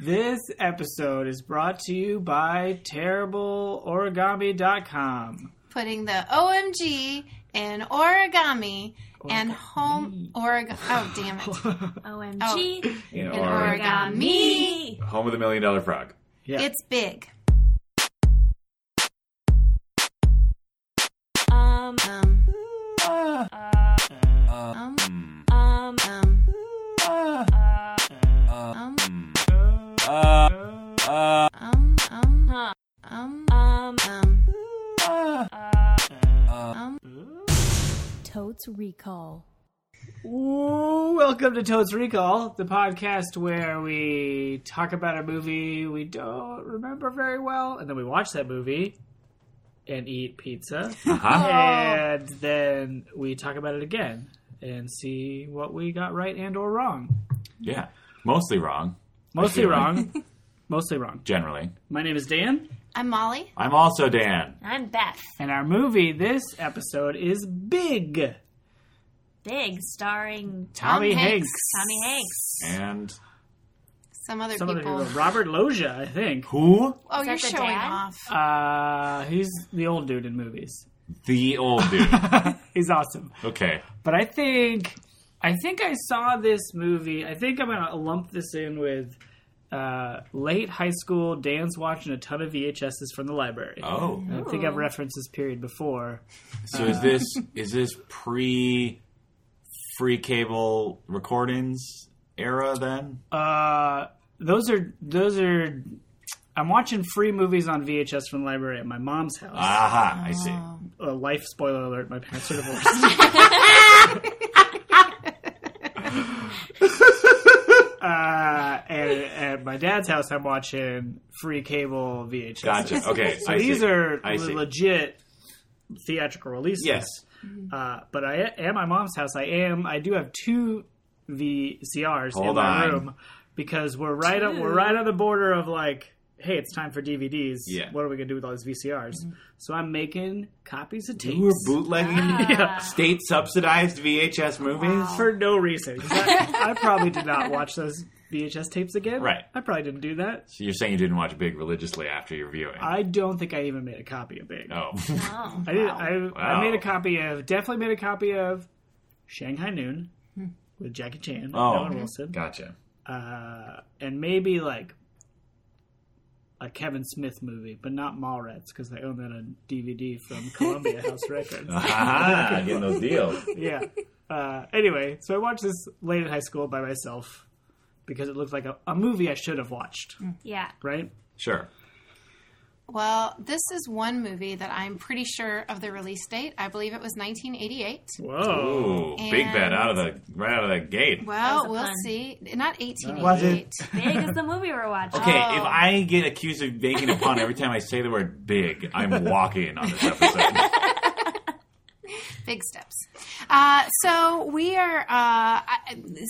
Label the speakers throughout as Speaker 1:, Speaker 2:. Speaker 1: This episode is brought to you by TerribleOrigami.com.
Speaker 2: putting the OMG in origami and home origami. Oh, damn it.
Speaker 3: OMG.
Speaker 4: Oh.
Speaker 1: You know,
Speaker 2: In
Speaker 1: or-
Speaker 3: Oregon.
Speaker 2: origami.
Speaker 4: Home of the Million Dollar Frog.
Speaker 1: yeah.
Speaker 2: It's big.
Speaker 3: Um,
Speaker 2: Um,
Speaker 4: Uh,
Speaker 2: um,
Speaker 4: mm,
Speaker 3: um,
Speaker 2: um,
Speaker 4: uh,
Speaker 2: um,
Speaker 4: mm, uh, uh,
Speaker 2: um, um,
Speaker 3: huh,
Speaker 2: um,
Speaker 3: um,
Speaker 2: um.
Speaker 4: uh,
Speaker 3: Totes Recall.
Speaker 1: Ooh, Welcome to Toad's Recall, the podcast where we talk about a movie we don't remember very well, and then we watch that movie and eat pizza,
Speaker 4: uh-huh.
Speaker 1: and then we talk about it again and see what we got right and or wrong.
Speaker 4: Yeah. Mostly wrong,
Speaker 1: Mostly
Speaker 4: feel like-
Speaker 1: wrong. Mostly wrong.
Speaker 4: generally.
Speaker 1: My name is Dan,
Speaker 2: I'm Molly.
Speaker 4: I'm also Dan.
Speaker 3: I'm Beth.
Speaker 1: and our movie this episode is Big.
Speaker 3: Big, starring
Speaker 1: Tommy
Speaker 2: Tom
Speaker 1: Hanks.
Speaker 2: Hanks.
Speaker 3: Tommy Hanks.
Speaker 4: And
Speaker 2: Some other
Speaker 1: Some other
Speaker 2: people.
Speaker 1: people. Robert Loggia, I think.
Speaker 4: who?
Speaker 2: Oh,
Speaker 3: Is
Speaker 2: you're
Speaker 3: that the
Speaker 2: showing
Speaker 3: dad?
Speaker 2: off.
Speaker 1: Uh, he's the old dude in movies.
Speaker 4: The old dude.
Speaker 1: he's awesome.
Speaker 4: Okay.
Speaker 1: But I think I think I saw this movie. I think I'm gonna lump this in with uh, late high school. Dan's watching a ton of VHSs from the library.
Speaker 4: Oh.
Speaker 1: I think I've referenced this period before.
Speaker 4: So is this is this pre free cable recordings era then?
Speaker 1: Uh, those are those are. I'm watching free movies on VHS from the library at my mom's house.
Speaker 4: Ah. Aha, I see.
Speaker 1: A life spoiler alert: my parents are divorced. uh, and at my dad's house, I'm watching free cable VHS.
Speaker 4: Gotcha. Okay.
Speaker 1: So
Speaker 4: I
Speaker 1: these
Speaker 4: see.
Speaker 1: are
Speaker 4: I see.
Speaker 1: legit theatrical releases.
Speaker 4: Yes.
Speaker 1: Uh, but I at my mom's house. I am. I do have two VCRs in
Speaker 4: Hold
Speaker 1: my
Speaker 4: on.
Speaker 1: room because we're right up. We're right on the border of like, hey, it's time for DVDs.
Speaker 4: Yeah.
Speaker 1: What are we gonna do with all these VCRs? So I'm making copies of tapes
Speaker 4: You were bootlegging state subsidized VHS movies?
Speaker 1: for no reason. 'Cause I, I probably did not watch those VHS tapes again.
Speaker 4: Right.
Speaker 1: I probably didn't do that.
Speaker 4: So you're saying you didn't watch Big religiously after your viewing?
Speaker 1: I don't think I even made a copy of Big.
Speaker 4: oh.
Speaker 3: Oh,
Speaker 1: I did. I, I
Speaker 4: Wow.
Speaker 1: made a copy of. Definitely made a copy of Shanghai Noon with Jackie Chan, and
Speaker 4: Oh.
Speaker 1: Owen Wilson,
Speaker 4: gotcha.
Speaker 1: uh, and maybe like a Kevin Smith movie, but not Mallrats because I own that on DVD from Columbia House Records.
Speaker 4: Aha, getting those deals.
Speaker 1: Yeah. Uh, anyway, so I watched this late in high school by myself because it looked like a, a movie I should have watched.
Speaker 3: yeah.
Speaker 1: Right?
Speaker 4: Sure.
Speaker 2: Well, this is one movie that I'm pretty sure of the release date. I believe it was 1988.
Speaker 1: Whoa.
Speaker 4: Ooh, big bet out of the right out of the gate.
Speaker 3: That was
Speaker 2: Well,
Speaker 3: a
Speaker 2: we'll
Speaker 3: pun.
Speaker 2: see. Not 1888.
Speaker 1: Was it?
Speaker 3: Big is the movie we're watching.
Speaker 4: Okay,
Speaker 2: Oh.
Speaker 4: if I get accused of making a pun every time I say the word big, I'm walking on this episode.
Speaker 2: Big steps. Uh, so we are. Uh, I,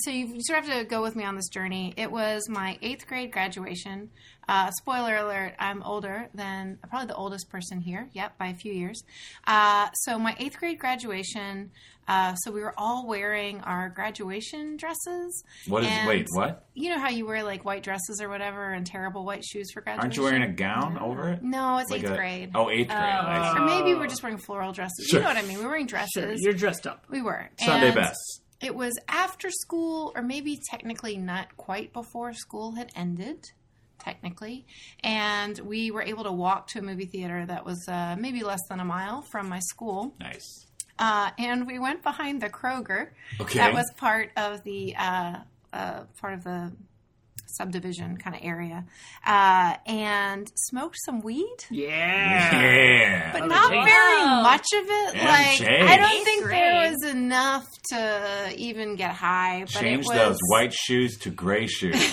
Speaker 2: so you sort of have to go with me on this journey. It was my eighth grade graduation. Uh, spoiler alert: I'm older than probably the oldest person here. Yep, by a few years. Uh, so my eighth grade graduation. Uh, so we were all wearing our graduation dresses.
Speaker 4: What is
Speaker 2: And
Speaker 4: wait, what?
Speaker 2: You know how you wear like white dresses or whatever, and terrible white shoes for graduation.
Speaker 4: Aren't you wearing a gown over it?
Speaker 2: No, it's eighth
Speaker 4: a-
Speaker 2: grade.
Speaker 4: Oh, eighth grade. I see.
Speaker 2: Or maybe we're just wearing floral dresses.
Speaker 4: Sure.
Speaker 2: You know what I mean? We were wearing dresses.
Speaker 1: Sure, you're dressed up.
Speaker 2: We were.
Speaker 4: Sunday
Speaker 2: And
Speaker 4: best.
Speaker 2: It was after school, or maybe technically not quite before school had ended, technically. And we were able to walk to a movie theater that was uh, maybe less than a mile from my school.
Speaker 4: Nice.
Speaker 2: Uh, and we went behind the Kroger.
Speaker 4: Okay.
Speaker 2: That was part of the uh, uh, part of the subdivision kind of area, uh, and smoked some weed.
Speaker 1: Yeah.
Speaker 4: Yeah.
Speaker 2: But not
Speaker 1: Jake.
Speaker 2: very
Speaker 3: Wow.
Speaker 2: much of it.
Speaker 4: And
Speaker 2: like
Speaker 4: Jake.
Speaker 2: I don't
Speaker 3: Eighth
Speaker 2: think there
Speaker 3: grade.
Speaker 2: was enough to even get high. But
Speaker 4: Change
Speaker 2: it was,
Speaker 4: those white shoes to gray shoes.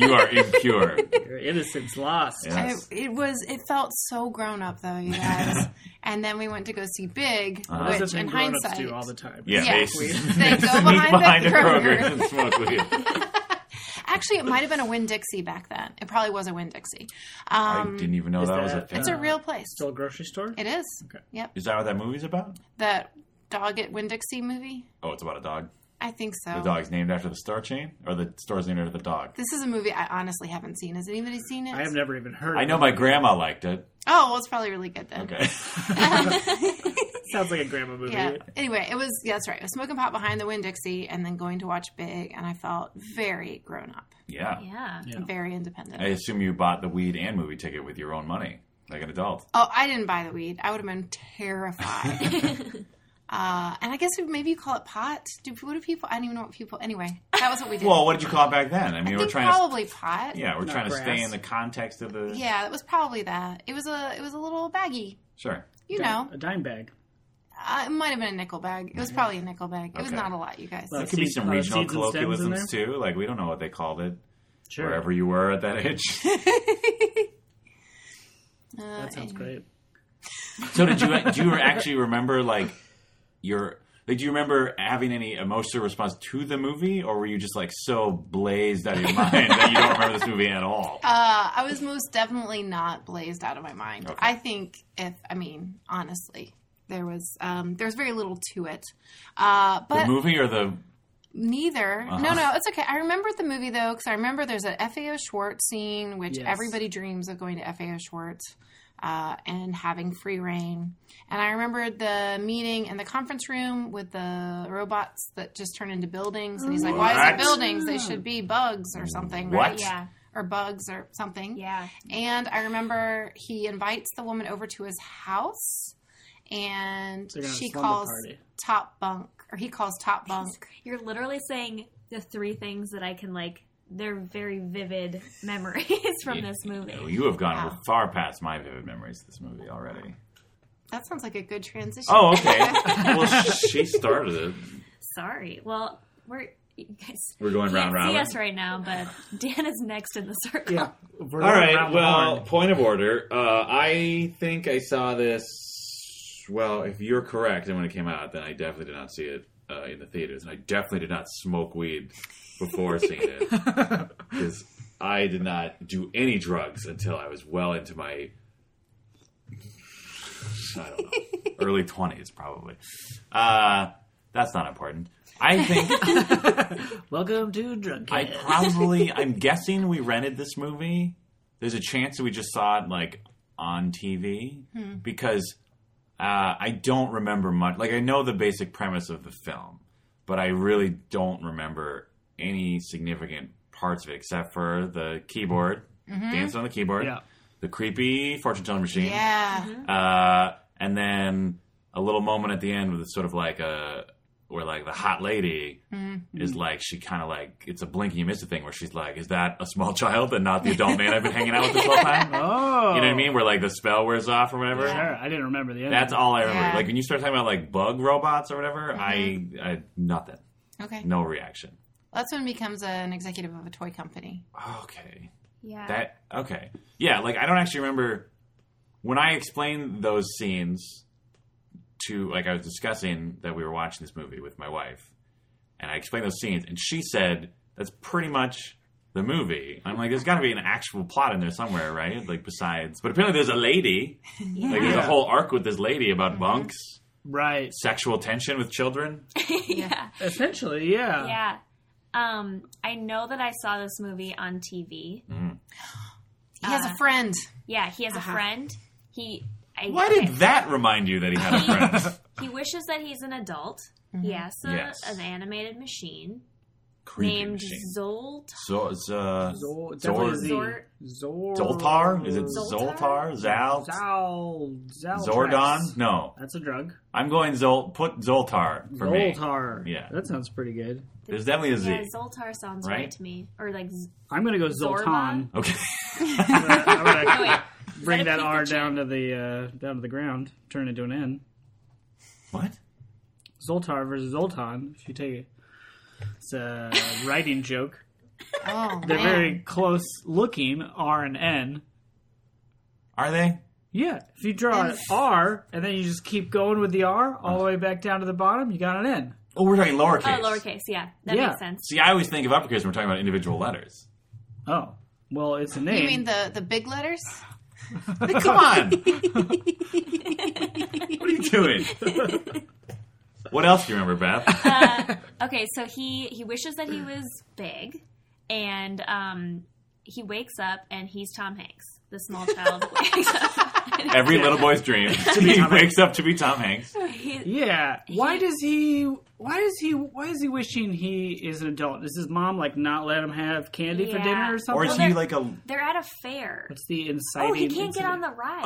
Speaker 4: you are impure.
Speaker 1: Your innocence lost.
Speaker 4: Yeah. Yes.
Speaker 2: It, it was. It felt so grown up though, you guys. and then we went to go see Big,
Speaker 4: Uh-huh.
Speaker 1: That's the
Speaker 2: which
Speaker 1: thing
Speaker 2: in
Speaker 1: grown-ups
Speaker 2: hindsight,
Speaker 1: do all the time.
Speaker 4: Yeah,
Speaker 2: Yeah.
Speaker 4: they,
Speaker 2: They go
Speaker 4: sneak
Speaker 2: behind the
Speaker 4: behind a
Speaker 2: Kroger.
Speaker 4: Kroger and smoke weed.
Speaker 2: actually, it might have been a Winn Dixie back then. It probably was a Winn Dixie.
Speaker 4: I
Speaker 2: Um,
Speaker 4: didn't even know
Speaker 1: is
Speaker 4: that was a
Speaker 1: that-
Speaker 4: thing.
Speaker 2: it's a real place.
Speaker 1: Still a grocery store?
Speaker 2: It is.
Speaker 1: Okay.
Speaker 2: Yep.
Speaker 4: Is that what that movie's about?
Speaker 2: That dog at Winn Dixie movie.
Speaker 4: Oh, it's about a dog.
Speaker 2: I think so.
Speaker 4: The dog's named after the star chain, or the store's named after the dog.
Speaker 2: This is a movie I honestly haven't seen. Has anybody seen it?
Speaker 1: I have never even heard.
Speaker 4: I
Speaker 1: of
Speaker 4: know
Speaker 1: it.
Speaker 4: my grandma liked it.
Speaker 2: Oh, well, it's probably really good then.
Speaker 4: Okay.
Speaker 1: Sounds like a grandma movie.
Speaker 2: yeah. Anyway, it was yeah, that's right. It was smoking pot behind the Winn Dixie, and then going to watch Big, and I felt very grown up,
Speaker 4: yeah.
Speaker 3: Yeah.
Speaker 1: Yeah.
Speaker 2: and very independent.
Speaker 4: I assume you bought the weed and movie ticket with your own money, like an adult.
Speaker 2: Oh, I didn't buy the weed. I would have been terrified. uh, and I guess maybe you call it pot. Do what do people? I don't even know what people. Anyway, that was what we did.
Speaker 4: Well, what did you call it back then? I mean,
Speaker 2: I
Speaker 4: we're
Speaker 2: think
Speaker 4: trying
Speaker 2: probably pot.
Speaker 4: to, yeah, we're
Speaker 1: Not
Speaker 4: trying to stay
Speaker 1: grass.
Speaker 4: in the context of the.
Speaker 2: yeah, it was probably that. It was a it was a little baggy.
Speaker 4: Sure.
Speaker 2: You
Speaker 1: Di-
Speaker 2: know,
Speaker 1: a dime bag.
Speaker 2: uh, it might have been a nickel bag. It was probably a nickel bag. It was
Speaker 4: Okay.
Speaker 2: not a lot, you guys.
Speaker 1: Well,
Speaker 4: There could be
Speaker 1: Seeds-
Speaker 4: some
Speaker 1: uh,
Speaker 4: regional
Speaker 1: seeds and stems in
Speaker 4: colloquialisms too. Like we don't know what they called it
Speaker 1: Sure,
Speaker 4: wherever you were at that age.
Speaker 2: Uh,
Speaker 1: that sounds great.
Speaker 4: so did you? Do you actually remember like your? Like, do you remember having any emotional response to the movie, or were you just like so blazed out of your mind that you don't remember this movie at all?
Speaker 2: Uh, I was most definitely not blazed out of my mind.
Speaker 4: Okay.
Speaker 2: I think if I mean honestly, there was um, there was very little to it. Uh,
Speaker 4: the
Speaker 2: but
Speaker 4: movie or the?
Speaker 2: neither. No,
Speaker 4: Uh-huh.
Speaker 2: no, it's okay. I remember the movie though because I remember there's a FAO Schwartz scene, which
Speaker 1: Yes.
Speaker 2: everybody dreams of going to FAO Schwartz. Uh, and having free reign. And I remember the meeting in the conference room with the robots that just turn into buildings. And he's like, Why is
Speaker 4: What?
Speaker 2: it buildings? They should be bugs or something,
Speaker 4: What?
Speaker 2: right?
Speaker 3: Yeah.
Speaker 2: Or bugs or something.
Speaker 3: Yeah.
Speaker 2: And I remember he invites the woman over to his house, and
Speaker 1: They're gonna
Speaker 2: she
Speaker 1: slumber
Speaker 2: calls
Speaker 1: party.
Speaker 2: top bunk, or he calls top bunk.
Speaker 3: You're literally saying the three things that I can like. They're very vivid memories from
Speaker 4: Yeah.
Speaker 3: this movie.
Speaker 4: Oh, you have gone
Speaker 2: Wow.
Speaker 4: far past my vivid memories of this movie already.
Speaker 2: That sounds like a good transition.
Speaker 4: Oh, okay. well, she started it.
Speaker 3: Sorry. Well, we're you guys
Speaker 4: We're going
Speaker 3: can't
Speaker 4: round
Speaker 3: see
Speaker 4: robin.
Speaker 3: us right now, but Dan is next in the circle.
Speaker 1: Yeah. We're
Speaker 4: All right.
Speaker 1: around the
Speaker 4: Well,
Speaker 1: horn.
Speaker 4: point of order. Uh, I think I saw this. Well, if you're correct, and when it came out, then I definitely did not see it uh, in the theaters, and I definitely did not smoke weed before seeing it because I did not do any drugs until I was well into my I don't know early twenties, probably. Uh, that's not important. I think
Speaker 1: welcome to drug.
Speaker 4: I
Speaker 1: Kid.
Speaker 4: probably, I'm guessing we rented this movie. There's a chance that we just saw it like on TV because uh, I don't remember much. Like I know the basic premise of the film, but I really don't remember any significant parts of it except for the keyboard
Speaker 3: Mm-hmm.
Speaker 4: dancing on the keyboard,
Speaker 1: Yeah.
Speaker 4: the creepy fortune telling machine,
Speaker 2: Hmm. Yeah.
Speaker 4: uh, and then a little moment at the end with it's sort of like a where like the hot lady is like she kind of like it's a blink and you miss a thing where she's like is that a small child and not the adult man I've been hanging out with this whole time
Speaker 1: Oh,
Speaker 4: you know what I mean where like the spell wears off or whatever
Speaker 1: Sure, I didn't remember the end.
Speaker 4: that's all I remember
Speaker 2: Yeah.
Speaker 4: like when you start talking about like bug robots or whatever I, I nothing
Speaker 2: Okay.
Speaker 4: no reaction
Speaker 2: That's when he becomes an executive of a toy company.
Speaker 4: okay
Speaker 3: Yeah.
Speaker 4: That okay. Yeah, like I don't actually remember when I explained those scenes to like I was discussing that we were watching this movie with my wife, and I explained those scenes, and she said that's pretty much the movie. I'm like, there's got to be an actual plot in there somewhere, right? Like besides, but apparently there's a lady.
Speaker 3: yeah.
Speaker 4: Like there's a
Speaker 1: Yeah.
Speaker 4: whole arc with this lady about bunks,
Speaker 1: right.
Speaker 4: sexual tension with children.
Speaker 3: yeah.
Speaker 1: Essentially, yeah.
Speaker 3: Yeah. Um, I know that I saw this movie on TV.
Speaker 4: Mm.
Speaker 2: He has
Speaker 3: Uh,
Speaker 2: a friend.
Speaker 3: Yeah, he has
Speaker 2: Uh-huh.
Speaker 3: a friend. He. I,
Speaker 4: Why
Speaker 3: okay.
Speaker 4: did that remind you that he had a friend? Mm-hmm.
Speaker 3: He wishes that he's an adult. He has a,
Speaker 4: Yes.
Speaker 3: an animated machine
Speaker 4: Creepy
Speaker 3: named
Speaker 4: machine.
Speaker 3: Zolt.
Speaker 4: So it's uh,
Speaker 1: Zol-
Speaker 4: Zor-
Speaker 1: definitely
Speaker 3: Zor-
Speaker 1: Zor-
Speaker 4: Zoltar? Is it
Speaker 3: Zoltar?
Speaker 4: Zoltar? Zal?
Speaker 1: Zal- Zal-
Speaker 4: Zordon? No.
Speaker 1: That's a drug.
Speaker 4: I'm going Zol. Put Zoltar for me.
Speaker 1: Zoltar.
Speaker 4: Yeah.
Speaker 1: That sounds pretty good.
Speaker 4: There's definitely a Z.
Speaker 3: Yeah, Zoltar sounds right?
Speaker 4: Right?
Speaker 3: to me. Or like, Z-
Speaker 1: I'm going to go
Speaker 3: Zorba?
Speaker 1: Zoltan.
Speaker 4: Okay.
Speaker 1: I'm gonna- I'm gonna
Speaker 3: no, wait.
Speaker 1: bring
Speaker 3: that
Speaker 1: that
Speaker 3: a
Speaker 1: R
Speaker 3: Pikachu?
Speaker 1: down to the uh, down to the ground, turn it into an N.
Speaker 4: What?
Speaker 1: Zoltar versus Zoltan. If you take it, it's a writing joke.
Speaker 2: Oh,
Speaker 1: They're
Speaker 2: man.
Speaker 1: very close looking R and N.
Speaker 4: Are they?
Speaker 1: Yeah, if you draw an R and then you just keep going with the R all the way back down to the bottom, you got an N.
Speaker 4: Oh, we're talking
Speaker 3: Oh,
Speaker 4: lowercase.
Speaker 3: lowercase. Yeah, that
Speaker 1: Yeah.
Speaker 3: makes sense.
Speaker 4: See, I always think of uppercase when we're talking about individual letters.
Speaker 1: Oh, well, it's a name.
Speaker 2: You mean the the big letters?
Speaker 4: Come on! what are you doing? What else do you remember, Beth?
Speaker 3: Okay, so he he wishes that he was big, and um, he wakes up and he's Tom Hanks. The small child wakes up. and
Speaker 4: Every little boy's dream. he wakes up to be Tom Hanks.
Speaker 3: he-
Speaker 1: Yeah. Why does he? Why is he? Why is he wishing he is an adult? Does his mom like not let him have candy for
Speaker 3: Yeah.
Speaker 1: dinner or something?
Speaker 4: Or is
Speaker 3: Well,
Speaker 4: he
Speaker 3: there-
Speaker 4: like a.
Speaker 3: They're at a fair.
Speaker 1: What's the inciting?
Speaker 3: Oh, he can't get on the ride.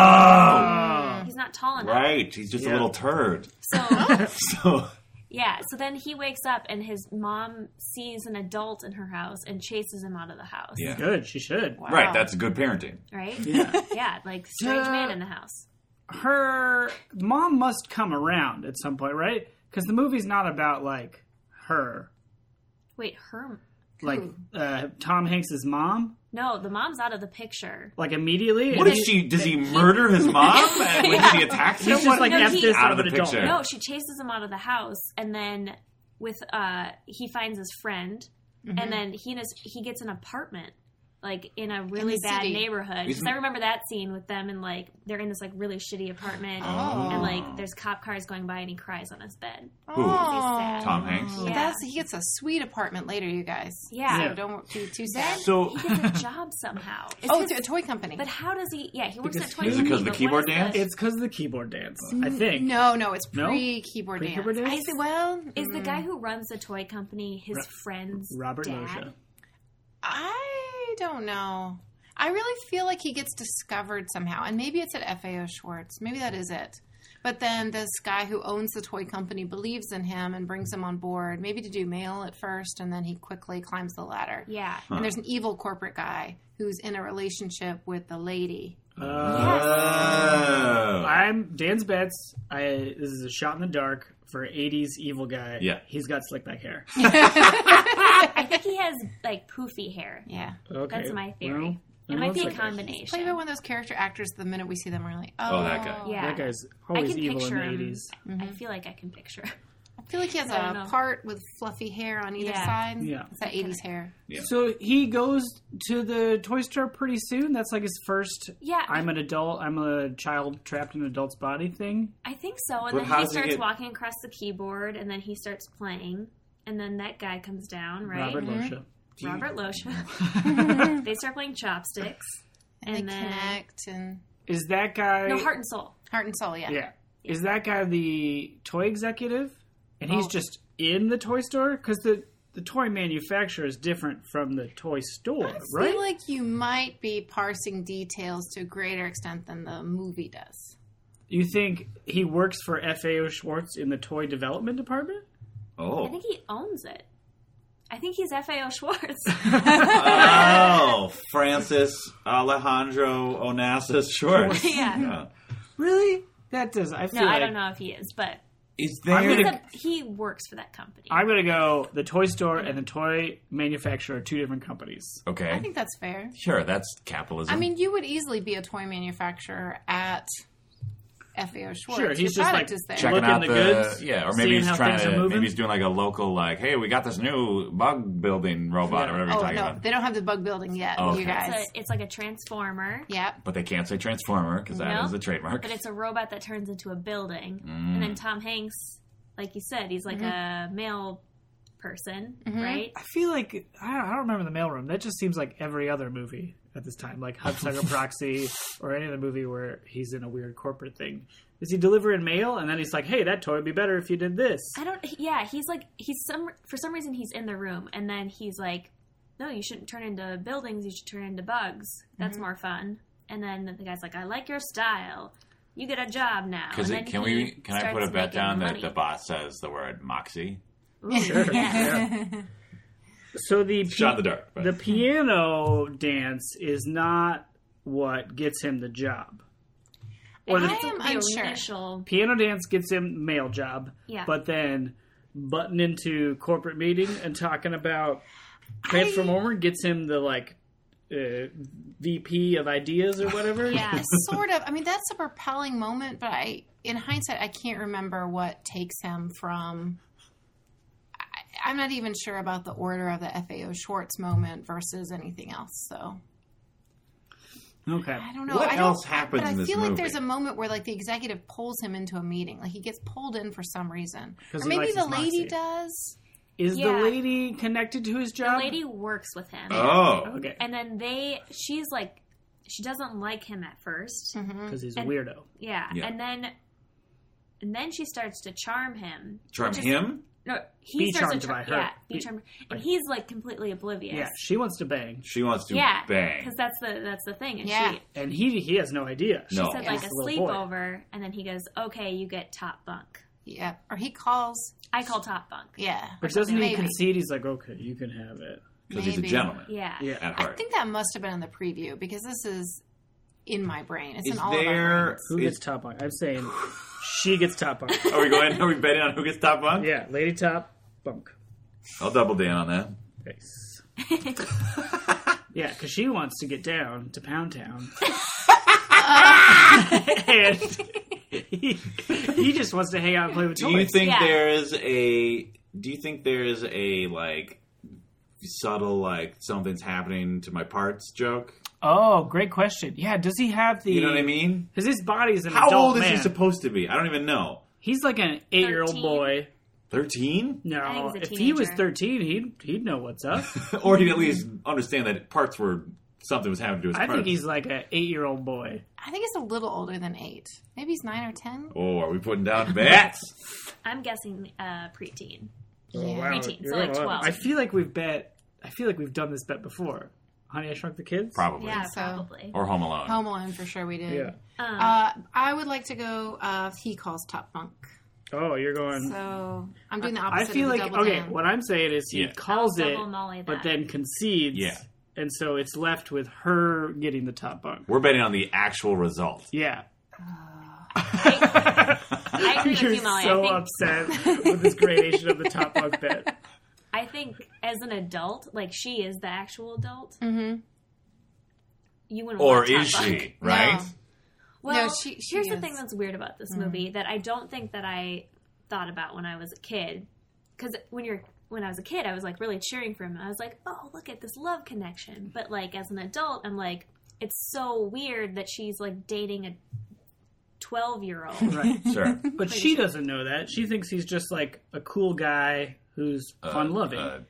Speaker 4: Oh!
Speaker 1: Oh.
Speaker 3: He's not tall enough.
Speaker 4: Right. Oh. He's just
Speaker 1: Yeah.
Speaker 4: a little turd.
Speaker 3: So
Speaker 4: So.
Speaker 3: yeah, so then he wakes up and his mom sees an adult in her house and chases him out of the house.
Speaker 4: Yeah.
Speaker 1: Good. She should.
Speaker 2: Wow.
Speaker 4: Right, that's good parenting.
Speaker 3: Right?
Speaker 1: Yeah.
Speaker 3: Yeah, like strange
Speaker 1: Duh.
Speaker 3: man in the house.
Speaker 1: her mom must come around at some point, right? Because the movie's not about like her,
Speaker 3: Wait, her
Speaker 1: like uh, Tom Hanks's mom,
Speaker 3: No, the mom's out of the picture.
Speaker 1: like immediately.
Speaker 4: What
Speaker 1: And
Speaker 4: if
Speaker 1: he-
Speaker 4: she? Does he murder his mom And when she attacks
Speaker 1: He's
Speaker 4: him?
Speaker 1: just like
Speaker 3: No,
Speaker 1: F
Speaker 3: he-
Speaker 1: this
Speaker 4: Out
Speaker 1: I'm
Speaker 4: of
Speaker 1: an
Speaker 4: the
Speaker 1: adult.
Speaker 4: picture.
Speaker 3: No, she chases him out of the house and then with uh he finds his friend
Speaker 2: Mm-hmm.
Speaker 3: and then he and his, he gets an apartment like in a really
Speaker 2: the
Speaker 3: bad
Speaker 2: city.
Speaker 3: neighborhood. Because
Speaker 4: Isn't-
Speaker 3: I remember that scene with them and like they're in this like really shitty apartment
Speaker 2: Oh.
Speaker 3: and like there's cop cars going by and he cries on his bed.
Speaker 4: Who?
Speaker 2: Oh.
Speaker 4: Tom Hanks.
Speaker 3: Yeah.
Speaker 2: That's he gets a sweet apartment later, you guys.
Speaker 3: Yeah.
Speaker 1: Yeah.
Speaker 2: So don't be too
Speaker 3: Then
Speaker 2: sad.
Speaker 4: So-
Speaker 3: he gets a job somehow. It's
Speaker 2: oh,
Speaker 3: his-
Speaker 2: to a toy company.
Speaker 3: but how does he? Yeah, he works
Speaker 1: Because
Speaker 3: at Toy
Speaker 1: he- Is it
Speaker 3: Company,
Speaker 4: 'cause of the
Speaker 3: but what
Speaker 4: keyboard
Speaker 3: is the-
Speaker 4: dance?
Speaker 1: It's because of the keyboard dance, I think.
Speaker 2: no, no, it's
Speaker 1: No?
Speaker 2: pre keyboard dance.
Speaker 1: Pre-keyboard dance?
Speaker 2: I see, well,
Speaker 3: Is the
Speaker 2: mm,
Speaker 3: guy who runs the toy company his friend's
Speaker 1: Robert
Speaker 3: dad?
Speaker 1: Loggia.
Speaker 2: I don't know. I really feel like he gets discovered somehow, and maybe it's at FAO Schwartz. Maybe that is it. But then this guy who owns the toy company believes in him and brings him on board, maybe to do mail at first, and then he quickly climbs the ladder.
Speaker 3: Yeah.
Speaker 2: And there's an evil corporate guy who's in a relationship with the lady.
Speaker 1: Uh,
Speaker 4: Oh.
Speaker 1: I'm Dan's bets. I this is a shot in the dark for '80s evil guy.
Speaker 4: Yeah.
Speaker 1: he's got slick back hair.
Speaker 3: I think he has like poofy hair.
Speaker 2: Yeah.
Speaker 1: Okay,
Speaker 3: That's my theory.
Speaker 1: well,
Speaker 3: it might be a
Speaker 1: looks like that.
Speaker 2: Play by
Speaker 3: combination.
Speaker 2: one of those character actors. The minute we see them, we're like, oh,
Speaker 4: Oh, that guy.
Speaker 3: Yeah.
Speaker 1: That guy's
Speaker 3: I
Speaker 1: always
Speaker 3: can
Speaker 1: evil in
Speaker 3: picture
Speaker 1: the
Speaker 3: him.
Speaker 1: '80s.
Speaker 3: I feel like I can picture. him.
Speaker 2: I feel like he has
Speaker 3: I don't
Speaker 2: a
Speaker 3: know.
Speaker 2: part with fluffy hair on either
Speaker 3: Yeah.
Speaker 2: side.
Speaker 1: Yeah.
Speaker 2: It's that '80s hair.
Speaker 4: Yeah.
Speaker 1: So he goes to the toy store pretty soon. That's like his first.
Speaker 3: Yeah.
Speaker 1: I'm an adult. I'm a child trapped in an adult's body thing.
Speaker 3: I think so. And
Speaker 4: But
Speaker 3: then
Speaker 4: how
Speaker 3: he
Speaker 4: does he
Speaker 3: starts
Speaker 4: get-
Speaker 3: walking across the keyboard, and then he starts playing, and then that guy comes down, right? mm-hmm.
Speaker 1: Robert Loggia.
Speaker 3: Robert Losha. they start playing chopsticks.
Speaker 2: And,
Speaker 3: And
Speaker 2: they
Speaker 3: then-
Speaker 2: connect and
Speaker 1: Is that guy?
Speaker 3: No, heart and soul.
Speaker 2: heart and soul. Yeah.
Speaker 1: Yeah. Is that guy the toy executive? And he's
Speaker 2: Oh.
Speaker 1: just in the toy store because the the toy manufacturer is different from the toy store,
Speaker 2: I
Speaker 1: right?
Speaker 2: feel like you might be parsing details to a greater extent than the movie does.
Speaker 1: you think he works for FAO Schwartz in the toy development department?
Speaker 4: Oh.
Speaker 3: I think he owns it. I think he's FAO Schwartz.
Speaker 4: Oh, Francis Alejandro Onassis Schwartz.
Speaker 3: Yeah.
Speaker 1: Really? That does. I feel
Speaker 3: no, I
Speaker 1: like
Speaker 3: don't know if he is, but
Speaker 4: Is
Speaker 1: I'm
Speaker 4: there?
Speaker 3: he's
Speaker 1: gonna-
Speaker 3: a, he works for that company.
Speaker 1: I'm gonna go. The toy store and the toy manufacturer are two different companies.
Speaker 2: I
Speaker 4: okay,
Speaker 2: think that's fair.
Speaker 4: sure. That's capitalism.
Speaker 2: I mean, you would easily be a toy manufacturer at FAO Schwartz.
Speaker 1: Sure, he's
Speaker 2: Your
Speaker 1: just
Speaker 2: product
Speaker 1: like
Speaker 2: is there.
Speaker 1: check-
Speaker 4: checking
Speaker 1: looking
Speaker 4: out
Speaker 1: the
Speaker 4: the,
Speaker 1: goods,
Speaker 4: yeah, or
Speaker 1: seeing
Speaker 4: maybe he's
Speaker 1: how
Speaker 4: trying
Speaker 1: things are
Speaker 4: to.
Speaker 1: moving.
Speaker 4: Maybe he's doing like a local, like, hey, we got this new bug building robot
Speaker 1: Yeah.
Speaker 4: or whatever
Speaker 2: Oh no,
Speaker 4: you're talking about.
Speaker 2: they don't have the bug building yet,
Speaker 4: Okay.
Speaker 2: you
Speaker 3: It's,
Speaker 2: guys.
Speaker 3: a, it's like a transformer,
Speaker 2: Yep.
Speaker 4: But they can't say transformer because that is
Speaker 3: No.
Speaker 4: a trademark.
Speaker 3: but it's a robot that turns into a building. And
Speaker 4: Mm.
Speaker 3: then Tom Hanks, like you said, he's like a male person, right?
Speaker 1: I feel like I don't, I don't remember the mailroom. That just seems like every other movie at this time, like Hudsucker Proxy or any other movie where he's in a weird corporate thing. Is he delivering mail and then he's like, "Hey, that toy would be better if you did this."
Speaker 3: I don't. Yeah, he's like he's some for some reason he's in the room, and then he's like, "No, you shouldn't turn into buildings. You should turn into bugs. That's more fun." And then the guy's like, "I like your style. You get a job now."
Speaker 4: Because
Speaker 3: And then
Speaker 4: can
Speaker 3: he
Speaker 4: we? Can I put a
Speaker 3: starts
Speaker 4: bet
Speaker 3: making
Speaker 4: down
Speaker 3: money.
Speaker 4: that the bot says the word moxie?
Speaker 3: Ooh, yes.
Speaker 1: Yeah. So the pi-
Speaker 4: Shot in the dark. but-
Speaker 1: the piano dance is not what gets him the job. Or
Speaker 2: I
Speaker 1: the
Speaker 2: am
Speaker 3: The
Speaker 2: unsure.
Speaker 3: initial-
Speaker 1: piano dance gets him mail job,
Speaker 3: Yeah.
Speaker 1: but then butting into corporate meeting and talking about transformer gets him the like uh, VP of ideas or whatever.
Speaker 3: Yeah.
Speaker 2: sort of. I mean, that's a propelling moment, but I, in hindsight, I can't remember what takes him from. I, I'm not even sure about the order of the FAO Schwartz moment versus anything else. So
Speaker 1: Okay.
Speaker 2: I don't know.
Speaker 4: What
Speaker 2: I don't-
Speaker 4: else happens
Speaker 2: But I
Speaker 4: in this
Speaker 2: feel like
Speaker 4: movie?
Speaker 2: there's a moment where like the executive pulls him into a meeting. Like he gets pulled in for some reason.
Speaker 1: 'Cause he
Speaker 2: Or maybe
Speaker 1: likes
Speaker 2: the
Speaker 1: his
Speaker 2: lady
Speaker 1: moxie.
Speaker 2: does.
Speaker 1: Is
Speaker 3: Yeah.
Speaker 1: the lady connected to his
Speaker 3: The
Speaker 1: job?
Speaker 3: lady works with him.
Speaker 4: Oh,
Speaker 1: Okay.
Speaker 3: And then they, she's like, she doesn't like him at 1st
Speaker 2: hmm
Speaker 1: Because he's a
Speaker 3: And-
Speaker 1: weirdo.
Speaker 3: Yeah.
Speaker 4: Yeah.
Speaker 3: And then, and then she starts to charm him.
Speaker 4: charm
Speaker 3: which is-
Speaker 4: him.
Speaker 3: No, he
Speaker 1: Be
Speaker 3: starts
Speaker 1: charmed
Speaker 3: to char-
Speaker 1: by her.
Speaker 3: Yeah, be
Speaker 1: Be-
Speaker 3: charmed.
Speaker 1: by-
Speaker 3: And he's like completely oblivious.
Speaker 1: Yeah, she wants to bang,
Speaker 4: She wants to
Speaker 3: Yeah,
Speaker 4: bang.
Speaker 3: Because that's the that's the thing. And
Speaker 2: Yeah.
Speaker 3: she,
Speaker 1: and he he has no idea.
Speaker 4: No.
Speaker 3: she said
Speaker 2: Yeah.
Speaker 3: like a
Speaker 1: He's a little boy.
Speaker 3: sleepover, and then he goes, "Okay, you get top bunk."
Speaker 2: Yeah. Or he calls.
Speaker 3: I call top bunk.
Speaker 2: Yeah.
Speaker 1: But doesn't he
Speaker 2: Maybe.
Speaker 1: concede? He's like, okay, you can have it.
Speaker 4: Because he's a
Speaker 2: Maybe.
Speaker 4: gentleman
Speaker 3: Yeah.
Speaker 1: Yeah.
Speaker 4: at
Speaker 2: I
Speaker 4: heart.
Speaker 2: think that must have been in the preview because this is in my brain. It's
Speaker 4: Is
Speaker 2: in all of our
Speaker 4: there?
Speaker 2: brains.
Speaker 1: Who
Speaker 4: Is,
Speaker 1: gets top bunk? I'm saying she gets top bunk.
Speaker 4: are we going? Are we betting on who gets top bunk?
Speaker 1: Yeah, lady top bunk.
Speaker 4: I'll double down on that.
Speaker 1: Nice. yeah, because she wants to get down to Pound Town. and he, he just wants to hang out and play with
Speaker 4: Do
Speaker 1: toys.
Speaker 4: you think
Speaker 3: Yeah.
Speaker 4: there is a? Do you think there is a like subtle like something's happening to my parts joke?
Speaker 1: oh, great question. Yeah, does he have the.
Speaker 4: You know what I mean?
Speaker 1: Because his body's an
Speaker 4: How
Speaker 1: adult
Speaker 4: old is
Speaker 1: man.
Speaker 4: he supposed to be? I don't even know.
Speaker 1: He's like an eight year old
Speaker 3: 13?
Speaker 1: boy.
Speaker 4: Thirteen,
Speaker 1: No,
Speaker 3: I think
Speaker 1: if
Speaker 3: he's a
Speaker 1: he was
Speaker 3: teenager.
Speaker 1: 13, he'd, he'd know what's up.
Speaker 4: or he'd at least understand that parts were something was happening to his
Speaker 1: I
Speaker 4: parts.
Speaker 1: think he's like an eight year old boy.
Speaker 2: I think it's a little older than eight. Maybe he's nine or ten.
Speaker 4: Oh, are we putting down bats?
Speaker 3: I'm guessing uh, preteen.
Speaker 2: Yeah.
Speaker 3: Preteen, so like
Speaker 1: Oh, You're on.
Speaker 3: 12.
Speaker 1: I feel like we've bet. I feel like we've done this bet before. Honey, I Shrunk the Kids.
Speaker 4: Probably.
Speaker 3: Yeah,
Speaker 2: so.
Speaker 3: probably.
Speaker 4: Or Home Alone.
Speaker 2: Home Alone for sure we did.
Speaker 1: Yeah.
Speaker 3: Um,
Speaker 2: Uh, I would like to go. Uh, he calls Top Bunk.
Speaker 1: Oh, you're going.
Speaker 2: So I'm doing the
Speaker 1: I
Speaker 2: opposite.
Speaker 1: feel
Speaker 2: of the
Speaker 1: like
Speaker 2: double
Speaker 1: okay.
Speaker 2: down.
Speaker 1: What I'm saying is he
Speaker 4: Yeah.
Speaker 1: calls
Speaker 3: I'll
Speaker 1: it,
Speaker 3: double Molly
Speaker 1: but
Speaker 3: that.
Speaker 1: then concedes.
Speaker 4: Yeah.
Speaker 1: And so it's left with her getting the top bunk.
Speaker 4: We're betting on the actual result.
Speaker 1: Yeah.
Speaker 3: I agree with
Speaker 1: You're
Speaker 3: you, Molly.
Speaker 1: so
Speaker 3: I think
Speaker 1: upset with this gradation of the top bunk bet.
Speaker 3: I think as an adult, like she is the actual adult.
Speaker 2: Mhm.
Speaker 3: You wouldn't.
Speaker 4: Or
Speaker 3: want
Speaker 4: is
Speaker 3: top bunk.
Speaker 4: she? Right?
Speaker 3: Well,
Speaker 2: No, she- she
Speaker 3: here's the
Speaker 2: is. Mm-hmm.
Speaker 3: thing that's weird about this movie that I don't think that I thought about when I was a kid. Because when you're when I was a kid, I was like really cheering for him. I was like, oh, look at this love connection. But like as an adult, I'm like, it's so weird that she's like dating a twelve year old.
Speaker 1: Right.
Speaker 4: Sure.
Speaker 1: But she doesn't know that. She thinks he's just like a cool guy who's fun loving.
Speaker 4: Uh,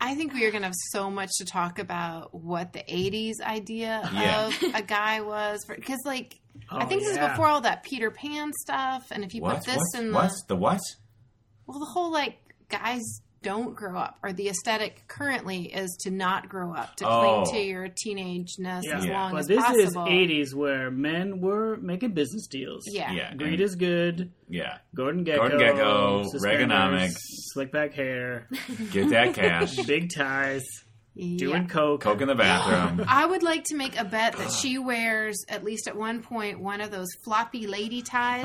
Speaker 2: I think we are going to have so much to talk about what the '80s idea
Speaker 4: Yeah.
Speaker 2: of a guy was, because like I
Speaker 1: Oh,
Speaker 2: think this
Speaker 1: yeah.
Speaker 2: is before all that Peter Pan stuff, and if you
Speaker 4: what?
Speaker 2: put this
Speaker 4: What?
Speaker 2: in
Speaker 4: what?
Speaker 2: the
Speaker 4: The what?
Speaker 2: well, the whole like guys don't grow up, or the aesthetic currently is to not grow up, to
Speaker 4: Oh.
Speaker 2: cling to your teenage ness
Speaker 1: Yeah.
Speaker 2: as
Speaker 4: Yeah.
Speaker 2: long
Speaker 1: But
Speaker 2: as
Speaker 1: this
Speaker 2: possible.
Speaker 1: is 80s where men were making business deals.
Speaker 2: Yeah.
Speaker 4: Yeah.
Speaker 1: Greed is good.
Speaker 4: Yeah.
Speaker 1: Gordon Gecko.
Speaker 4: Gordon Gekko,
Speaker 1: suspenders,
Speaker 4: Reaganomics.
Speaker 1: Slick back hair.
Speaker 4: Get that cash.
Speaker 1: big ties.
Speaker 2: Yeah.
Speaker 1: Doing coke.
Speaker 4: Coke in the bathroom.
Speaker 2: I would like to make a bet that she wears at least at one point one of those floppy lady ties.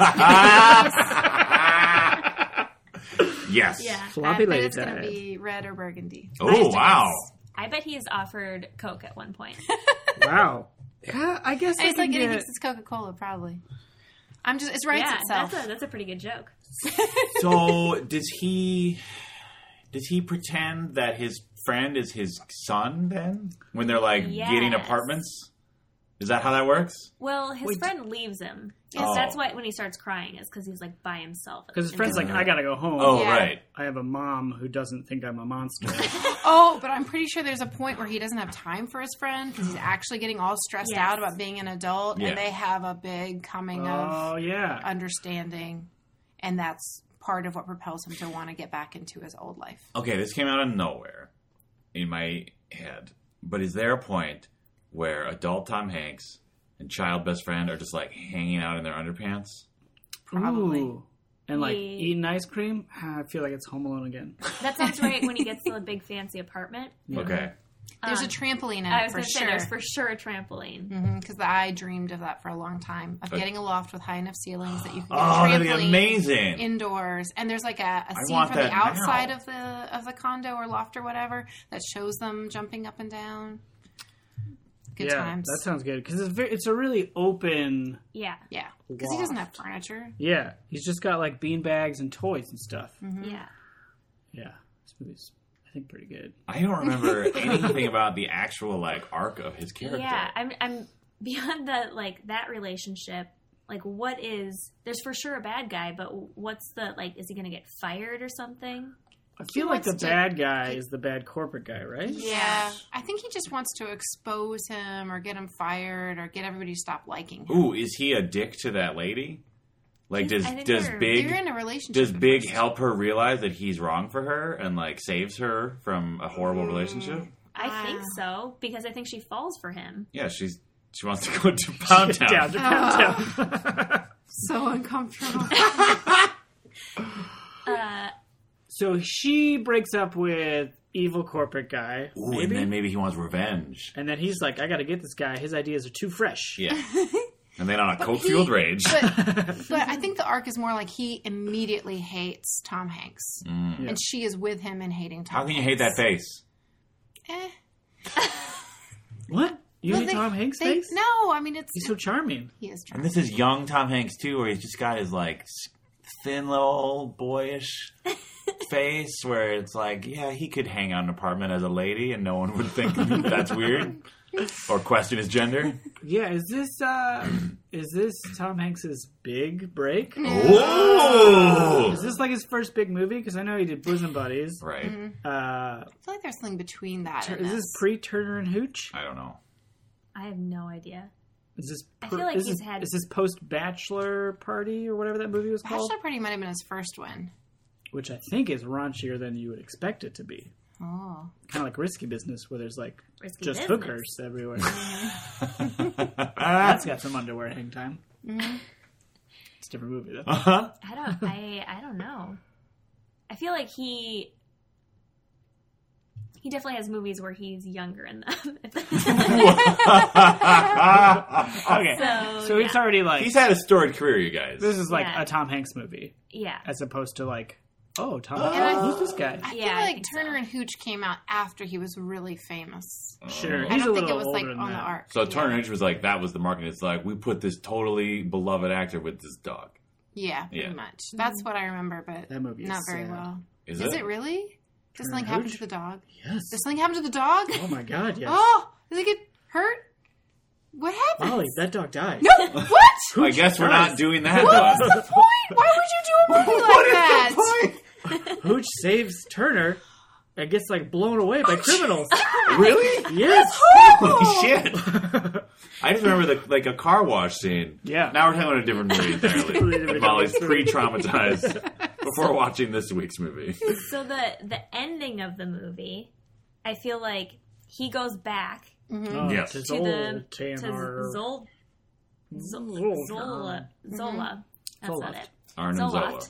Speaker 4: yes.
Speaker 3: yeah,
Speaker 1: Floppy
Speaker 2: I bet
Speaker 1: lady
Speaker 2: it's going to
Speaker 1: ties.
Speaker 2: be red or burgundy.
Speaker 4: Oh wow.
Speaker 3: I bet he is offered coke at one point.
Speaker 1: Wow. Yeah, I guess I
Speaker 2: It's like
Speaker 1: can
Speaker 2: it
Speaker 1: get-
Speaker 2: thinks it's Coca Cola, probably. I'm just it writes
Speaker 3: yeah,
Speaker 2: itself.
Speaker 3: that's a that's a pretty good joke.
Speaker 4: So does he? Does he pretend that his friend is his son? Then when they're like getting
Speaker 3: Yes.
Speaker 4: apartments, is that how that works?
Speaker 3: Well, his
Speaker 1: Wait.
Speaker 3: friend leaves him.
Speaker 4: Yes. Oh.
Speaker 3: That's why when he starts crying is because he's like by himself.
Speaker 1: Because his friend's
Speaker 3: And
Speaker 1: like, I gotta go home.
Speaker 4: Oh
Speaker 2: Yeah.
Speaker 4: right.
Speaker 1: I have a mom who doesn't think I'm a monster.
Speaker 2: oh, but I'm pretty sure there's a point where he doesn't have time for his friend because he's actually getting all stressed
Speaker 3: Yes.
Speaker 2: out about being an adult,
Speaker 4: Yeah.
Speaker 2: and they have a big coming
Speaker 1: oh
Speaker 2: of
Speaker 1: yeah.
Speaker 2: understanding, and that's part of what propels him to want to get back into his old life.
Speaker 4: Okay, this came out of nowhere in my head. But is there a point where adult Tom Hanks and child best friend are just like hanging out in their underpants?
Speaker 2: Probably.
Speaker 1: Ooh. And like
Speaker 3: Yeah.
Speaker 1: eating ice cream, Ah, I feel like it's Home Alone again.
Speaker 3: That sounds right when he gets to the big fancy apartment.
Speaker 4: Okay.
Speaker 2: There's
Speaker 3: Um,
Speaker 2: a trampoline in
Speaker 3: I
Speaker 2: it
Speaker 3: was
Speaker 2: for
Speaker 3: going to say
Speaker 2: sure.
Speaker 3: there's for sure a trampoline.
Speaker 2: Because I dreamed of that for a long time of
Speaker 4: Okay.
Speaker 2: getting a loft with high enough ceilings that you can get
Speaker 4: Oh,
Speaker 2: a
Speaker 4: that'd be
Speaker 2: trampoline
Speaker 4: amazing.
Speaker 2: indoors. And there's like a, a scene
Speaker 4: want
Speaker 2: from the
Speaker 4: that now.
Speaker 2: outside of the of the condo or loft or whatever that shows them jumping up and down. Good
Speaker 1: yeah,
Speaker 2: times.
Speaker 1: that sounds good because it's very, it's a really open.
Speaker 3: Yeah,
Speaker 2: yeah, because he doesn't have furniture.
Speaker 1: Yeah, he's just got like bean bags and toys and stuff.
Speaker 2: Mm-hmm.
Speaker 3: yeah.
Speaker 1: Yeah, this movie's I think pretty good.
Speaker 4: I don't remember anything about the actual like arc of his character.
Speaker 3: Yeah, I'm I'm beyond that like that relationship like what is there's for sure a bad guy but what's the like is he gonna get fired or something
Speaker 1: I feel like the
Speaker 2: wants to-
Speaker 1: bad guy is the bad corporate guy, right?
Speaker 2: Yeah, I think he just wants to expose him or get him fired or get everybody to stop liking him.
Speaker 4: Ooh, is he a dick to that lady? Like, does
Speaker 3: I think
Speaker 4: does
Speaker 3: they're-
Speaker 4: big
Speaker 2: They're in a relationship.
Speaker 4: does
Speaker 2: at
Speaker 4: big
Speaker 2: first.
Speaker 4: help her realize that he's wrong for her and like saves her from a horrible relationship?
Speaker 3: i think
Speaker 2: Wow.
Speaker 3: so because i think she falls for him
Speaker 4: Yeah, she's she wants to go to Pound Town.
Speaker 1: Down to Pound Town.
Speaker 2: So uncomfortable.
Speaker 3: uh
Speaker 1: so she breaks up with evil corporate guy,
Speaker 4: Ooh, and
Speaker 1: maybe,
Speaker 4: then maybe he wants revenge.
Speaker 1: and then he's like, "I got to get this guy. His ideas are too fresh."
Speaker 4: Yeah, and then on a coke
Speaker 2: he-
Speaker 4: fueled rage.
Speaker 2: but I think the arc is more like he immediately hates Tom Hanks,
Speaker 4: Mm.
Speaker 1: Yeah.
Speaker 2: and she is with him in hating Tom.
Speaker 4: How can you hate that face?
Speaker 2: Eh.
Speaker 1: What? You
Speaker 2: Well,
Speaker 1: hate
Speaker 2: they-
Speaker 1: Tom Hanks'
Speaker 2: they-
Speaker 1: face?
Speaker 2: No, I mean it's
Speaker 1: He's so charming.
Speaker 2: he is.
Speaker 4: And this is young Tom Hanks too, where he's just got his like s- thin little old boyish face, where it's like, yeah, he could hang out in an apartment as a lady, and no one would think that's weird or question his gender.
Speaker 1: Yeah, is this uh is this Tom Hanks's big break?
Speaker 4: Oh,
Speaker 1: Is this like his first big movie? Because I know he did Bosom Buddies.
Speaker 4: right.
Speaker 2: Mm-hmm.
Speaker 1: Uh,
Speaker 2: I feel like there's something between that.
Speaker 1: Tur-
Speaker 2: and
Speaker 1: is this pre Turner and Hooch?
Speaker 4: I don't know.
Speaker 3: i have no idea
Speaker 1: Is this?
Speaker 3: I
Speaker 1: per-
Speaker 3: feel like
Speaker 1: is
Speaker 3: he's
Speaker 1: this,
Speaker 3: had-
Speaker 1: Is this post Bachelor Party or whatever that movie was called?
Speaker 2: Bachelor Party might have been his first one.
Speaker 1: Which I think is raunchier than you would expect it to be.
Speaker 2: Oh,
Speaker 1: Kind of like Risky Business, where there's like
Speaker 3: Risky
Speaker 1: just
Speaker 3: business.
Speaker 1: hookers everywhere.
Speaker 4: Ah.
Speaker 1: That's got some underwear hang time. It's a different movie though.
Speaker 4: Uh-huh.
Speaker 3: i don't i i don't know i feel like he he definitely has movies where he's younger in them
Speaker 1: Okay,
Speaker 3: So,
Speaker 1: so it's already like
Speaker 4: He's had a storied career, you guys.
Speaker 1: this is like
Speaker 3: Oh, Yeah.
Speaker 1: a Tom Hanks movie
Speaker 3: yeah
Speaker 1: as opposed to like oh Tom
Speaker 2: And I-
Speaker 1: who's this guy?
Speaker 2: I
Speaker 3: Yeah, I
Speaker 2: feel like
Speaker 3: think so.
Speaker 2: Turner and Hooch came out after he was really famous.
Speaker 4: Oh.
Speaker 1: Sure,
Speaker 2: I
Speaker 1: He's a
Speaker 2: don't think it
Speaker 1: little
Speaker 2: was like
Speaker 1: older
Speaker 2: on
Speaker 1: than
Speaker 2: the
Speaker 1: that.
Speaker 2: arc.
Speaker 4: So
Speaker 2: yeah.
Speaker 4: Turner Inch was like, that was the market. It's like, we put this totally beloved actor with this dog.
Speaker 2: Yeah, pretty
Speaker 4: Yeah.
Speaker 2: much. That's what I remember, but
Speaker 1: That movie is
Speaker 2: not very
Speaker 1: sad.
Speaker 2: well.
Speaker 4: Is,
Speaker 2: Is it really? Does something happen to the dog?
Speaker 1: Yes.
Speaker 2: Does something happen to the dog?
Speaker 1: Oh my god, yes.
Speaker 2: Oh, does it get hurt? What happened?
Speaker 1: Molly, that dog died.
Speaker 2: No, what?
Speaker 4: I guess we're
Speaker 1: does?
Speaker 4: not doing that.
Speaker 2: What was
Speaker 4: Bob.
Speaker 2: the point? Why would you do a movie like that?
Speaker 1: Hooch saves Turner and gets like blown away by criminals.
Speaker 4: Really?
Speaker 1: yes.
Speaker 4: Holy shit! I just remember the like a car wash scene.
Speaker 1: Yeah.
Speaker 4: Now we're talking about a different movie
Speaker 1: Completely
Speaker 4: entirely.
Speaker 1: different
Speaker 4: Molly's
Speaker 1: movie.
Speaker 4: pre-traumatized before watching this week's movie.
Speaker 3: so the the ending of the movie i feel like he goes back
Speaker 1: Oh,
Speaker 4: Yes.
Speaker 1: To
Speaker 3: to the
Speaker 1: Zol,
Speaker 3: to
Speaker 1: Tanner.
Speaker 3: Zol,
Speaker 1: Zol-
Speaker 3: Zola Zola that's not
Speaker 1: Zoloft.
Speaker 3: it
Speaker 4: Arnim Zola.
Speaker 3: Zoloft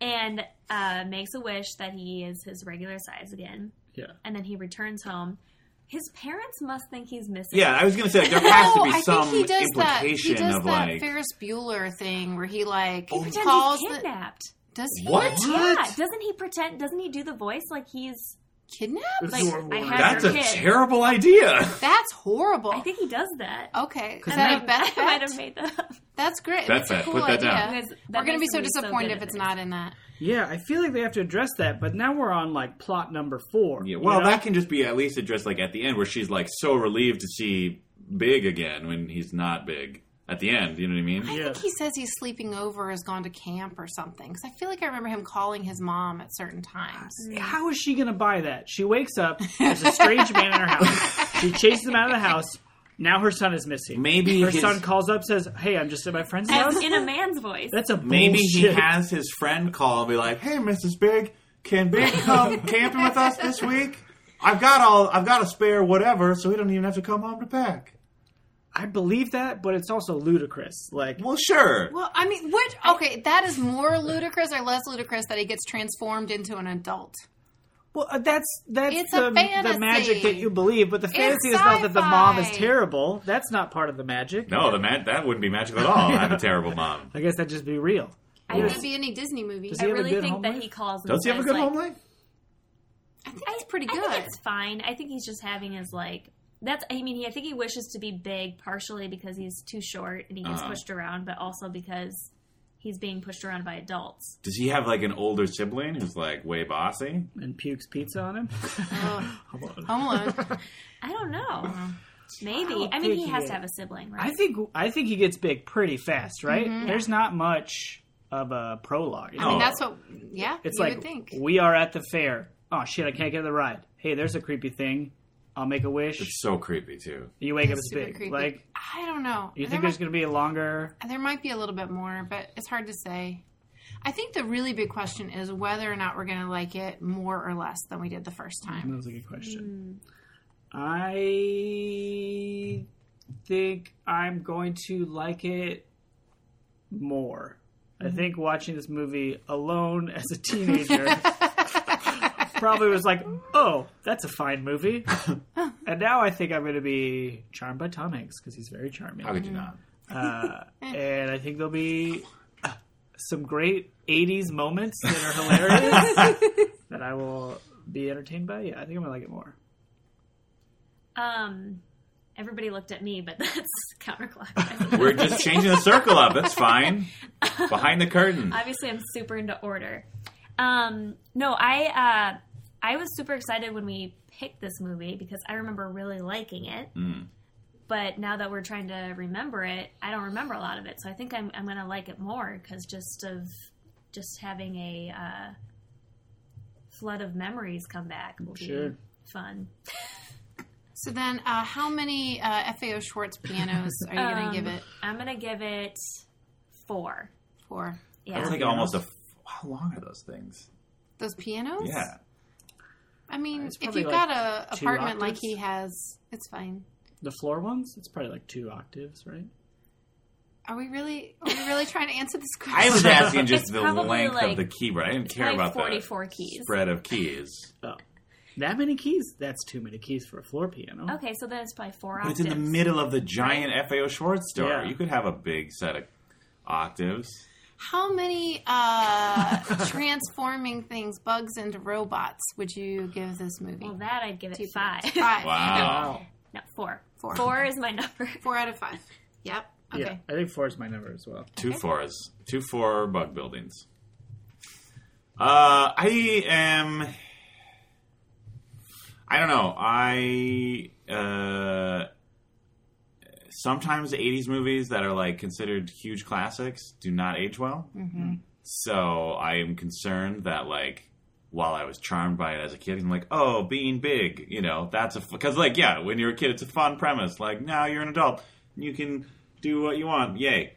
Speaker 3: and uh, makes a wish that he is his regular size again
Speaker 1: Yeah.
Speaker 3: and then he returns home his parents must think he's missing
Speaker 4: Yeah, I was gonna say like, there has
Speaker 2: No,
Speaker 4: to be
Speaker 2: I
Speaker 4: some
Speaker 2: think he does that. He
Speaker 4: implication
Speaker 2: does
Speaker 4: of
Speaker 2: that
Speaker 4: like
Speaker 2: Ferris Bueller thing where he like
Speaker 3: he pretends
Speaker 2: calls
Speaker 3: Oh, he's
Speaker 2: the
Speaker 3: kidnapped
Speaker 2: does he
Speaker 4: What?
Speaker 3: yeah doesn't he pretend doesn't he do the voice like he's
Speaker 2: kidnap?
Speaker 3: like
Speaker 1: Zorro.
Speaker 3: i have
Speaker 4: That's
Speaker 3: your
Speaker 4: a
Speaker 3: kid
Speaker 4: terrible idea.
Speaker 2: That's horrible.
Speaker 3: i think he does that
Speaker 2: okay, is
Speaker 1: And
Speaker 3: I,
Speaker 2: that a bet?
Speaker 3: I might have made that up
Speaker 2: That's great.
Speaker 4: Bet
Speaker 2: That's a
Speaker 4: bet.
Speaker 2: cool
Speaker 4: Put that
Speaker 2: idea.
Speaker 4: down.
Speaker 3: Because that
Speaker 2: We're gonna be
Speaker 3: makes
Speaker 2: so
Speaker 3: me
Speaker 2: disappointed
Speaker 3: good
Speaker 2: if
Speaker 3: at
Speaker 2: it's
Speaker 3: this.
Speaker 2: not in that.
Speaker 1: Yeah, I feel like they have to address that, but now we're on like plot number four.
Speaker 4: Yeah, well,
Speaker 1: you know?
Speaker 4: that can just be at least addressed like at the end, where she's like so relieved to see Big again when he's not big at the end. You know what I mean?
Speaker 2: I
Speaker 1: Yeah.
Speaker 2: think he says he's sleeping over, has gone to camp or something. Because I feel like I remember him calling his mom at certain times.
Speaker 3: Mm.
Speaker 1: How is she going to buy that? She wakes up, there's a strange man in her house. She chases him out of the house. Now her son is missing.
Speaker 4: Maybe
Speaker 1: her
Speaker 4: his-
Speaker 1: son calls up, says, "Hey, I'm just at my friend's house."
Speaker 3: As in a man's voice.
Speaker 1: That's a
Speaker 4: Maybe he
Speaker 1: bullshit.
Speaker 4: has his friend call and be like, "Hey, Mrs. Big, can Big come camping with us this week? I've got all, I've got a spare whatever, so he don't even have to come home to pack."
Speaker 1: I believe that, but it's also ludicrous. Like,
Speaker 4: Well, sure.
Speaker 2: Well, I mean, what? Okay, that is more ludicrous or less ludicrous that he gets transformed into an adult.
Speaker 1: well, uh, that's that's
Speaker 2: It's
Speaker 1: the,
Speaker 2: a fantasy.
Speaker 1: the magic that you believe, but the fantasy is not that the mom is
Speaker 2: sci-fi.
Speaker 1: terrible. That's not part of the magic.
Speaker 4: no, the man that wouldn't be magical at all. I have a terrible mom.
Speaker 1: I guess that'd just be real.
Speaker 2: It would be any Disney movie.
Speaker 1: Does
Speaker 3: I
Speaker 1: he have a
Speaker 3: really
Speaker 1: good
Speaker 3: think
Speaker 1: home
Speaker 3: that
Speaker 1: life?
Speaker 3: he calls. and
Speaker 4: Does he have a
Speaker 3: says,
Speaker 4: good
Speaker 3: like,
Speaker 4: home life?
Speaker 2: I think it's pretty
Speaker 3: I think
Speaker 2: good.
Speaker 3: it's fine. I think he's just having his like. That's. I mean, he, I think he wishes to be big, partially because he's too short and he gets
Speaker 4: Uh-huh.
Speaker 3: pushed around, but also because he's being pushed around by adults.
Speaker 4: Does he have like an older sibling who's like way bossy?
Speaker 1: And pukes pizza on him.
Speaker 2: Oh, Home Alone.
Speaker 3: I don't know. Maybe.
Speaker 1: don't
Speaker 3: I mean,
Speaker 1: think
Speaker 3: he
Speaker 1: he
Speaker 3: has
Speaker 1: did.
Speaker 3: to have a sibling, right?
Speaker 1: I think I think he gets big pretty fast, right? There's not much of a prologue.
Speaker 2: Mm-hmm. I mean,
Speaker 4: Oh.
Speaker 2: that's what. Yeah,
Speaker 1: It's
Speaker 2: you
Speaker 1: like
Speaker 2: would think.
Speaker 1: we are at the fair. Oh shit! I can't get the ride. Hey, there's a creepy thing. I'll make a wish.
Speaker 4: It's so creepy too.
Speaker 1: you wake up, it's
Speaker 2: Super
Speaker 1: big.
Speaker 2: creepy.
Speaker 1: Like
Speaker 2: I don't know.
Speaker 1: you
Speaker 2: There
Speaker 1: think
Speaker 2: might-
Speaker 1: there's going to be a longer?
Speaker 2: There might be a little bit more, but it's hard to say. I think the really big question is whether or not we're going to like it more or less than we did the first
Speaker 1: That
Speaker 2: time.
Speaker 1: was a good
Speaker 2: Hmm.
Speaker 1: question. I think I'm going to like it more. I
Speaker 2: Mm-hmm.
Speaker 1: think watching this movie alone as a teenager probably was like, "Oh, that's a fine movie," and now I think I'm going to be charmed by Tom Hanks because he's very charming.
Speaker 4: How could you not?
Speaker 1: Uh, and I think there'll be some great 80s moments that are hilarious that I will be entertained by. Yeah, I think I'm going to like it more.
Speaker 3: Um, everybody looked at me, but that's counterclockwise.
Speaker 4: We're just changing the circle up. That's fine. Behind the curtain.
Speaker 3: Obviously, I'm super into order. Um, no, I uh, I was super excited when we picked this movie because I remember really liking it.
Speaker 4: Mm.
Speaker 3: But now that we're trying to remember it, I don't remember a lot of it. So I think I'm I'm gonna like it more because just of just having a uh, flood of memories come back will be
Speaker 1: Sure.
Speaker 3: fun.
Speaker 2: So then, uh, how many uh, FAO Schwartz pianos are you going
Speaker 3: Um,
Speaker 2: to give it
Speaker 3: I'm gonna give it four.
Speaker 2: for?
Speaker 4: That's
Speaker 3: Yeah,
Speaker 4: like almost a. f- How long are those things?
Speaker 2: Those pianos?
Speaker 4: Yeah.
Speaker 2: I mean,
Speaker 1: It's
Speaker 2: if
Speaker 1: probably
Speaker 2: you've
Speaker 1: like
Speaker 2: got a
Speaker 1: two
Speaker 2: apartment like
Speaker 1: octaves.
Speaker 2: he has, it's fine.
Speaker 1: The floor ones, it's probably like two octaves, right?
Speaker 2: Are we really? Are we really trying to answer this question?
Speaker 4: I was asking
Speaker 3: It's
Speaker 4: just the
Speaker 3: probably
Speaker 4: length
Speaker 3: like-
Speaker 4: of the keyboard. I didn't care
Speaker 3: like
Speaker 4: about the
Speaker 3: 44 keys.
Speaker 4: spread of keys.
Speaker 1: Oh. That many keys? That's too many keys for a floor piano.
Speaker 3: Okay, so then it's probably four
Speaker 4: But
Speaker 3: octaves.
Speaker 4: it's in the middle of the giant FAO Schwartz store.
Speaker 1: Yeah.
Speaker 4: You could have a big set of octaves.
Speaker 2: How many uh, transforming things, bugs into robots, would you give this movie?
Speaker 3: Well, that I'd give it
Speaker 2: Do you think
Speaker 3: five.
Speaker 2: it's Five.
Speaker 4: Wow.
Speaker 3: no, four.
Speaker 2: Four.
Speaker 3: Four is my number.
Speaker 2: Four out of five. Yep. Okay.
Speaker 1: Yeah, I think four is my number as well.
Speaker 4: Two fours. Two four bug buildings. Uh, I am. I don't know. I uh, sometimes '80s movies that are like considered huge classics do not age well. So I am concerned that like while I was charmed by it as a kid, I'm like, oh, being big, you know, that's a because like yeah, when you're a kid, it's a fun premise. Like now you're an adult, you can do what you want, yay!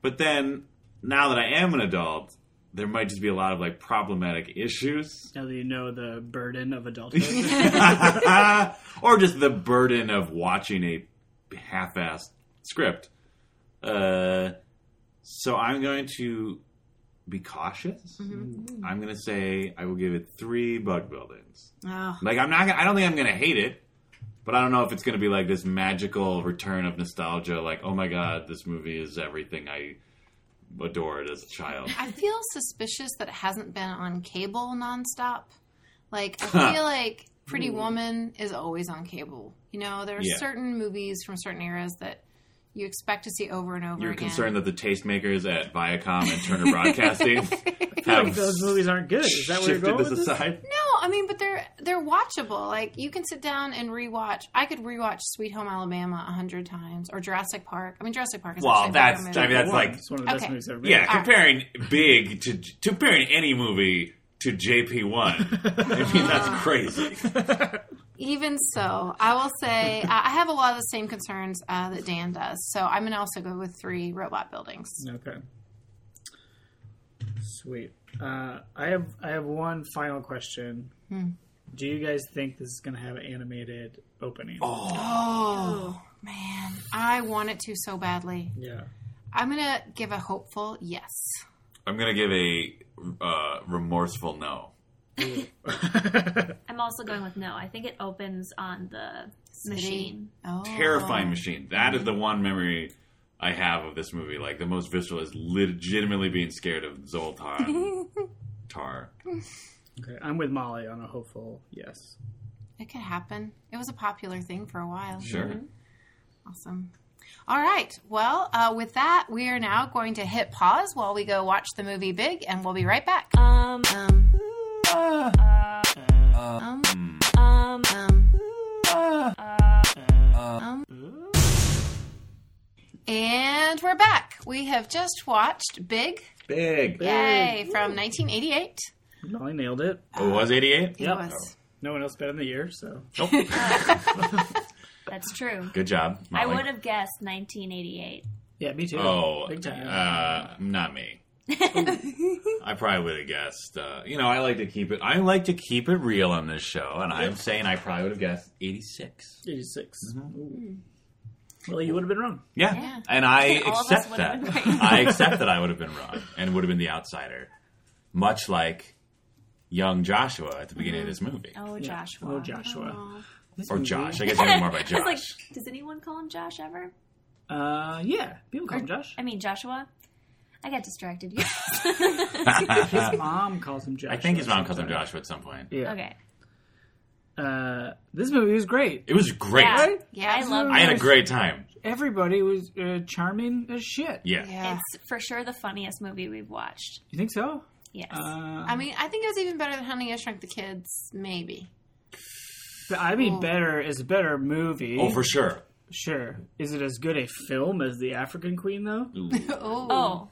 Speaker 4: But then now that I am an adult, there might just be a lot of like problematic issues.
Speaker 1: Now that you know the burden of adulthood.
Speaker 4: or just the burden of watching a half-assed script. Uh, so I'm going to be cautious. I'm going to say I will give it three bug buildings.
Speaker 2: Oh.
Speaker 4: Like I'm not. Gonna, I don't think I'm going to hate it, but I don't know if it's going to be like this magical return of nostalgia. Like, oh my god, this movie is everything I adored as a child.
Speaker 2: I feel suspicious that it hasn't been on cable nonstop. Like, I feel like Pretty Woman is always on cable. You know, there are
Speaker 4: Yeah.
Speaker 2: certain movies from certain eras that you expect to see over and over
Speaker 4: You're
Speaker 2: again.
Speaker 4: concerned that the tastemakers at Viacom and Turner Broadcasting have
Speaker 1: Those movies aren't good. Is that where you're
Speaker 4: shifted
Speaker 1: going
Speaker 4: this
Speaker 1: with this?
Speaker 4: aside.
Speaker 2: no, I mean, but they're they're watchable. Like you can sit down and rewatch. I could rewatch Sweet Home Alabama a hundred times or Jurassic Park. I mean, Jurassic Park is
Speaker 4: Well,
Speaker 2: actually a
Speaker 4: that's-
Speaker 2: better movie.
Speaker 4: I mean, that's-
Speaker 1: One.
Speaker 4: like-
Speaker 1: it's one of the best
Speaker 2: Okay.
Speaker 1: movies ever made.
Speaker 4: Yeah, comparing big to comparing any movie to JP One. I mean, that's crazy.
Speaker 2: Even so, I will say I I have a lot of the same concerns uh, that Dan does. So I'm going to also go with three robot buildings.
Speaker 1: Okay. Sweet. Uh, I have I have one final question. Do you guys think this is going to have an animated opening?
Speaker 2: Oh, man. I want it to so badly.
Speaker 1: Yeah.
Speaker 2: I'm going to give a hopeful yes.
Speaker 4: I'm gonna give a uh, remorseful no.
Speaker 2: Oh.
Speaker 3: I'm also going with no. I think it opens on the machine.
Speaker 2: Oh.
Speaker 4: Terrifying machine. That is the one memory I have of this movie. Like the most visceral is legitimately being scared of Zoltan Tar.
Speaker 1: Okay. I'm with Molly on a hopeful yes.
Speaker 2: It could happen. It was a popular thing for a while.
Speaker 4: Sure.
Speaker 2: Awesome. All right. Well, uh, with that, we are now going to hit pause while we go watch the movie Big, and we'll be right back.
Speaker 3: Um,
Speaker 2: Um, um, um, um, um, And we're back. We have just watched Big,
Speaker 4: Big.
Speaker 2: yay, from 1988.
Speaker 1: No, I nailed it.
Speaker 4: Oh, it was 88?
Speaker 2: It
Speaker 1: Yep.
Speaker 2: was.
Speaker 1: No one else bet on the year, so
Speaker 4: Nope.
Speaker 3: That's true.
Speaker 4: Good job.
Speaker 3: I
Speaker 4: Molly.
Speaker 3: would have guessed 1988.
Speaker 1: yeah, me too.
Speaker 4: Oh,
Speaker 1: big time.
Speaker 4: uh, not me. I probably would have guessed. Uh, you know, I like to keep it. I like to keep it real on this show, and I'm saying I probably would have guessed 86.
Speaker 1: 86.
Speaker 4: mm-hmm.
Speaker 1: Ooh. Well, you would have been wrong.
Speaker 4: Yeah,
Speaker 2: Yeah.
Speaker 4: and I
Speaker 3: And all of us
Speaker 4: accept
Speaker 3: would
Speaker 4: that.
Speaker 3: have been right.
Speaker 4: I accept that I would have been wrong and would have been the outsider, much like young Joshua at the beginning of this movie,
Speaker 3: Oh,
Speaker 1: Yeah.
Speaker 3: Joshua.
Speaker 1: Oh, Joshua.
Speaker 4: or
Speaker 1: movie-
Speaker 4: Josh. I guess I know more by
Speaker 3: I was like,
Speaker 4: Josh.
Speaker 3: does anyone call him Josh ever?
Speaker 1: Uh, yeah, people call him Josh.
Speaker 3: I mean, Joshua. I got distracted.
Speaker 1: His mom calls him Josh.
Speaker 4: Uh, I think his mom calls him Joshua at some point.
Speaker 1: Yeah.
Speaker 3: okay.
Speaker 1: Uh, this movie was great.
Speaker 4: It was great.
Speaker 3: Yeah.
Speaker 1: Right?
Speaker 2: Yeah,
Speaker 3: I
Speaker 2: this
Speaker 3: love
Speaker 1: movie-
Speaker 4: I had a great time.
Speaker 1: Everybody was uh, charming as shit.
Speaker 4: Yeah.
Speaker 2: Yeah.
Speaker 3: It's for sure the funniest movie we've watched.
Speaker 1: You think so?
Speaker 3: Yes.
Speaker 1: Uh,
Speaker 2: I mean, I think it was even better than Honey, I Shrunk the Kids, maybe.
Speaker 1: but I mean, better is a better movie.
Speaker 4: Oh, for sure.
Speaker 1: sure. Is it as good a film as The African Queen though?
Speaker 4: Ooh.
Speaker 2: Oh.
Speaker 3: oh,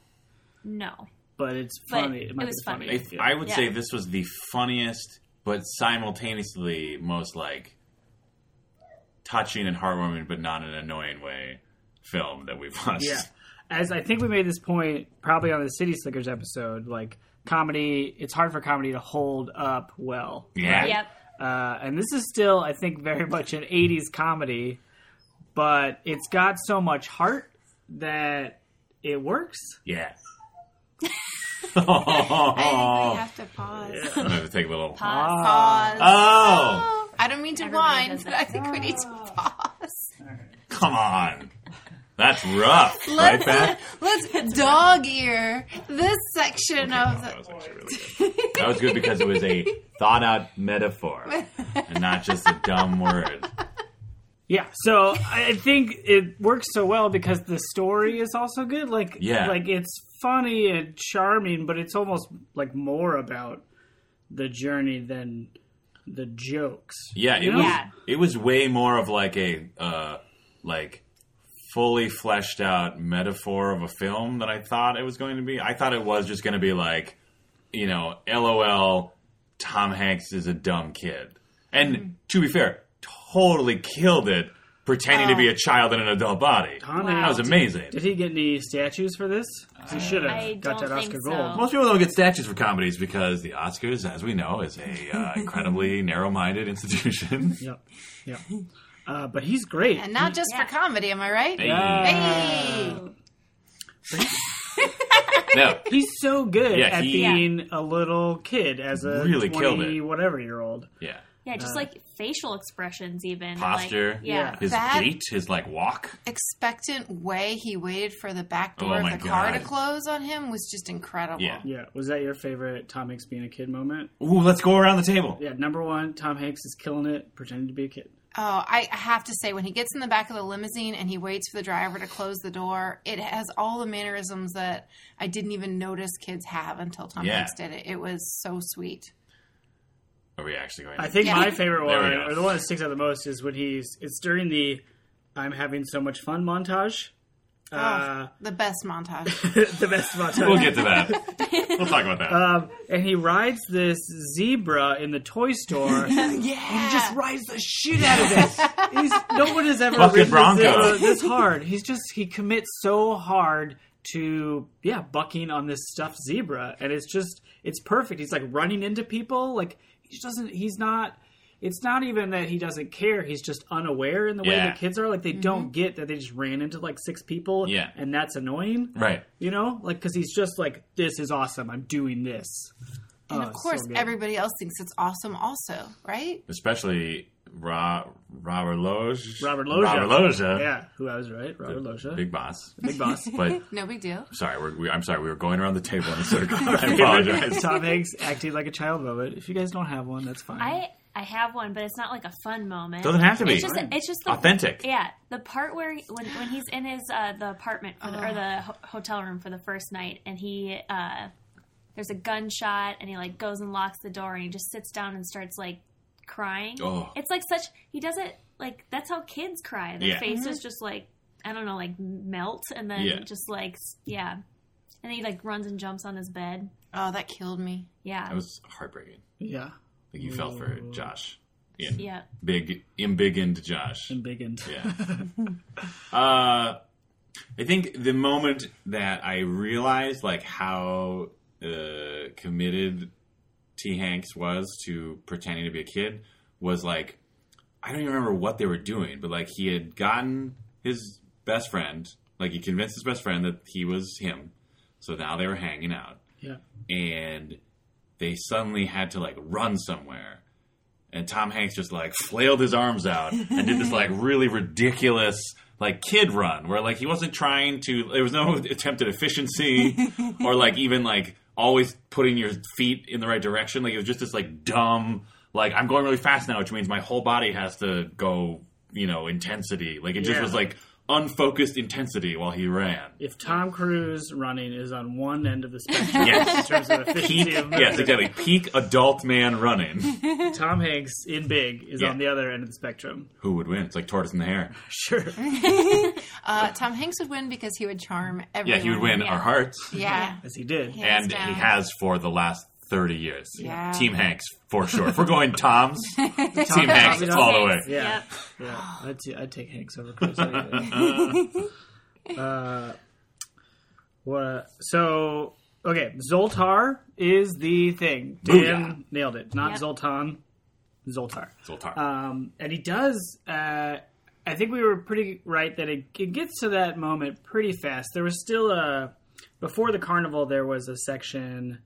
Speaker 3: no.
Speaker 1: But it's
Speaker 3: But
Speaker 1: funny.
Speaker 3: it
Speaker 1: might
Speaker 3: was
Speaker 1: be
Speaker 3: funny.
Speaker 4: I,
Speaker 1: Yeah.
Speaker 4: I would
Speaker 3: Yeah.
Speaker 4: say this was the funniest, but simultaneously most like touching and heartwarming, but not in an annoying way, film that we've watched.
Speaker 1: Yeah. As I think we made this point probably on the City Slickers episode, like comedy, it's hard for comedy to hold up well.
Speaker 4: Yeah.
Speaker 3: Yep.
Speaker 1: Uh, and this is still, I think, very much an 80s comedy, but it's got so much heart that it works.
Speaker 4: Yeah.
Speaker 2: I think we
Speaker 4: oh,
Speaker 2: have to pause.
Speaker 4: I'm gonna have to take a little.
Speaker 3: Pause.
Speaker 1: Ah.
Speaker 2: Pause.
Speaker 4: Oh,
Speaker 2: I don't mean to
Speaker 3: Everybody
Speaker 2: whine,
Speaker 3: does
Speaker 2: but
Speaker 3: that. Oh.
Speaker 2: I think we need to pause.
Speaker 4: come on. That's rough, right,
Speaker 2: Let's-
Speaker 4: Beth?
Speaker 2: Let's dog ear this section of
Speaker 4: That
Speaker 2: the.
Speaker 4: was actually really good. That was good because it was a thought-out metaphor and not just a dumb word.
Speaker 1: Yeah, so I think it works so well because the story is also good. Like,
Speaker 4: Yeah.
Speaker 1: like it's funny and charming, but it's almost like more about the journey than the jokes.
Speaker 4: Yeah, it
Speaker 1: You know?
Speaker 4: was.
Speaker 3: Yeah.
Speaker 4: It was way more of like a uh, like fully fleshed out metaphor of a film than I thought it was going to be. I thought it was just going to be like, you know, LOL. Tom Hanks is a dumb kid, and
Speaker 1: Mm-hmm.
Speaker 4: to be fair, totally killed it pretending to be a child in an adult body.
Speaker 1: Oh. Tom
Speaker 4: That was amazing.
Speaker 1: Did he get any statues for this? 'Cause he should
Speaker 3: Uh, I
Speaker 1: have got
Speaker 3: don't
Speaker 1: that Oscar
Speaker 3: think
Speaker 1: gold.
Speaker 3: so.
Speaker 4: Most people don't get statues for comedies because the Oscars, as we know, is a uh, incredibly narrow-minded institution.
Speaker 1: Yep, yep. Uh, but he's great.
Speaker 2: And not just
Speaker 3: Yeah.
Speaker 2: for comedy, am I right? Hey!
Speaker 4: No,
Speaker 1: He's so good
Speaker 4: Yeah,
Speaker 1: at
Speaker 4: he-
Speaker 1: being a little kid as a
Speaker 4: Really killed it.
Speaker 1: 20 whatever year old.
Speaker 4: yeah.
Speaker 3: Yeah, just like facial expressions, even
Speaker 4: Posture.
Speaker 3: Like, yeah.
Speaker 4: his
Speaker 2: That-
Speaker 4: gait, his like walk.
Speaker 2: Expectant way he waited for the back
Speaker 4: Oh
Speaker 2: door
Speaker 4: my
Speaker 2: of the car to
Speaker 4: God.
Speaker 2: close on him was just incredible.
Speaker 4: Yeah.
Speaker 1: Yeah, was that your favorite Tom Hanks being a kid moment?
Speaker 4: Ooh, let's go around the table.
Speaker 1: Yeah, number one, Tom Hanks is killing it, pretending to be a kid.
Speaker 2: Oh, I have to say, when he gets in the back of the limousine and he waits for the driver to close the door, it has all the mannerisms that I didn't even notice kids have until Tom
Speaker 4: Yeah.
Speaker 2: Hanks did it. It was so sweet.
Speaker 4: Are we actually going? To...
Speaker 1: I think
Speaker 2: Yeah.
Speaker 1: my favorite
Speaker 4: There we
Speaker 1: one,
Speaker 4: go.
Speaker 1: or the one that sticks out the most, is when he's. It's during the "I'm having so much fun" montage.
Speaker 2: Oh.
Speaker 1: Uh,
Speaker 2: The best montage.
Speaker 1: the best montage.
Speaker 4: we'll get to that. we'll talk about that.
Speaker 1: Um, and he rides this zebra in the toy store. and
Speaker 2: yeah.
Speaker 1: he just rides the shit out of it. He's, no one has ever
Speaker 4: Fucking
Speaker 1: ridden a
Speaker 4: Bronco.
Speaker 1: zebra this hard. He's just he commits so hard to yeah bucking on this stuffed zebra, and it's just it's perfect. He's like running into people. Like he just doesn't. He's not. It's not even that he doesn't care. He's just unaware in the way
Speaker 4: Yeah.
Speaker 1: the kids are. Like they don't get that they just ran into like six people.
Speaker 4: Yeah.
Speaker 1: and that's annoying.
Speaker 4: right.
Speaker 1: You know, like because he's just like, this is awesome. I'm doing this.
Speaker 2: And
Speaker 1: Oh,
Speaker 2: of
Speaker 1: it's
Speaker 2: course,
Speaker 1: so good.
Speaker 2: everybody else thinks it's awesome, also, right?
Speaker 4: Especially Ra- Robert Loge.
Speaker 1: Robert Loggia.
Speaker 4: Robert Loggia.
Speaker 1: yeah, who I was right, Robert Loggia, big,
Speaker 4: Big boss.
Speaker 1: boss.
Speaker 4: But
Speaker 2: No big deal.
Speaker 4: sorry, we're, we, I'm sorry. We were going around the table in a circle. I apologize.
Speaker 1: Tom Hanks acting like a child moment. If you guys don't have one, that's fine.
Speaker 3: I I have one, but it's not like a fun moment.
Speaker 4: Doesn't have to be.
Speaker 3: It's just it's just the,
Speaker 4: Authentic.
Speaker 3: Yeah, the part where he- when when he's in his uh, the apartment for the, or the ho- hotel room for the first night, and he uh, there's a gunshot, and he like goes and locks the door, and he just sits down and starts like crying.
Speaker 4: Oh.
Speaker 3: It's like such he does it like that's how kids cry. Their
Speaker 4: Yeah.
Speaker 3: face is just like I don't know, like melt, and then
Speaker 4: Yeah.
Speaker 3: just like s- yeah, and he like runs and jumps on his bed.
Speaker 2: Oh, that killed me.
Speaker 3: Yeah,
Speaker 4: That was heartbreaking.
Speaker 1: Yeah.
Speaker 4: Like you felt for Josh. Yeah.
Speaker 3: yeah.
Speaker 4: Big, in big into Josh.
Speaker 1: And big and
Speaker 4: Yeah. uh, I think the moment that I realized like how uh, committed T. Hanks was to pretending to be a kid was like I don't even remember what they were doing, but like he had gotten his best friend, like he convinced his best friend that he was him. So now they were hanging out
Speaker 1: yeah.
Speaker 4: and they suddenly had to like run somewhere. And Tom Hanks just like flailed his arms out and did this like really ridiculous like kid run where like he wasn't trying to there was no attempt at efficiency or like even like always putting your feet in the right direction. Like it was just this like dumb like I'm going really fast now, which means my whole body has to go, you know, intensity. Like it just
Speaker 1: Yeah.
Speaker 4: was like unfocused intensity while he ran.
Speaker 1: If Tom Cruise running is on one end of the spectrum
Speaker 4: Yes.
Speaker 1: in terms of
Speaker 4: Peak,
Speaker 1: efficiency, of
Speaker 4: yes, exactly. Peak adult man running.
Speaker 1: Tom Hanks in Big is
Speaker 4: Yeah.
Speaker 1: on the other end of the spectrum.
Speaker 4: Who would win? It's like tortoise and the hare.
Speaker 1: Sure.
Speaker 2: Uh, Tom Hanks would win because he would charm
Speaker 4: Yeah,
Speaker 2: everyone.
Speaker 4: he would win
Speaker 2: Yeah.
Speaker 4: our hearts,
Speaker 2: Yeah.
Speaker 1: As he did.
Speaker 2: Hands
Speaker 4: and
Speaker 2: down.
Speaker 4: he has for the last thirty years.
Speaker 2: Yeah.
Speaker 4: Team Hanks for sure. If we're going Tom's, Team
Speaker 1: Tom
Speaker 4: Hanks
Speaker 1: Hanks.
Speaker 4: all the way.
Speaker 1: Yeah.
Speaker 3: Yep.
Speaker 1: Yeah, I'd, t- I'd take Hanks over Cruise. any day. uh, what, so, okay, Zoltar is the thing. Dan
Speaker 4: Booyah.
Speaker 1: nailed it. Not
Speaker 3: Yep.
Speaker 1: Zoltan, Zoltar.
Speaker 4: Zoltar.
Speaker 1: Um, and he does. Uh, I think we were pretty right that it, it gets to that moment pretty fast. There was still a before the carnival. There was a section,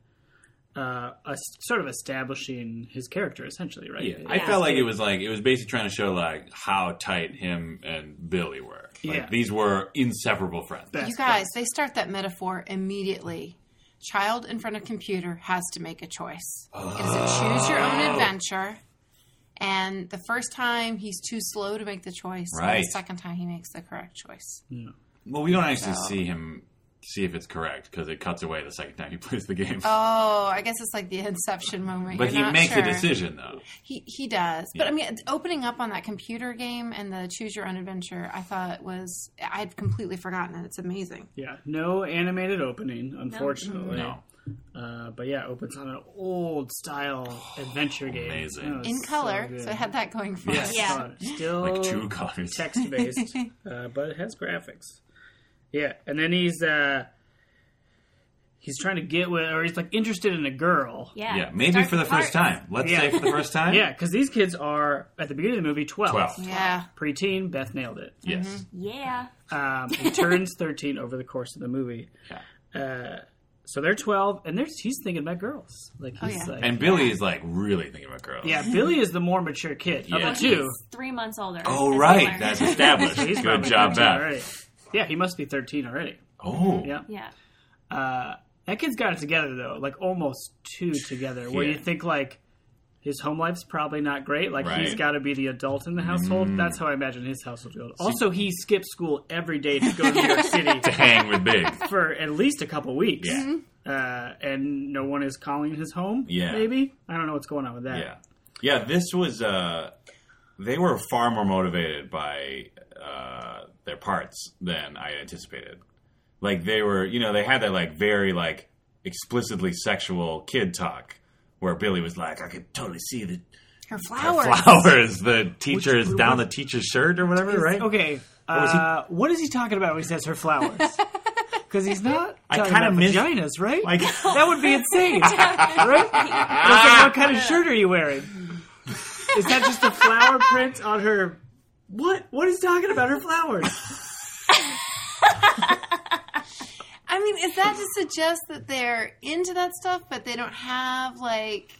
Speaker 1: uh, a s- sort of establishing his character, essentially, right?
Speaker 4: yeah. I felt like it was like it was basically trying to show like how tight him and Billy were. Like
Speaker 1: Yeah.
Speaker 4: these were inseparable friends.
Speaker 1: Best
Speaker 2: You guys, they start that metaphor immediately. Child in front of computer has to make a choice. It is a choose your
Speaker 4: Oh.
Speaker 2: own adventure. And the first time he's too slow to make the choice. And the
Speaker 4: Right.
Speaker 2: second time he makes the correct choice.
Speaker 4: Well, we don't actually see him see if it's correct because it cuts away the second time he plays the game.
Speaker 2: Oh, I guess it's like the inception moment.
Speaker 4: but
Speaker 2: You're
Speaker 4: he
Speaker 2: not
Speaker 4: makes
Speaker 2: sure.
Speaker 4: a decision though.
Speaker 2: He he does. But I mean, it's- opening up on that computer game and the choose your own adventure, I thought was I had completely forgotten it. It's amazing.
Speaker 1: Yeah, no animated opening, unfortunately.
Speaker 4: No.
Speaker 1: Uh, but yeah, it opens on an old style adventure game.
Speaker 4: amazing.
Speaker 1: That was
Speaker 2: In color,
Speaker 1: good.
Speaker 2: so, it had that going for
Speaker 4: Yes.
Speaker 2: us.
Speaker 3: Yeah.
Speaker 1: Uh, still
Speaker 4: Like
Speaker 2: Oh.
Speaker 4: two colors.
Speaker 1: text based, uh, but it has graphics. Yeah, and then he's uh, he's trying to get with, or he's like interested in a girl.
Speaker 3: Yeah.
Speaker 4: Yeah, maybe
Speaker 3: Start
Speaker 4: for the
Speaker 3: part.
Speaker 4: first time. Let's
Speaker 1: Yeah.
Speaker 4: say for the first time.
Speaker 1: Yeah, because these kids are at the beginning of the movie twelve.
Speaker 4: Twelve.
Speaker 2: Yeah.
Speaker 1: Preteen, Beth nailed it.
Speaker 4: Yes.
Speaker 3: Mm-hmm. Yeah.
Speaker 1: Um, he turns thirteen over the course of the movie. Uh,
Speaker 4: Yeah.
Speaker 1: So they're twelve, and there's he's thinking about girls. Like he's
Speaker 2: yeah.
Speaker 1: like,
Speaker 4: And Billy is like really thinking about girls.
Speaker 1: yeah, Billy is the more mature kid
Speaker 4: Yeah.
Speaker 1: of the two.
Speaker 3: He's three months older.
Speaker 4: Oh
Speaker 3: as we
Speaker 4: right,
Speaker 3: learned.
Speaker 4: that's established.
Speaker 1: He's
Speaker 4: Good
Speaker 1: probably
Speaker 4: job,
Speaker 1: 13
Speaker 4: Beth.
Speaker 1: already. Yeah, he must be thirteen already.
Speaker 4: Oh,
Speaker 1: Yeah.
Speaker 3: yeah.
Speaker 1: That kid's got it together though, like almost two together. Where
Speaker 4: Yeah.
Speaker 1: you think like his home life's probably not great. Like he's
Speaker 4: Right. Mm-hmm.
Speaker 1: got to be the adult in the household. That's how I imagine his household goes. Also, he skips school every day to go to New York City
Speaker 4: hang with Big.
Speaker 1: for at least a couple weeks,
Speaker 4: Yeah.
Speaker 1: uh, and no one is calling his home.
Speaker 4: Yeah.
Speaker 1: maybe I don't know what's going on with that.
Speaker 4: Yeah, yeah. This was uh, they were far more motivated by uh, their parts than I anticipated. Like they were, you know, they had that like very like explicitly sexual kid talk where Billy was like, "I could totally see the
Speaker 2: Her
Speaker 4: the
Speaker 2: flowers.
Speaker 4: flowers, the teacher's
Speaker 1: Which-
Speaker 4: down the teacher's shirt or whatever, right?"
Speaker 1: Okay,
Speaker 4: was he-
Speaker 1: uh, what is he talking about when he says her flowers? Because he's not
Speaker 4: I
Speaker 1: talking
Speaker 4: kinda
Speaker 1: about
Speaker 4: miss-
Speaker 1: vaginas, right?
Speaker 4: Like,
Speaker 1: That would be insane, right? It's like, what kind of shirt are you wearing? Is that just a flower print on her? What? What is he talking about her flowers?
Speaker 2: I mean, is that to suggest that they're into that stuff, but they don't have like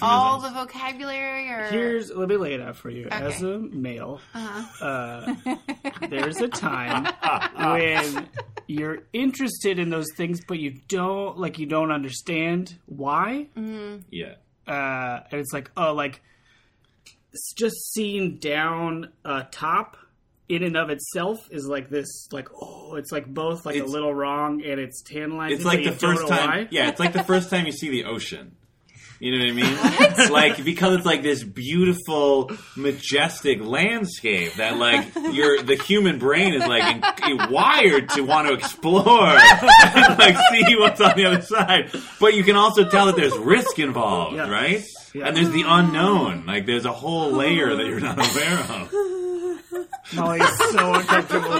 Speaker 2: all the
Speaker 4: euphemisms.
Speaker 2: vocabulary or
Speaker 1: Here's let me lay it out for you. As a male, uh, there's a time when you're interested in those things, but you don't like you don't understand why.
Speaker 4: Ah, yeah.
Speaker 1: uh, and it's like oh like s- just seeing down a top in and of itself is like this like oh it's like both like a
Speaker 4: It's-
Speaker 1: little wrong and it's tantalizing
Speaker 4: It's like
Speaker 1: but you
Speaker 4: the first
Speaker 1: don't know
Speaker 4: time.
Speaker 1: why.
Speaker 4: Yeah, it's like the first time you see the ocean. You know what I mean? Like because it's like this beautiful, majestic landscape that like your the human brain is like in, wired to want to explore and like see what's on the other side. But you can also tell that there's risk involved,
Speaker 1: Yes.
Speaker 4: right?
Speaker 1: Yeah.
Speaker 4: And there's the unknown. Like there's a whole layer that you're not aware of.
Speaker 1: Molly is so uncomfortable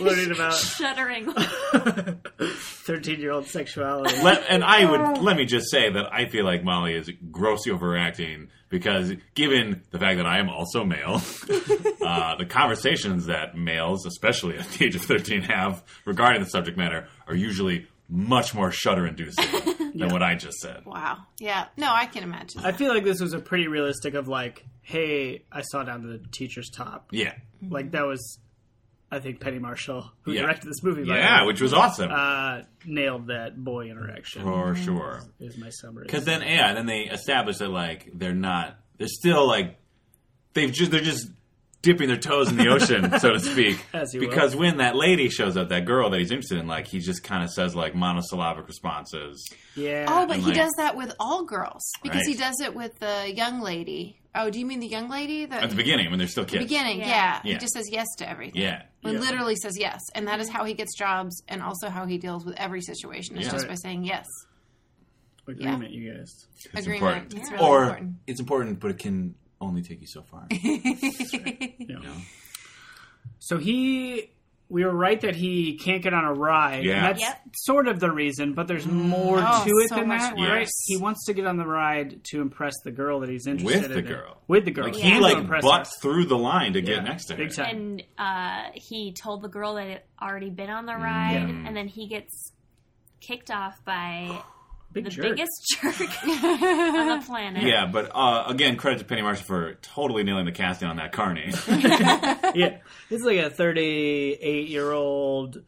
Speaker 1: learning about
Speaker 3: Shuddering.
Speaker 1: 13 year old sexuality.
Speaker 4: Let, and I would let me just say that I feel like Molly is grossly overacting because, given the fact that I am also male, uh, the conversations that males, especially at the age of thirteen, have regarding the subject matter are usually much more shudder-inducing than what I just said.
Speaker 2: Wow. Yeah. No, I can imagine.
Speaker 1: I feel like this was a pretty realistic of like, hey, I saw down to the teacher's top.
Speaker 4: Yeah,
Speaker 1: Like that was, I think Penny Marshall, who
Speaker 4: Yeah.
Speaker 1: directed this movie, by the
Speaker 4: yeah,
Speaker 1: way,
Speaker 4: which was awesome
Speaker 1: uh, nailed that boy interaction.
Speaker 4: for sure.
Speaker 1: Is my summary.
Speaker 4: Because then, yeah, then they establish that like they're not, they're still like, they've just they're just dipping their toes in the ocean, so to speak.
Speaker 1: As you will.
Speaker 4: because when that lady shows up, that girl that he's interested in, like he just kind of says like monosyllabic responses.
Speaker 1: yeah,
Speaker 2: Oh, but
Speaker 4: and,
Speaker 2: he
Speaker 4: like-
Speaker 2: does that with all girls because he
Speaker 4: Right.
Speaker 2: does it with the young lady. Oh, do you mean the young lady? The,
Speaker 4: At the beginning, when they're still kids.
Speaker 2: Uh, beginning, yeah.
Speaker 3: Yeah.
Speaker 2: He
Speaker 4: Yeah.
Speaker 2: just says yes to everything.
Speaker 4: Yeah.
Speaker 2: He
Speaker 1: Yeah.
Speaker 2: literally says yes, and that is how he gets jobs, and also how he deals with every situation. It's
Speaker 4: Yeah.
Speaker 2: just
Speaker 1: Right.
Speaker 2: by saying yes.
Speaker 1: agreement, you guys.
Speaker 4: It's
Speaker 2: Agreement.
Speaker 4: important.
Speaker 2: It's
Speaker 3: Yeah.
Speaker 2: really
Speaker 4: or
Speaker 2: important.
Speaker 4: it's important, but it can only take you so far.
Speaker 1: You know.
Speaker 4: know.
Speaker 1: So he, we were right that he can't get on a ride.
Speaker 4: Yeah.
Speaker 1: and that's
Speaker 3: Yep. Mm.
Speaker 1: sort of the reason, but there's more
Speaker 2: Oh,
Speaker 1: to it
Speaker 2: so
Speaker 1: than
Speaker 2: much
Speaker 1: that,
Speaker 4: worse.
Speaker 1: right?
Speaker 4: Yes.
Speaker 1: He wants to get on the ride to impress the girl that he's interested
Speaker 4: With
Speaker 1: in.
Speaker 4: the girl.
Speaker 1: with the girl.
Speaker 4: Like
Speaker 1: He's
Speaker 4: he
Speaker 1: gonna
Speaker 4: like
Speaker 1: impress
Speaker 4: butts
Speaker 1: her.
Speaker 4: through the line to
Speaker 1: Yeah.
Speaker 4: get next to her.
Speaker 1: Big time.
Speaker 3: and uh, he told the girl that had already been on the
Speaker 2: Mm,
Speaker 3: ride,
Speaker 4: Yeah.
Speaker 3: and then he gets kicked off by
Speaker 1: Big
Speaker 3: the
Speaker 1: jerk.
Speaker 3: biggest jerk on the planet.
Speaker 4: Yeah, but uh, again, credit to Penny Marshall for totally nailing the casting on that carney.
Speaker 1: yeah, this is like a 38 year old,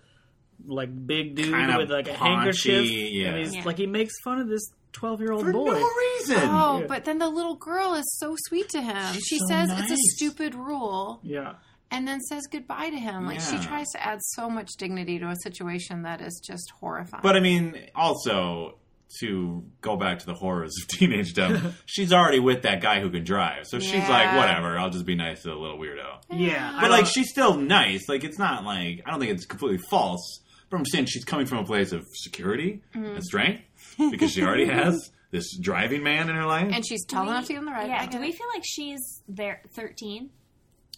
Speaker 1: like big dude
Speaker 4: Kinda
Speaker 1: with like a
Speaker 4: paunchy,
Speaker 1: handkerchief,
Speaker 4: yeah.
Speaker 1: and he's
Speaker 3: Yeah.
Speaker 1: like he makes fun of this 12 year old
Speaker 4: for
Speaker 1: boy.
Speaker 4: no reason.
Speaker 2: Oh,
Speaker 1: Yeah.
Speaker 2: but then the little girl is so sweet to him. she
Speaker 4: so
Speaker 2: says it's a
Speaker 4: nice.
Speaker 2: stupid rule
Speaker 1: Yeah,
Speaker 2: and then says goodbye to him. Like she
Speaker 4: Yeah.
Speaker 2: tries to add so much dignity to a situation that is just horrifying.
Speaker 4: But uh, I mean, also to go back to the horrors of teenage dumb, she's already with that guy who can drive, so she's like,
Speaker 2: Yeah.
Speaker 4: whatever, I'll just be nice to the little weirdo.
Speaker 1: yeah. I
Speaker 4: But like,
Speaker 1: don't-
Speaker 4: she's still nice. Like, it's not like I don't think it's completely false. But I'm saying she's coming from a place of security and strength because she already has this driving man in her life.
Speaker 2: and she's tall enough to get on the ride.
Speaker 3: Yeah,
Speaker 2: I
Speaker 3: do
Speaker 2: get
Speaker 3: we
Speaker 2: it.
Speaker 3: feel like she's there 13?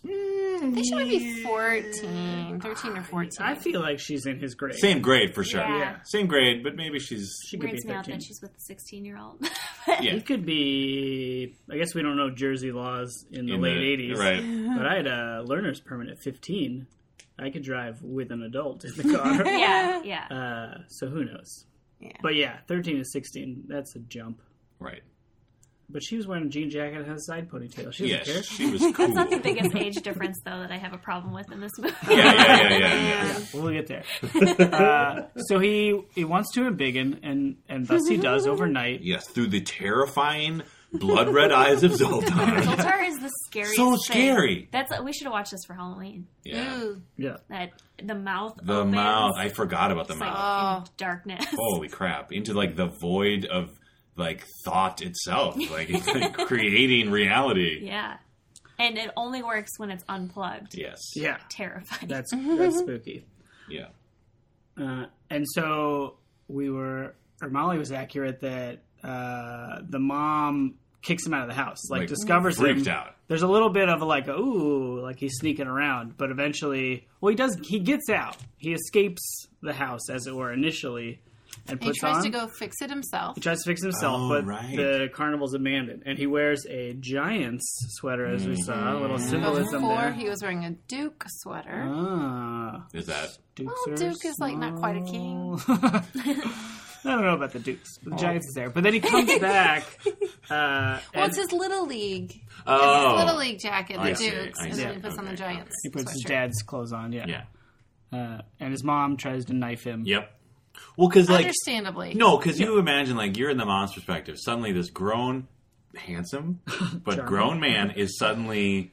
Speaker 2: I think she might be 14, 13 or 14.
Speaker 1: I feel like she's in his grade.
Speaker 4: Same grade for sure.
Speaker 3: Yeah.
Speaker 1: Yeah.
Speaker 4: Same grade, but maybe she's
Speaker 1: She could be
Speaker 3: Weirds me out
Speaker 1: 13.
Speaker 3: that she's with a 16 year old.
Speaker 4: yeah.
Speaker 1: He could be. I guess we don't know Jersey laws in the
Speaker 4: in
Speaker 1: late 80s,
Speaker 4: right?
Speaker 1: But I had a learner's permit at 15. I could drive with an adult in the car.
Speaker 3: yeah, yeah.
Speaker 1: Uh, so who knows?
Speaker 2: Yeah.
Speaker 1: But yeah, 13 to 16, that's a jump.
Speaker 4: Right.
Speaker 1: But she was wearing a jean jacket and had a side ponytail. She doesn't care.
Speaker 4: Yes, she was cool.
Speaker 3: That's not the biggest age difference, though, that I have a problem with in this movie.
Speaker 4: yeah, yeah, yeah, yeah, yeah.
Speaker 1: We'll get there. uh, so he he wants to embiggen, and and thus he does overnight.
Speaker 4: Yes, through the terrifying blood red eyes of Zoltan.
Speaker 3: Zoltar is the scariest.
Speaker 4: So
Speaker 3: thing.
Speaker 4: scary.
Speaker 3: That's we should have watched this for Halloween.
Speaker 4: yeah.
Speaker 2: Ooh.
Speaker 1: Yeah,
Speaker 3: That the mouth.
Speaker 4: The
Speaker 3: opens,
Speaker 4: mouth. I forgot about the
Speaker 3: it's like
Speaker 4: mouth.
Speaker 2: Oh.
Speaker 3: in darkness.
Speaker 4: Holy crap. Into like the void of like thought itself. Like it's like creating reality.
Speaker 3: Yeah, and it only works when it's unplugged.
Speaker 4: Yes.
Speaker 1: yeah,
Speaker 3: Terrifying.
Speaker 1: that's that's spooky.
Speaker 4: Yeah.
Speaker 1: Uh, and so we were, or Molly was accurate that uh, the mom kicks him out of the house, like,
Speaker 4: Like,
Speaker 1: discovers
Speaker 4: Freaked
Speaker 1: him.
Speaker 4: out.
Speaker 1: There's a little bit of like, ooh, like he's sneaking around, but eventually, well, he does. He gets out. He escapes the house, as it were, initially, and
Speaker 2: He
Speaker 1: puts
Speaker 2: tries
Speaker 1: on.
Speaker 2: to go fix it himself.
Speaker 1: He tries to fix himself,
Speaker 4: Oh,
Speaker 1: but
Speaker 4: right.
Speaker 1: the carnival's abandoned, and he wears a Giants sweater, as we saw. A little
Speaker 4: Mm.
Speaker 1: symbolism
Speaker 2: Before
Speaker 1: there.
Speaker 2: he was wearing a Duke sweater.
Speaker 1: ah,
Speaker 4: Is that
Speaker 1: Dukes
Speaker 2: Well,
Speaker 1: are
Speaker 2: Duke is, like, not quite a king.
Speaker 1: small. I don't know about the Dukes.
Speaker 4: Oh.
Speaker 1: The Giants is there, but then he comes back. Uh,
Speaker 2: Well,
Speaker 1: and
Speaker 2: it's his little league. It's his
Speaker 4: Oh
Speaker 2: little league jacket, the
Speaker 4: I see,
Speaker 2: Dukes,
Speaker 4: I
Speaker 2: and
Speaker 4: see.
Speaker 2: then he puts on the
Speaker 4: Okay,
Speaker 2: Giants.
Speaker 1: he puts his
Speaker 2: sweatshirt.
Speaker 1: dad's clothes on. Yeah,
Speaker 4: Yeah.
Speaker 1: Uh, and his mom tries to knife him.
Speaker 4: Yep. Well, because like
Speaker 2: Understandably,
Speaker 4: no, because you imagine like you're in the mom's perspective. Suddenly, this grown, handsome, but
Speaker 1: Charming.
Speaker 4: grown man is suddenly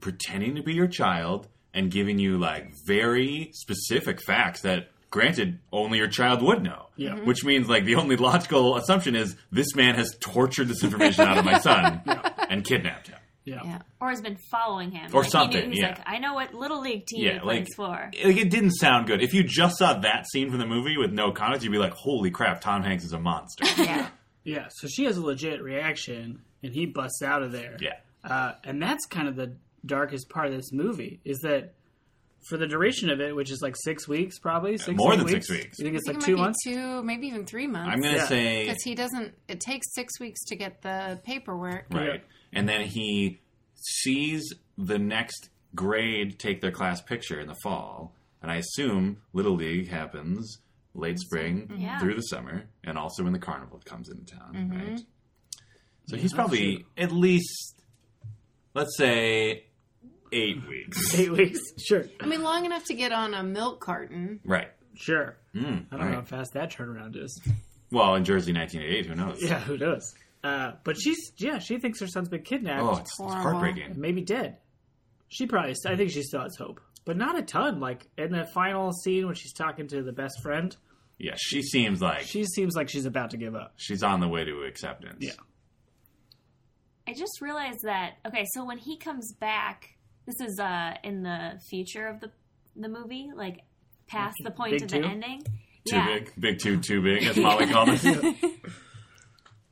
Speaker 4: pretending to be your child and giving you like very specific facts that granted, only your child would know.
Speaker 1: Yeah. Mhm.
Speaker 4: Which means, like, the only logical assumption is this man has tortured this information out of my son and kidnapped him.
Speaker 1: Yeah.
Speaker 2: Yeah.
Speaker 3: or has been following him Like,
Speaker 4: Or
Speaker 3: he knew-
Speaker 4: something,
Speaker 3: he's
Speaker 4: yeah.
Speaker 3: like, I know what little league team
Speaker 4: Yeah,
Speaker 3: he
Speaker 4: like-
Speaker 3: plays for.
Speaker 4: Like, it didn't sound good. If you just saw that scene from the movie with no comments, you'd be like, holy crap, Tom Hanks is a monster.
Speaker 2: Yeah.
Speaker 1: Yeah, so she has a legit reaction, and he busts out of there.
Speaker 4: yeah.
Speaker 1: Uh, and that's kind of the darkest part of this movie is that for the duration of it, which is like six weeks, probably six
Speaker 4: more
Speaker 1: eight
Speaker 4: than six weeks.
Speaker 1: You think it's
Speaker 2: I think
Speaker 1: like
Speaker 2: it
Speaker 1: two
Speaker 2: might be
Speaker 1: months?
Speaker 2: two, maybe even three months.
Speaker 4: I'm going to
Speaker 1: Yeah.
Speaker 4: say.
Speaker 2: because he doesn't. It takes six weeks to get the paperwork.
Speaker 4: Right.
Speaker 1: Yeah.
Speaker 4: And then he sees the next grade take their class picture in the fall. And I assume Little League happens late spring
Speaker 3: Yeah.
Speaker 4: through the summer and also when the carnival comes into town, right? So he's
Speaker 1: that's
Speaker 4: probably
Speaker 1: true.
Speaker 4: at least, let's say, eight weeks.
Speaker 1: Eight weeks, sure,
Speaker 2: I mean, long enough to get on a milk carton.
Speaker 4: right.
Speaker 1: sure.
Speaker 4: Mm,
Speaker 1: I don't
Speaker 4: all
Speaker 1: know how
Speaker 4: right.
Speaker 1: fast that turnaround is.
Speaker 4: Well, in Jersey 1988, who knows?
Speaker 1: Yeah, who knows? Uh, but she's yeah, she thinks her son's been kidnapped
Speaker 4: Oh, it's, it's
Speaker 2: Horrible.
Speaker 1: and
Speaker 4: heartbreaking.
Speaker 1: maybe dead. She probably, I think she still has hope, but not a ton. Like in the final scene when she's talking to the best friend,
Speaker 4: Yeah, she seems like
Speaker 1: she seems like she's about to give up.
Speaker 4: she's on the way to acceptance.
Speaker 1: Yeah.
Speaker 3: I just realized that. Okay, so when he comes back, this is uh in the future of the the movie, like past the point
Speaker 1: Big
Speaker 3: of
Speaker 1: two?
Speaker 3: the ending.
Speaker 4: Too
Speaker 3: yeah,
Speaker 4: big. Big too, too big, as Molly called it.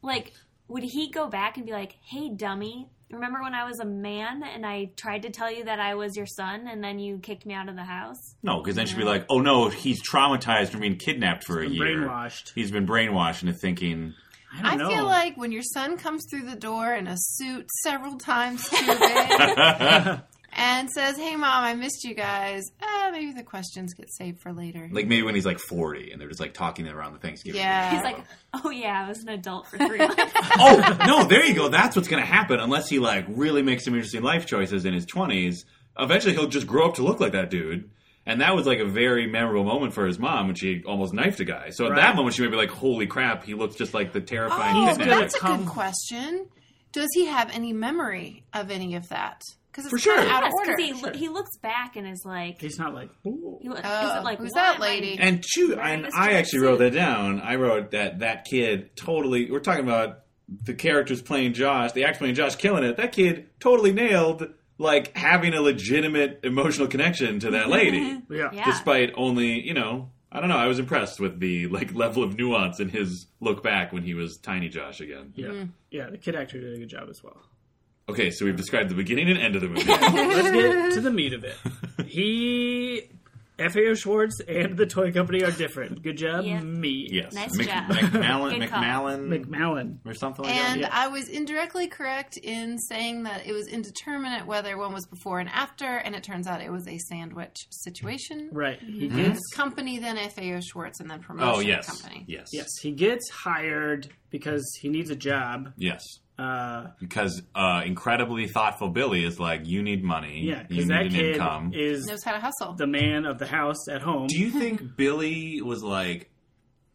Speaker 3: like would he go back and be like, "Hey, dummy." Remember when I was a man and I tried to tell you that I was your son and then you kicked me out of the house?
Speaker 4: No, because then she'd be like, "Oh no, he's traumatized from being kidnapped for
Speaker 1: been
Speaker 4: a year.
Speaker 1: brainwashed."
Speaker 4: He's been brainwashed into thinking."
Speaker 1: I
Speaker 2: I
Speaker 1: don't know.
Speaker 2: feel like when your son comes through the door in a suit several times too big and says, "Hey, mom, I missed you guys." Uh, maybe the questions get saved for later.
Speaker 4: Like maybe when he's like forty, and they're just like talking around the Thanksgiving.
Speaker 2: Yeah.
Speaker 4: dinner
Speaker 3: He's like,
Speaker 4: table.
Speaker 3: "Oh yeah, I was an adult for three months."
Speaker 4: "Oh no, there you go. That's what's going to happen unless he like really makes some interesting life choices in his twenties. Eventually, he'll just grow up to look like that dude." And that was like a very memorable moment for his mom when she almost knifed a guy. So at
Speaker 1: Right.
Speaker 4: that moment, she may be like, "Holy crap, he looks just like the terrifying."
Speaker 2: Oh,
Speaker 1: he's
Speaker 2: but
Speaker 4: kidnapper."
Speaker 1: gonna
Speaker 2: that's a
Speaker 1: come-
Speaker 2: good question. Does he have any memory of any of that? Because it's
Speaker 4: For
Speaker 2: kinda
Speaker 4: sure.
Speaker 2: out of
Speaker 3: Yes, 'cause
Speaker 2: order.
Speaker 3: he, lo- he looks back and is like,
Speaker 1: he's not like. "Ooh."
Speaker 3: he, lo- is
Speaker 2: Oh,
Speaker 3: it like,
Speaker 2: who's
Speaker 3: "Why
Speaker 2: that
Speaker 3: am I
Speaker 2: lady?"
Speaker 4: And two,
Speaker 3: Right,
Speaker 4: and
Speaker 3: Mr.
Speaker 4: I actually wrote that down. I wrote that that kid totally. We're talking about the characters playing Josh, the actor playing Josh, killing it. That kid totally nailed like having a legitimate emotional connection to that lady,
Speaker 1: Yeah.
Speaker 3: Yeah.
Speaker 4: despite only you know. I don't know. I was impressed with the like level of nuance in his look back when he was tiny Josh again.
Speaker 1: Yeah. Yeah, the kid actor did a good job as well.
Speaker 4: Okay, so we've described the beginning and end of the movie.
Speaker 1: Let's get to the meat of it. He, FAO Schwartz, and the toy company are different. Good job,
Speaker 3: Yeah.
Speaker 1: me.
Speaker 4: yes,
Speaker 3: Nice job.
Speaker 4: McMallen,
Speaker 3: Good call.
Speaker 4: McMallen,
Speaker 1: McMallon.
Speaker 4: or something like
Speaker 2: And
Speaker 4: that.
Speaker 2: I was indirectly correct in saying that it was indeterminate whether one was before and after, and it turns out it was a sandwich situation.
Speaker 1: Right. He
Speaker 2: Mm-hmm.
Speaker 1: gets.
Speaker 2: Company, then FAO Schwartz, and then promotion
Speaker 4: Oh yes,
Speaker 2: company.
Speaker 4: yes,
Speaker 1: Yes, he gets hired because he needs a job.
Speaker 4: yes.
Speaker 1: Uh,
Speaker 4: because uh, incredibly thoughtful Billy is like, you need money,
Speaker 1: yeah, because
Speaker 4: you need
Speaker 1: that
Speaker 4: an
Speaker 1: kid
Speaker 4: income.
Speaker 1: is
Speaker 2: Knows how to hustle.
Speaker 1: the man of the house at home.
Speaker 4: Do you think Billy was like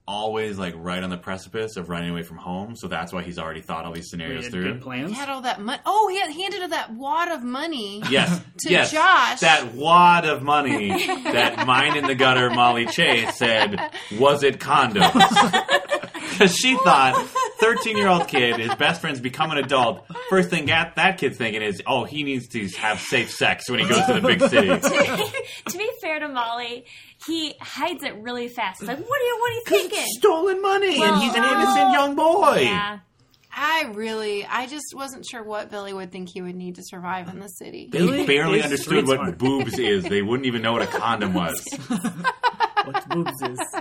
Speaker 4: always like right on the precipice of running away from home? So that's why he's already thought all these
Speaker 1: He
Speaker 4: scenarios
Speaker 1: had
Speaker 4: through.
Speaker 1: big plans.
Speaker 2: he had all that money. Oh, he had handed her that wad of money.
Speaker 4: Yes,
Speaker 2: To
Speaker 4: yes.
Speaker 2: Josh.
Speaker 4: That wad of money that mine in the gutter Molly Chase said was it condoms. Because she thought 13 year old kid, his best friend's become an adult. First thing that, that kid's thinking is, oh, he needs to have safe sex when he goes to the big city.
Speaker 3: to be fair to Molly, he hides it really fast. He's like, what are you, what are you thinking?
Speaker 4: stolen money,
Speaker 3: Well, no.
Speaker 4: young boy.
Speaker 3: Yeah.
Speaker 2: I really, I just wasn't sure what Billy would think he would need to survive in the city.
Speaker 1: Billy
Speaker 4: They barely
Speaker 1: is
Speaker 4: understood
Speaker 1: street
Speaker 4: what
Speaker 1: smart.
Speaker 4: boobs is. They wouldn't even know what a condom was.
Speaker 1: What's boobs is?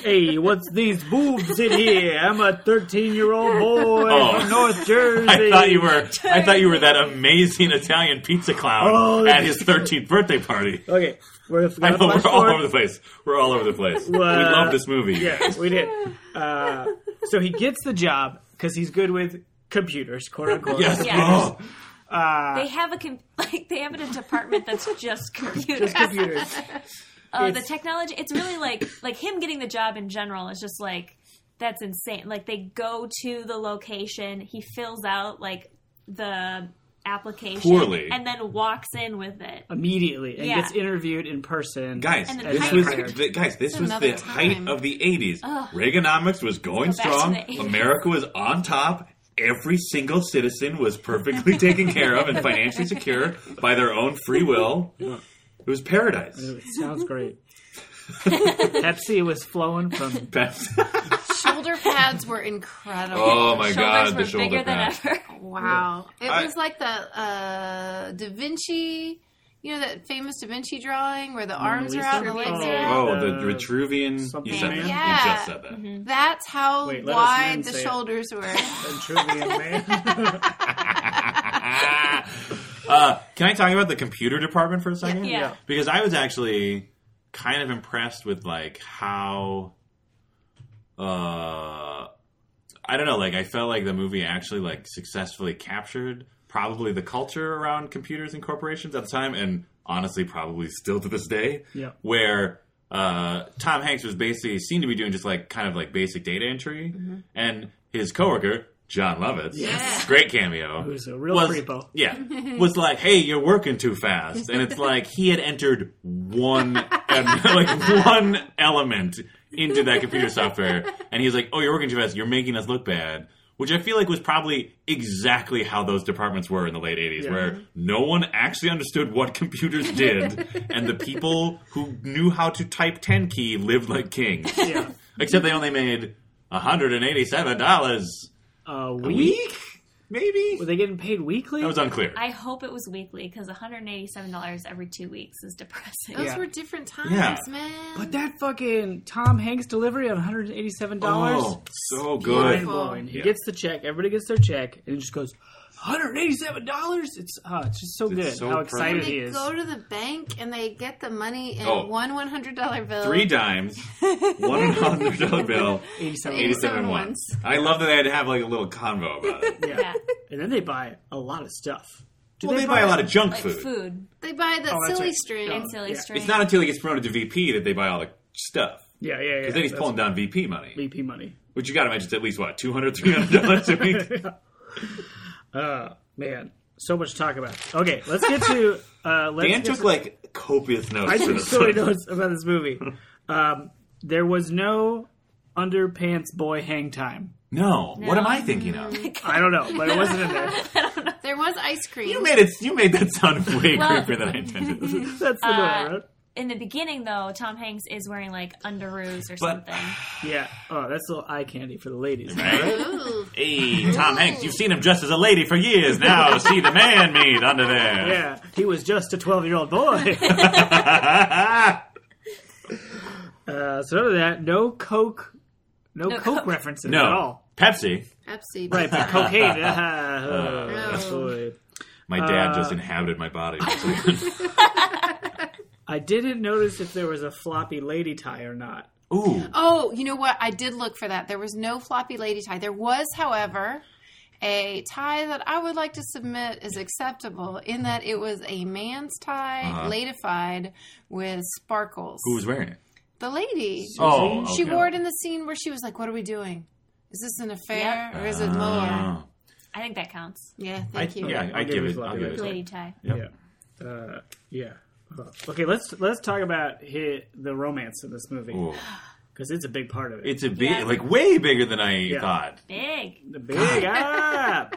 Speaker 1: hey, what's these boobs in here? I'm a 13 year old boy
Speaker 4: Oh.
Speaker 1: from North Jersey.
Speaker 4: I thought you were. I thought you were that amazing Italian pizza clown
Speaker 1: Oh.
Speaker 4: at his 13th birthday party.
Speaker 1: Okay, we're,
Speaker 4: I
Speaker 1: flash
Speaker 4: know we're all
Speaker 1: forward.
Speaker 4: over the place. We're all over the place. we
Speaker 1: Well,
Speaker 4: love this movie.
Speaker 1: Yeah, we did. Uh, so he gets the job because he's good with computers, quote unquote.
Speaker 4: Yes.
Speaker 3: Yeah.
Speaker 4: Oh,
Speaker 3: They have a com- like they have a department that's just computers.
Speaker 1: Just computers.
Speaker 3: Oh, the
Speaker 1: it's-
Speaker 3: technology. It's really like like him getting the job in general is just like that's insane. Like they go to the location, he fills out like the application
Speaker 4: Poorly. Oh
Speaker 3: and then walks in with it.
Speaker 1: immediately and
Speaker 3: Yeah.
Speaker 1: gets interviewed in person.
Speaker 4: Guys,
Speaker 3: And the
Speaker 4: this
Speaker 1: height-
Speaker 4: was the, guys. This was
Speaker 2: another
Speaker 4: the height
Speaker 2: time.
Speaker 4: of the '80s.
Speaker 3: Ugh.
Speaker 4: Reaganomics was going
Speaker 3: Go back to
Speaker 4: strong.
Speaker 3: the 80s.
Speaker 4: America was on top. Every single citizen was perfectly taken care of and financially secure by their own free will. It was paradise.
Speaker 1: It sounds great. Pepsi was flowing from
Speaker 4: Best.
Speaker 2: Shoulder pads were incredible.
Speaker 4: Oh my
Speaker 3: Shoulders
Speaker 4: god,
Speaker 3: were
Speaker 4: the shoulder
Speaker 3: bigger than
Speaker 4: pad.
Speaker 3: ever.
Speaker 2: Wow. It
Speaker 4: I-
Speaker 2: was like the uh, Da Vinci, you know, that famous Da Vinci drawing where the arms are out and the legs are out?
Speaker 4: Mm, Oh, the
Speaker 1: Uh,
Speaker 4: Vitruvian.
Speaker 1: something
Speaker 4: You said that.
Speaker 1: man?
Speaker 4: You
Speaker 2: Yeah.
Speaker 4: just said that.
Speaker 2: That's how
Speaker 1: Wait, let us men
Speaker 2: wide the
Speaker 1: say it.
Speaker 2: shoulders were.
Speaker 1: Vitruvian Man.
Speaker 4: uh, can I talk about the computer department for a second?
Speaker 3: Yeah. Yeah.
Speaker 4: Because I was actually kind of impressed with like how uh I don't know, like I felt like the movie actually like successfully captured probably the culture around computers and corporations at the time and honestly probably still to this day.
Speaker 1: Yeah.
Speaker 4: Where uh, Tom Hanks was basically seemed to be doing just like kind of like basic data entry, and his coworker John Lovitz,
Speaker 1: Yes.
Speaker 4: great cameo,
Speaker 1: Who's a real
Speaker 4: was,
Speaker 1: creepo.
Speaker 4: Yeah, was like, "Hey, you're working too fast," and it's like he had entered one em- like one element into that computer software, and he's like, "Oh, you're working too fast. You're making us look bad." Which I feel like was probably exactly how those departments were in the late 80s,
Speaker 1: Yeah.
Speaker 4: where no one actually understood what computers did, and the people who knew how to type 10 key lived like kings.
Speaker 1: yeah.
Speaker 4: Except they only made $187
Speaker 1: A
Speaker 4: a
Speaker 1: week?
Speaker 4: week, maybe?
Speaker 1: Were they getting paid weekly?
Speaker 4: That was unclear.
Speaker 3: I hope it was weekly because $187 every two weeks is depressing.
Speaker 2: Those
Speaker 1: Yeah.
Speaker 2: were different times,
Speaker 4: Yeah.
Speaker 2: man.
Speaker 1: but that fucking Tom Hanks delivery of $187.
Speaker 4: Oh, so
Speaker 1: Mind
Speaker 4: good.
Speaker 2: Beautiful.
Speaker 1: blowing. He
Speaker 4: Yeah.
Speaker 1: gets the check. Everybody gets their check, and he just goes, $187. It's uh, it's just so
Speaker 4: It's
Speaker 1: good.
Speaker 4: so
Speaker 1: How excited
Speaker 4: perfect.
Speaker 1: he
Speaker 2: they
Speaker 1: is.
Speaker 2: go to the bank and they get the money in
Speaker 4: Oh.
Speaker 2: one one hundred dollar bill.
Speaker 4: Three dimes, one hundred dollar bill,
Speaker 1: 87
Speaker 2: Eighty seven.
Speaker 4: eighty-seven ones.
Speaker 2: ones.
Speaker 4: I love that they had to have like a little convo about it.
Speaker 1: Yeah.
Speaker 3: Yeah.
Speaker 1: And then they buy a lot of stuff. Do
Speaker 4: Well, they buy a lot of junk
Speaker 3: Like
Speaker 4: food.
Speaker 3: food
Speaker 2: They buy the
Speaker 1: Oh, that's
Speaker 2: silly
Speaker 1: right.
Speaker 2: string.
Speaker 1: Yeah.
Speaker 3: and silly
Speaker 1: Yeah.
Speaker 3: string.
Speaker 4: It's not until he gets promoted to VP that they buy all the stuff.
Speaker 1: Yeah, yeah, yeah.
Speaker 4: Because then he's
Speaker 1: That's
Speaker 4: pulling down VP money,
Speaker 1: VP money.
Speaker 4: which you got to mention is at least what two hundred, three hundred dollars a week.
Speaker 1: Man, so much to talk about. Okay, let's get to. Uh, let's
Speaker 4: Dan
Speaker 1: get
Speaker 4: took
Speaker 1: to-
Speaker 4: like copious notes.
Speaker 1: I
Speaker 4: for
Speaker 1: took
Speaker 4: this
Speaker 1: so many
Speaker 4: one.
Speaker 1: notes about this movie. Um, there was no underpants boy hang time.
Speaker 4: No, what am I thinking of?
Speaker 1: I don't know, but it wasn't in there.
Speaker 2: There was ice cream.
Speaker 4: You made it. You made that sound way
Speaker 3: Well-
Speaker 4: creepier than I intended.
Speaker 1: That's the
Speaker 3: Uh,
Speaker 1: note, right?
Speaker 3: In the beginning, though, Tom Hanks is wearing like underoos or
Speaker 4: But-
Speaker 3: something.
Speaker 1: Yeah. Oh, that's a little eye candy for the ladies.
Speaker 4: Right?
Speaker 2: Ooh.
Speaker 4: Hey, Tom Hanks, you've seen him just as a lady for years. Now see the man meat under there.
Speaker 1: Yeah, he was just a 12 year old boy. uh, so, none of that. No Coke. No,
Speaker 3: No
Speaker 1: Coke
Speaker 3: Coke.
Speaker 1: references
Speaker 4: No.
Speaker 1: at all.
Speaker 4: Pepsi.
Speaker 2: Pepsi.
Speaker 1: Right, but cocaine. ah,
Speaker 2: No.
Speaker 1: boy.
Speaker 4: My dad just
Speaker 1: Uh,
Speaker 4: inhabited my body.
Speaker 1: I didn't notice if there was a floppy lady tie or not.
Speaker 4: Ooh.
Speaker 2: Oh, you know what? I did look for that. There was no floppy lady tie. There was, however, a tie that I would like to submit as acceptable in that it was a man's tie,
Speaker 4: Uh-huh.
Speaker 2: latified with sparkles.
Speaker 4: Who was wearing it?
Speaker 2: the lady?
Speaker 4: Oh,
Speaker 2: She
Speaker 4: okay.
Speaker 2: wore it in the scene where she was like, "What are we doing? Is this an affair or is it more?"
Speaker 4: Oh.
Speaker 3: I think that counts.
Speaker 2: Yeah, thank
Speaker 4: I-
Speaker 2: you.
Speaker 4: Yeah, I
Speaker 1: I'll
Speaker 4: give
Speaker 1: give
Speaker 4: it.
Speaker 1: you
Speaker 4: I'll give
Speaker 1: floppy.
Speaker 4: it.
Speaker 3: Lady tie.
Speaker 1: Yeah. Uh, yeah. Okay, let's let's talk about hi the romance in this movie
Speaker 4: Ooh.
Speaker 1: because it's a big part of it.
Speaker 4: It's a big,
Speaker 3: Yeah.
Speaker 4: like way bigger than I thought.
Speaker 3: Big.
Speaker 1: the big up.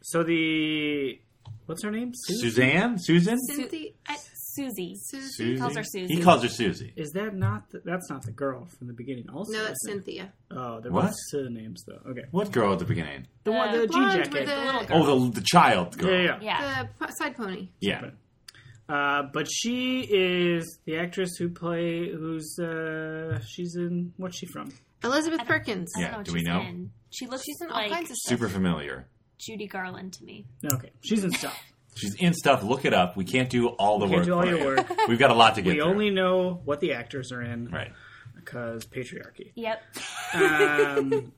Speaker 1: So the what's her name? Susan?
Speaker 4: Suzanne? Susan?
Speaker 2: Cynthia, I,
Speaker 3: Susie.
Speaker 2: Susie.
Speaker 4: Susie?
Speaker 3: calls her Susie.
Speaker 4: He calls her Susie.
Speaker 1: Is that not the, that's not the girl from the beginning? Also,
Speaker 2: No, it's
Speaker 1: isn't it?
Speaker 2: Cynthia.
Speaker 1: Oh, there
Speaker 4: What?
Speaker 1: was pseudonyms though. Okay,
Speaker 4: What girl at the beginning?
Speaker 1: the one the
Speaker 3: The
Speaker 1: G
Speaker 2: Uh, blonde with
Speaker 1: jacket.
Speaker 2: the- Little
Speaker 4: Oh, the the child girl.
Speaker 1: yeah, yeah. yeah.
Speaker 3: Yeah.
Speaker 2: The po- side pony.
Speaker 4: Yeah.
Speaker 1: Uh, but she is the actress who play who's uh, she's in what's she from?
Speaker 2: Elizabeth Perkins.
Speaker 3: I don't
Speaker 4: Yeah,
Speaker 3: know what
Speaker 4: do we
Speaker 3: she's
Speaker 4: know?
Speaker 3: In. She looks
Speaker 2: She's in all
Speaker 3: like
Speaker 2: kinds of stuff.
Speaker 4: Super familiar.
Speaker 3: Judy Garland to me.
Speaker 1: Okay, she's in stuff.
Speaker 4: She's in stuff. Look it up. We can't do all the
Speaker 1: Can't
Speaker 4: work.
Speaker 1: do all
Speaker 4: for
Speaker 1: your
Speaker 4: you.
Speaker 1: work.
Speaker 4: We've got a lot to get
Speaker 1: We
Speaker 4: through.
Speaker 1: only know what the actors are in
Speaker 4: right.
Speaker 1: because patriarchy.
Speaker 3: Yep.
Speaker 1: Um,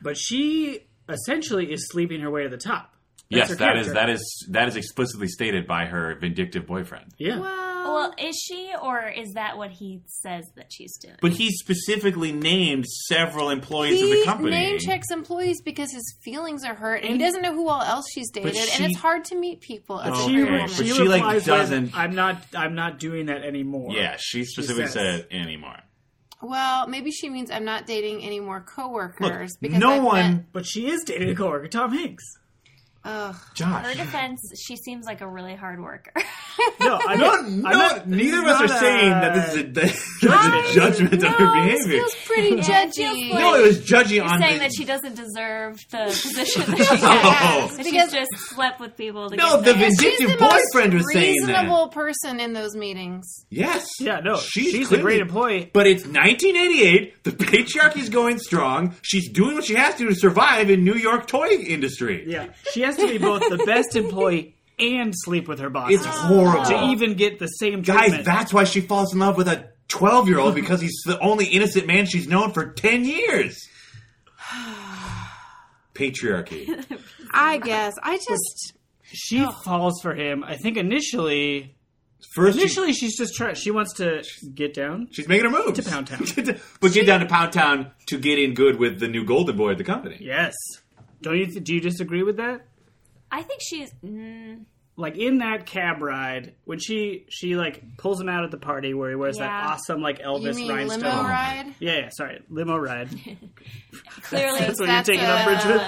Speaker 1: but she essentially is sleeping her way to the top. That's
Speaker 4: Yes,
Speaker 1: her
Speaker 4: that is
Speaker 1: character.
Speaker 4: that is that is explicitly stated by her vindictive boyfriend.
Speaker 1: Yeah.
Speaker 2: Whoa.
Speaker 3: Well, is she, or is that what he says that she's doing?
Speaker 4: But he specifically named several employees of
Speaker 2: he
Speaker 4: the company.
Speaker 2: name checks employees because his feelings are hurt, and he doesn't know who all else she's dated,
Speaker 4: she-
Speaker 2: and it's hard to meet people. As
Speaker 4: Oh,
Speaker 2: a
Speaker 1: She,
Speaker 2: queer
Speaker 4: okay.
Speaker 2: woman.
Speaker 4: But
Speaker 1: she,
Speaker 4: she, like,
Speaker 1: replies with,
Speaker 4: doesn't-
Speaker 1: I'm not. I'm not doing that anymore.
Speaker 4: Yeah, she specifically
Speaker 1: says.
Speaker 4: said anymore.
Speaker 2: Well, maybe she means I'm not dating any more coworkers
Speaker 4: Look,
Speaker 2: because
Speaker 4: no
Speaker 2: I've
Speaker 4: one.
Speaker 2: Met,
Speaker 1: But she is dating a coworker, Tom Hanks.
Speaker 2: ugh,
Speaker 4: Josh.
Speaker 3: Her defense, she seems like a really hard worker.
Speaker 1: No, I
Speaker 4: No,
Speaker 1: I'm
Speaker 4: no.
Speaker 1: not-
Speaker 4: neither of
Speaker 1: this
Speaker 4: us
Speaker 1: is
Speaker 4: are
Speaker 1: not
Speaker 4: saying
Speaker 1: a-
Speaker 4: that this is a that- judgment on her
Speaker 2: no, this
Speaker 4: behavior.
Speaker 2: feels pretty
Speaker 3: Yeah, it feels
Speaker 2: judgy.
Speaker 3: like-
Speaker 4: No, it was judgy on
Speaker 3: saying
Speaker 4: the-
Speaker 3: that she doesn't deserve the position that she
Speaker 4: Oh.
Speaker 3: has. That
Speaker 2: Because-
Speaker 3: she's just slept with people. To
Speaker 4: No,
Speaker 3: get
Speaker 4: the
Speaker 3: there.
Speaker 4: vindictive
Speaker 2: She's the
Speaker 4: boyfriend
Speaker 2: most
Speaker 4: was saying that.
Speaker 2: reasonable person in those meetings.
Speaker 4: Yes.
Speaker 1: Yeah, no, she's a
Speaker 4: clearly-
Speaker 1: great employee.
Speaker 4: But it's 1988. The patriarchy's going strong. She's doing what she has to to survive in New York toy industry.
Speaker 1: Yeah, she has to be both the best employee and sleep with her boss
Speaker 4: It's horrible.
Speaker 1: Ah. to even get the same treatment.
Speaker 4: Guys, that's why she falls in love with a 12 year old because he's the only innocent man she's known for 10 years. Patriarchy.
Speaker 2: I guess I just
Speaker 1: she falls for him. I think initially,
Speaker 4: First, she-
Speaker 1: initially she's just trying. She wants to get down.
Speaker 4: she's making her moves.
Speaker 1: To Pound Town.
Speaker 4: but get down to Pound Town to get in good with the new golden boy at the company.
Speaker 1: Yes. Don't you? do you disagree with that?
Speaker 3: I think she's. Mm,
Speaker 1: Like in that cab ride when she she like pulls him out at the party where he wears that
Speaker 3: Yeah.
Speaker 1: awesome like
Speaker 2: you
Speaker 1: Elvis
Speaker 2: mean
Speaker 1: rhinestone.
Speaker 2: limo ride?
Speaker 1: Yeah, yeah, sorry, limo ride.
Speaker 3: clearly,
Speaker 1: That's what you're taking up, Bridget.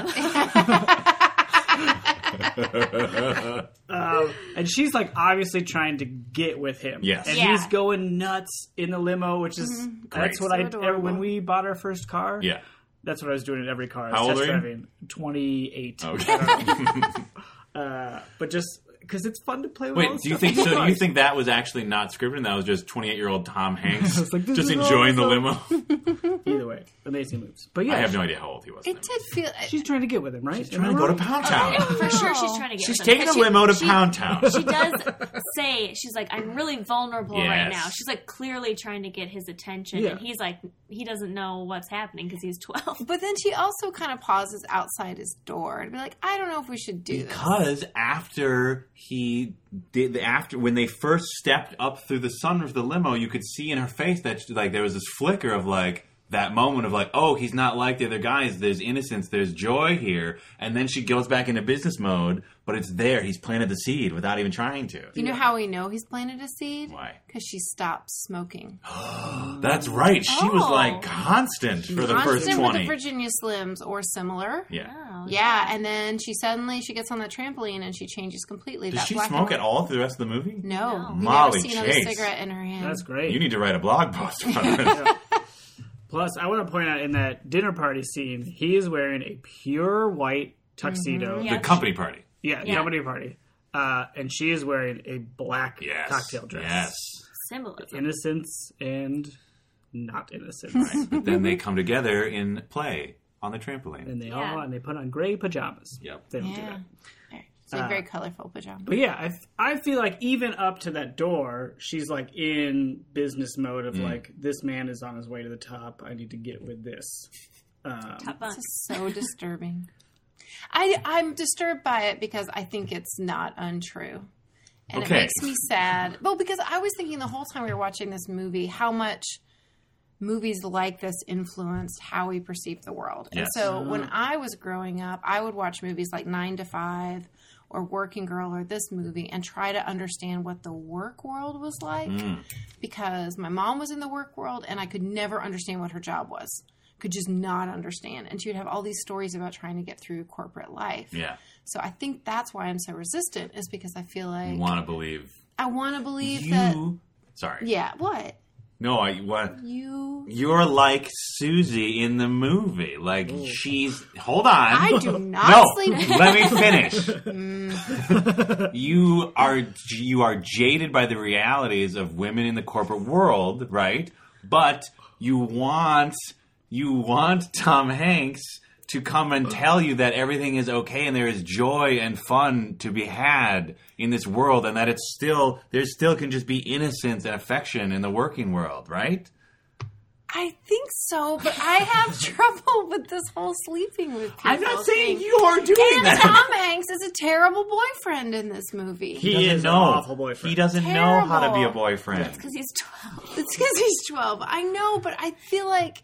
Speaker 2: uh,
Speaker 1: um, and she's like obviously trying to get with him.
Speaker 4: Yes.
Speaker 1: and
Speaker 3: Yeah.
Speaker 1: he's going nuts in the limo, which is that's
Speaker 4: Great.
Speaker 1: what
Speaker 4: So
Speaker 1: I
Speaker 2: Mm-hmm. adorable.
Speaker 1: when we bought our first car.
Speaker 4: Yeah.
Speaker 1: that's what I was doing in every car. I was
Speaker 4: How old
Speaker 1: test
Speaker 4: were you?
Speaker 1: driving. Twenty eight.
Speaker 4: Okay.
Speaker 1: But just because it's fun to play with. all
Speaker 4: Wait,
Speaker 1: this
Speaker 4: do you
Speaker 1: stuff.
Speaker 4: think so? Do you think that was actually not scripted? and That was just 28 year old Tom Hanks
Speaker 1: was like, this
Speaker 4: just
Speaker 1: is
Speaker 4: enjoying the
Speaker 1: awesome.
Speaker 4: limo?
Speaker 1: Either way, amazing moves. But yeah,
Speaker 4: I have no idea how old he was.
Speaker 2: It did feel.
Speaker 1: she's trying to get with him, right? Am I
Speaker 4: trying to go to
Speaker 1: wrong?
Speaker 4: Pound Town.
Speaker 3: for sure, she's
Speaker 2: No.
Speaker 3: trying to get.
Speaker 4: She's
Speaker 3: something.
Speaker 4: taking a
Speaker 3: But she-
Speaker 4: limo to
Speaker 3: she-
Speaker 4: Pound Town.
Speaker 3: She does say she's like, I'm really vulnerable right
Speaker 4: Yes.
Speaker 3: now. She's like clearly trying to get his attention,
Speaker 1: Yeah.
Speaker 3: and he's like, he doesn't know what's happening because he's 12.
Speaker 2: But then she also kind of pauses outside his door to be like, I don't know if we should do this.
Speaker 4: Because after he did the after when they first stepped up through the sun of the limo, you could see in her face that she, like there was this flicker of like that moment of like, oh, he's not like the other guys. There's innocence. There's joy here. And then she goes back into business mode, but it's there. He's planted the seed without even trying to.
Speaker 2: You know how we know he's planted a seed?
Speaker 4: Why?
Speaker 2: Because she stopped smoking.
Speaker 4: That's right. She was
Speaker 3: Oh.
Speaker 4: like constant for the
Speaker 2: Constant
Speaker 4: first
Speaker 2: with
Speaker 4: twenty.
Speaker 2: the Ah, Virginia Slims or similar.
Speaker 4: yeah.
Speaker 3: Oh,
Speaker 2: Yeah, and then she suddenly she gets on the trampoline and she changes completely.
Speaker 4: Does
Speaker 2: That
Speaker 4: she
Speaker 2: black and
Speaker 4: smoke at
Speaker 2: white-
Speaker 4: all through the rest of the movie?
Speaker 2: No,
Speaker 3: No.
Speaker 2: We've never
Speaker 4: Molly
Speaker 2: seen
Speaker 4: Chase.
Speaker 2: a cigarette in her hand.
Speaker 1: That's great.
Speaker 4: You need to write a blog post about it.
Speaker 1: Plus, I want to point out in that dinner party scene, he is wearing a pure white tuxedo.
Speaker 3: Yeah.
Speaker 4: the company party.
Speaker 1: Yeah,
Speaker 3: Yeah.
Speaker 1: company party. Uh, and she is wearing a black
Speaker 4: Yes.
Speaker 1: cocktail dress.
Speaker 4: Yes.
Speaker 3: Symbolism.
Speaker 1: Innocence and not innocence.
Speaker 4: But then
Speaker 2: Mm-hmm.
Speaker 4: they come together in play on the trampoline.
Speaker 1: And they
Speaker 3: Yeah.
Speaker 1: all and they put on gray pajamas.
Speaker 4: Yep.
Speaker 1: They don't do
Speaker 2: yeah.
Speaker 1: that. Uh,
Speaker 2: It's a very colorful pajama.
Speaker 1: But yeah, I, f- I feel like even up to that door, she's like in business mode
Speaker 4: Mm.
Speaker 1: of like, this man is on his way to the top. I need to get with this.
Speaker 3: Top bunk.
Speaker 2: It's so disturbing. I I'm disturbed by it because I think it's not untrue. And
Speaker 4: Okay.
Speaker 2: it makes me sad. Well, because I was thinking the whole time we were watching this movie how much movies like this influenced how we perceive the world. And
Speaker 4: Yes.
Speaker 2: so when I was growing up, I would watch movies like 9 to 5 or Working Girl or this movie and try to understand what the work world was like
Speaker 4: Mm.
Speaker 2: because my mom was in the work world and I could never understand what her job was. Could just not understand. And she would have all these stories about trying to get through corporate life.
Speaker 4: Yeah.
Speaker 2: So I think that's why I'm so resistant, is because I feel like
Speaker 4: You want to believe
Speaker 2: I want to believe that.
Speaker 4: you. Sorry.
Speaker 2: Yeah, what?
Speaker 4: No, I what.
Speaker 2: You.
Speaker 4: You're like Susie in the movie. Like she's. Hold on.
Speaker 2: Oh. I do not
Speaker 4: no,
Speaker 2: sleep.
Speaker 4: let me finish. Mm. you are you are jaded by the realities of women in the corporate world, right? But you want you want Tom Hanks to come and tell you that everything is okay and there is joy and fun to be had in this world and that it's still there still can just be innocence and affection in the working world, right?
Speaker 2: I think so, but I have trouble with this whole sleeping with people.
Speaker 4: I'm not saying
Speaker 2: thing.
Speaker 4: you are doing
Speaker 2: And
Speaker 4: that.
Speaker 2: Tom Hanks is a terrible boyfriend in this movie.
Speaker 1: He
Speaker 4: doesn't
Speaker 1: is an
Speaker 4: know.
Speaker 1: awful boyfriend.
Speaker 4: He doesn't know how to be a
Speaker 2: Terrible.
Speaker 4: boyfriend.
Speaker 3: because he's twelve.
Speaker 2: It's because he's 12. I know, but I feel like,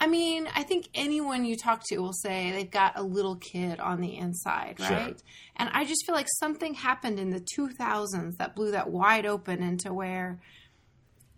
Speaker 2: I mean, I think anyone you talk to will say they've got a little kid on the inside,
Speaker 4: Sure.
Speaker 2: right? And I just feel like something happened in the 2000s that blew that wide open into where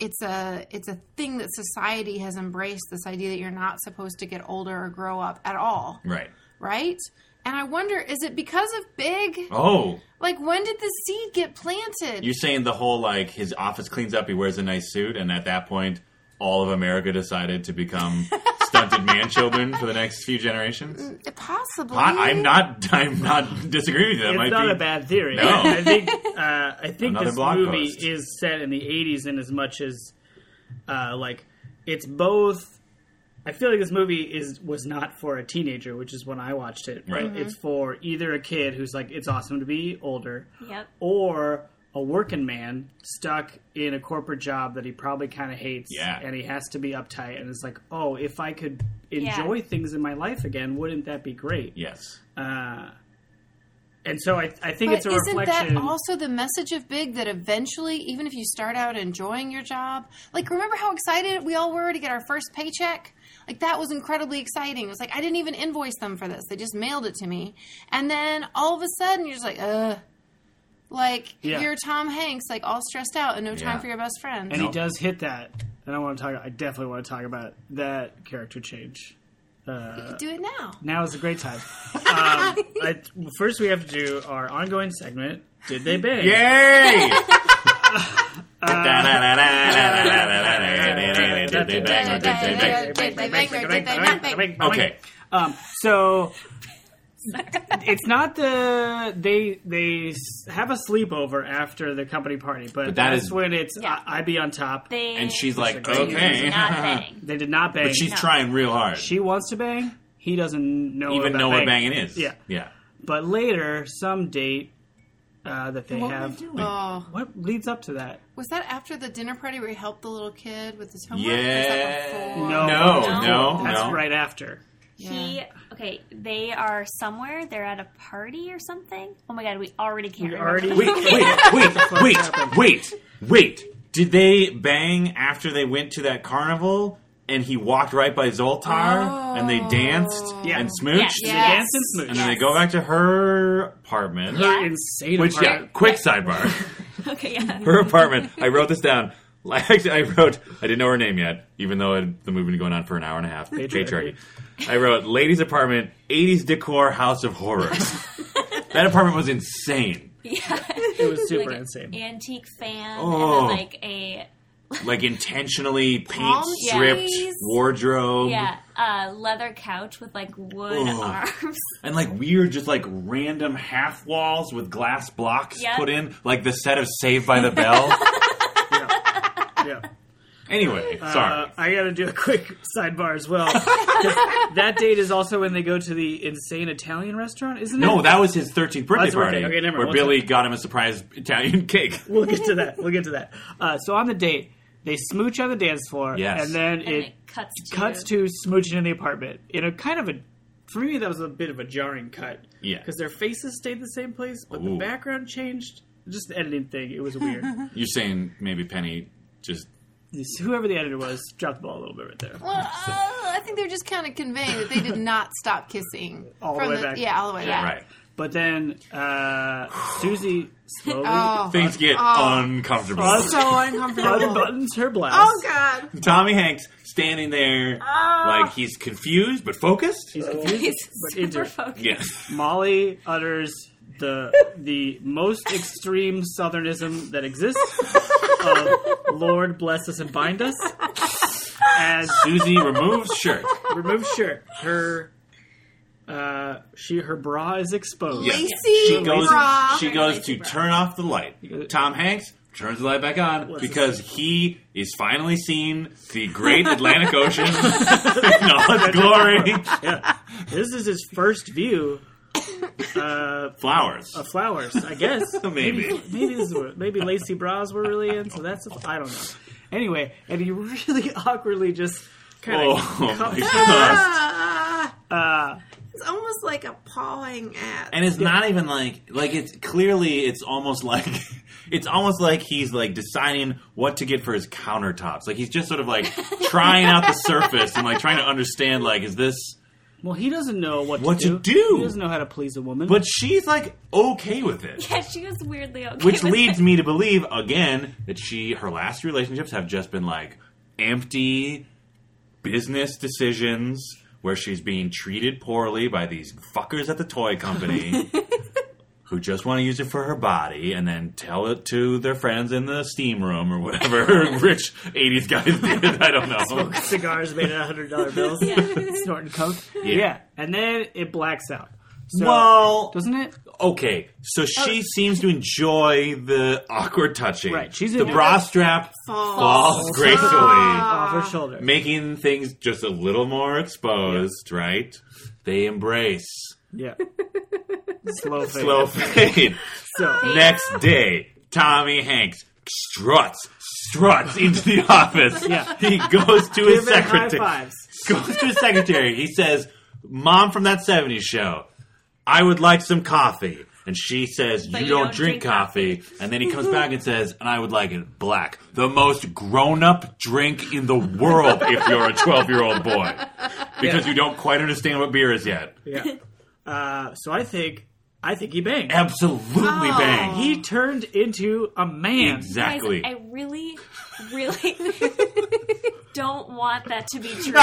Speaker 2: it's a it's a thing that society has embraced this idea that you're not supposed to get older or grow up at all,
Speaker 4: Right.
Speaker 2: right? And I wonder is it because of big?
Speaker 4: Oh,
Speaker 2: Like when did the seed get planted?
Speaker 4: you're saying the whole like his office cleans up, he wears a nice suit, and at that point, all of America decided to become stunted man children for the next few generations.
Speaker 2: Possibly.
Speaker 3: Mm-hmm.
Speaker 4: I, am not. I'm not disagreeing with you. That
Speaker 1: It's
Speaker 4: might
Speaker 1: not
Speaker 4: be
Speaker 1: a bad theory.
Speaker 4: No.
Speaker 1: I think uh, I think
Speaker 4: Another
Speaker 1: this
Speaker 4: blog
Speaker 1: movie
Speaker 4: post.
Speaker 1: is set in the '80s, in as much as uh, like it's both. I feel like this movie is was not for a teenager, which is when I watched it.
Speaker 2: Mm-hmm.
Speaker 4: Right.
Speaker 1: It's for either a kid who's like, it's awesome to be older,
Speaker 3: Yep.
Speaker 1: or a working man stuck in a corporate job that he probably kind of hates
Speaker 4: Yeah.
Speaker 1: and he has to be uptight and it's like oh if i could enjoy things in my life again wouldn't that be great
Speaker 4: yes.
Speaker 1: uh, and so I, I think
Speaker 2: But
Speaker 1: it's a
Speaker 2: isn't
Speaker 1: reflection.
Speaker 2: that also the message of Big that eventually, even if you start out enjoying your job, like remember how excited we all were to get our first paycheck? Like that was incredibly exciting. It was like I didn't even invoice them for this; they just mailed it to me. And then all of a sudden, you're just like, ugh. Like
Speaker 1: Yeah.
Speaker 2: you're Tom Hanks, like all stressed out and no time
Speaker 4: Yeah.
Speaker 2: for your best friend.
Speaker 1: and he does hit that. And I want to talk. I definitely want to talk about that character change.
Speaker 2: Do it now.
Speaker 1: Now is a great time. um, I, first, we have to do our ongoing segment. Did they bang?
Speaker 4: Yay! Okay.
Speaker 1: Um, so it's not the they they s- have a sleepover after the company party, but,
Speaker 4: that
Speaker 1: that's
Speaker 4: is-
Speaker 1: when it's
Speaker 3: Yeah.
Speaker 1: I, I be on top. They,
Speaker 3: They
Speaker 4: And she's
Speaker 3: He's
Speaker 4: like,
Speaker 3: not
Speaker 4: okay.
Speaker 3: banging.
Speaker 1: did not bang.
Speaker 4: But she's trying real hard.
Speaker 1: she wants to bang. He doesn't know
Speaker 4: Even
Speaker 1: about
Speaker 4: know what
Speaker 1: banging.
Speaker 4: banging is.
Speaker 1: Yeah.
Speaker 4: Yeah.
Speaker 1: But later, some date uh, that they
Speaker 4: What were
Speaker 1: have.
Speaker 4: they doing?
Speaker 2: Oh,
Speaker 1: What leads up to that?
Speaker 2: was that after the dinner party where he helped the little kid with his homework? Or was that
Speaker 4: Yeah.
Speaker 2: before?
Speaker 1: No.
Speaker 4: No.
Speaker 3: No.
Speaker 4: No.
Speaker 1: That's
Speaker 4: no.
Speaker 1: right after.
Speaker 2: Yeah.
Speaker 3: He okay. They are somewhere. They're at a party or something. Oh my god, we already can't.
Speaker 1: We
Speaker 3: remember.
Speaker 1: already-
Speaker 4: Wait. Wait. Wait. Wait. Wait. Wait. Did they bang after they went to that carnival? And he walked right by Zoltar, and they danced
Speaker 1: Yeah.
Speaker 4: and smooched,
Speaker 3: Yes.
Speaker 1: They
Speaker 2: Yes.
Speaker 1: dance and smooch.
Speaker 4: and then they go back to her apartment.
Speaker 1: Her insane
Speaker 4: Which yeah,
Speaker 1: apartment.
Speaker 4: quick sidebar.
Speaker 3: Okay, yeah.
Speaker 4: Her apartment. I wrote this down. Actually, I wrote. I didn't know her name yet, even though it, the movie had been going on for an hour and a half.
Speaker 1: Patriarchy.
Speaker 4: Patriarchy. I wrote ladies' apartment, '80s decor, house of horrors. that apartment was insane,
Speaker 1: It was super insane.
Speaker 3: Antique fan and
Speaker 4: Oh.
Speaker 3: then like a
Speaker 4: like intentionally paint
Speaker 2: Palm
Speaker 4: stripped
Speaker 2: trees.
Speaker 4: wardrobe,
Speaker 3: yeah uh, leather couch with like wood
Speaker 4: Oh.
Speaker 3: arms.
Speaker 4: and like weird, just like random half walls with glass blocks
Speaker 3: Yep.
Speaker 4: put in, like the set of Saved by the Bell.
Speaker 1: Yeah.
Speaker 4: anyway, sorry.
Speaker 1: Uh, I got to do a quick sidebar as well. that date is also when they go to the insane Italian restaurant, isn't it?
Speaker 4: No, that was his 13th birthday
Speaker 1: That's okay.
Speaker 4: party.
Speaker 1: Okay, never mind.
Speaker 4: where
Speaker 1: One
Speaker 4: Billy got him a surprise Italian cake.
Speaker 1: We'll get to that. We'll get to that. Uh, so on the date, they smooch on the dance floor,
Speaker 4: Yes.
Speaker 1: and then
Speaker 3: And
Speaker 1: it
Speaker 3: it cuts to
Speaker 1: cuts to smooching in the apartment in a kind of a for me that was a bit of a jarring cut
Speaker 4: Yeah.
Speaker 1: because their faces stayed the same place but the
Speaker 4: Ooh.
Speaker 1: background changed just the editing thing it was weird
Speaker 4: You're saying maybe Penny just
Speaker 1: whoever the editor was dropped the ball a little bit right there
Speaker 2: Well, uh, I think they're just kind of conveying that they did not stop kissing
Speaker 1: All the way back.
Speaker 2: Yeah, all the way back.
Speaker 4: right.
Speaker 1: but then uh, Susie slowly
Speaker 2: Oh,
Speaker 4: Things get uncomfortable.
Speaker 2: so uncomfortable.
Speaker 1: unbuttons her blouse
Speaker 2: oh God!
Speaker 4: Tommy Hanks standing there
Speaker 2: Oh.
Speaker 4: like he's confused but focused.
Speaker 1: She's confused,
Speaker 3: He's
Speaker 1: but into
Speaker 3: super
Speaker 1: it.
Speaker 3: focused.
Speaker 4: yes.
Speaker 1: Molly utters the the most extreme Southernism that exists. Of Lord bless us and bind us. As
Speaker 4: Susie removes shirt.
Speaker 1: remove shirt, her uh, she her bra is exposed.
Speaker 4: Yes.
Speaker 2: Lacy
Speaker 4: She goes
Speaker 2: bra.
Speaker 4: she goes to turn off the light. Tom Hanks turns the light back on
Speaker 1: What's
Speaker 4: because he is finally seeing the great Atlantic Ocean in all its glory.
Speaker 1: This is his first view uh,
Speaker 4: Flowers.
Speaker 1: of flowers, I guess.
Speaker 4: Maybe.
Speaker 1: maybe this is what, maybe lacy bras were really in, so that's I don't know. Anyway, and he really awkwardly just kind of
Speaker 4: Oh my gosh.
Speaker 1: uh,
Speaker 2: It's almost like a pawing at.
Speaker 4: And it's not even like like it's clearly it's almost like it's almost like he's like deciding what to get for his countertops. Like he's just sort of like trying out the surface and like trying to understand like is this
Speaker 1: well, he doesn't know what
Speaker 4: What
Speaker 1: to
Speaker 4: to do.
Speaker 1: He doesn't know how to please a woman.
Speaker 4: but she's like okay with it.
Speaker 3: Yeah, she was weirdly okay.
Speaker 4: Which
Speaker 3: with
Speaker 4: leads me to believe again that she her last relationships have just been like empty business decisions where she's being treated poorly by these fuckers at the toy company who just want to use it for her body and then tell it to their friends in the steam room or whatever rich 80s guys did. I don't know.
Speaker 1: cigars made out of hundred dollar bills, snorting coke. Yeah. and then it blacks out. So,
Speaker 4: Well,
Speaker 1: doesn't it?
Speaker 4: okay, so she seems to enjoy the awkward touching.
Speaker 1: Oh. Right, she's
Speaker 4: the
Speaker 1: into
Speaker 4: bra strap
Speaker 2: Falls.
Speaker 4: falls gracefully.
Speaker 1: Off her shoulder.
Speaker 4: making things just a little more exposed, right? They embrace.
Speaker 1: Yeah. Slow fade.
Speaker 4: Slow fade.
Speaker 1: So
Speaker 4: Next day, Tommy Hanks struts, struts into the office.
Speaker 1: Yeah.
Speaker 4: He goes to
Speaker 1: give
Speaker 4: his
Speaker 1: it high
Speaker 4: secretary.
Speaker 1: fives.
Speaker 4: Goes to his secretary. He says, Mom from that 70s show, I would like some coffee. And she says, you,
Speaker 3: you
Speaker 4: don't,
Speaker 3: don't
Speaker 4: drink,
Speaker 3: drink
Speaker 4: coffee. And then he comes back and says, and I would like it black. The most grown up drink in the world if you're a 12 year old boy. Because you don't quite understand what beer is yet.
Speaker 1: Yeah. Uh, so I think I think he banged.
Speaker 4: Absolutely bang.
Speaker 1: He turned into a man.
Speaker 3: Oh. Guys,
Speaker 4: exactly.
Speaker 3: I really, really don't want that to be true.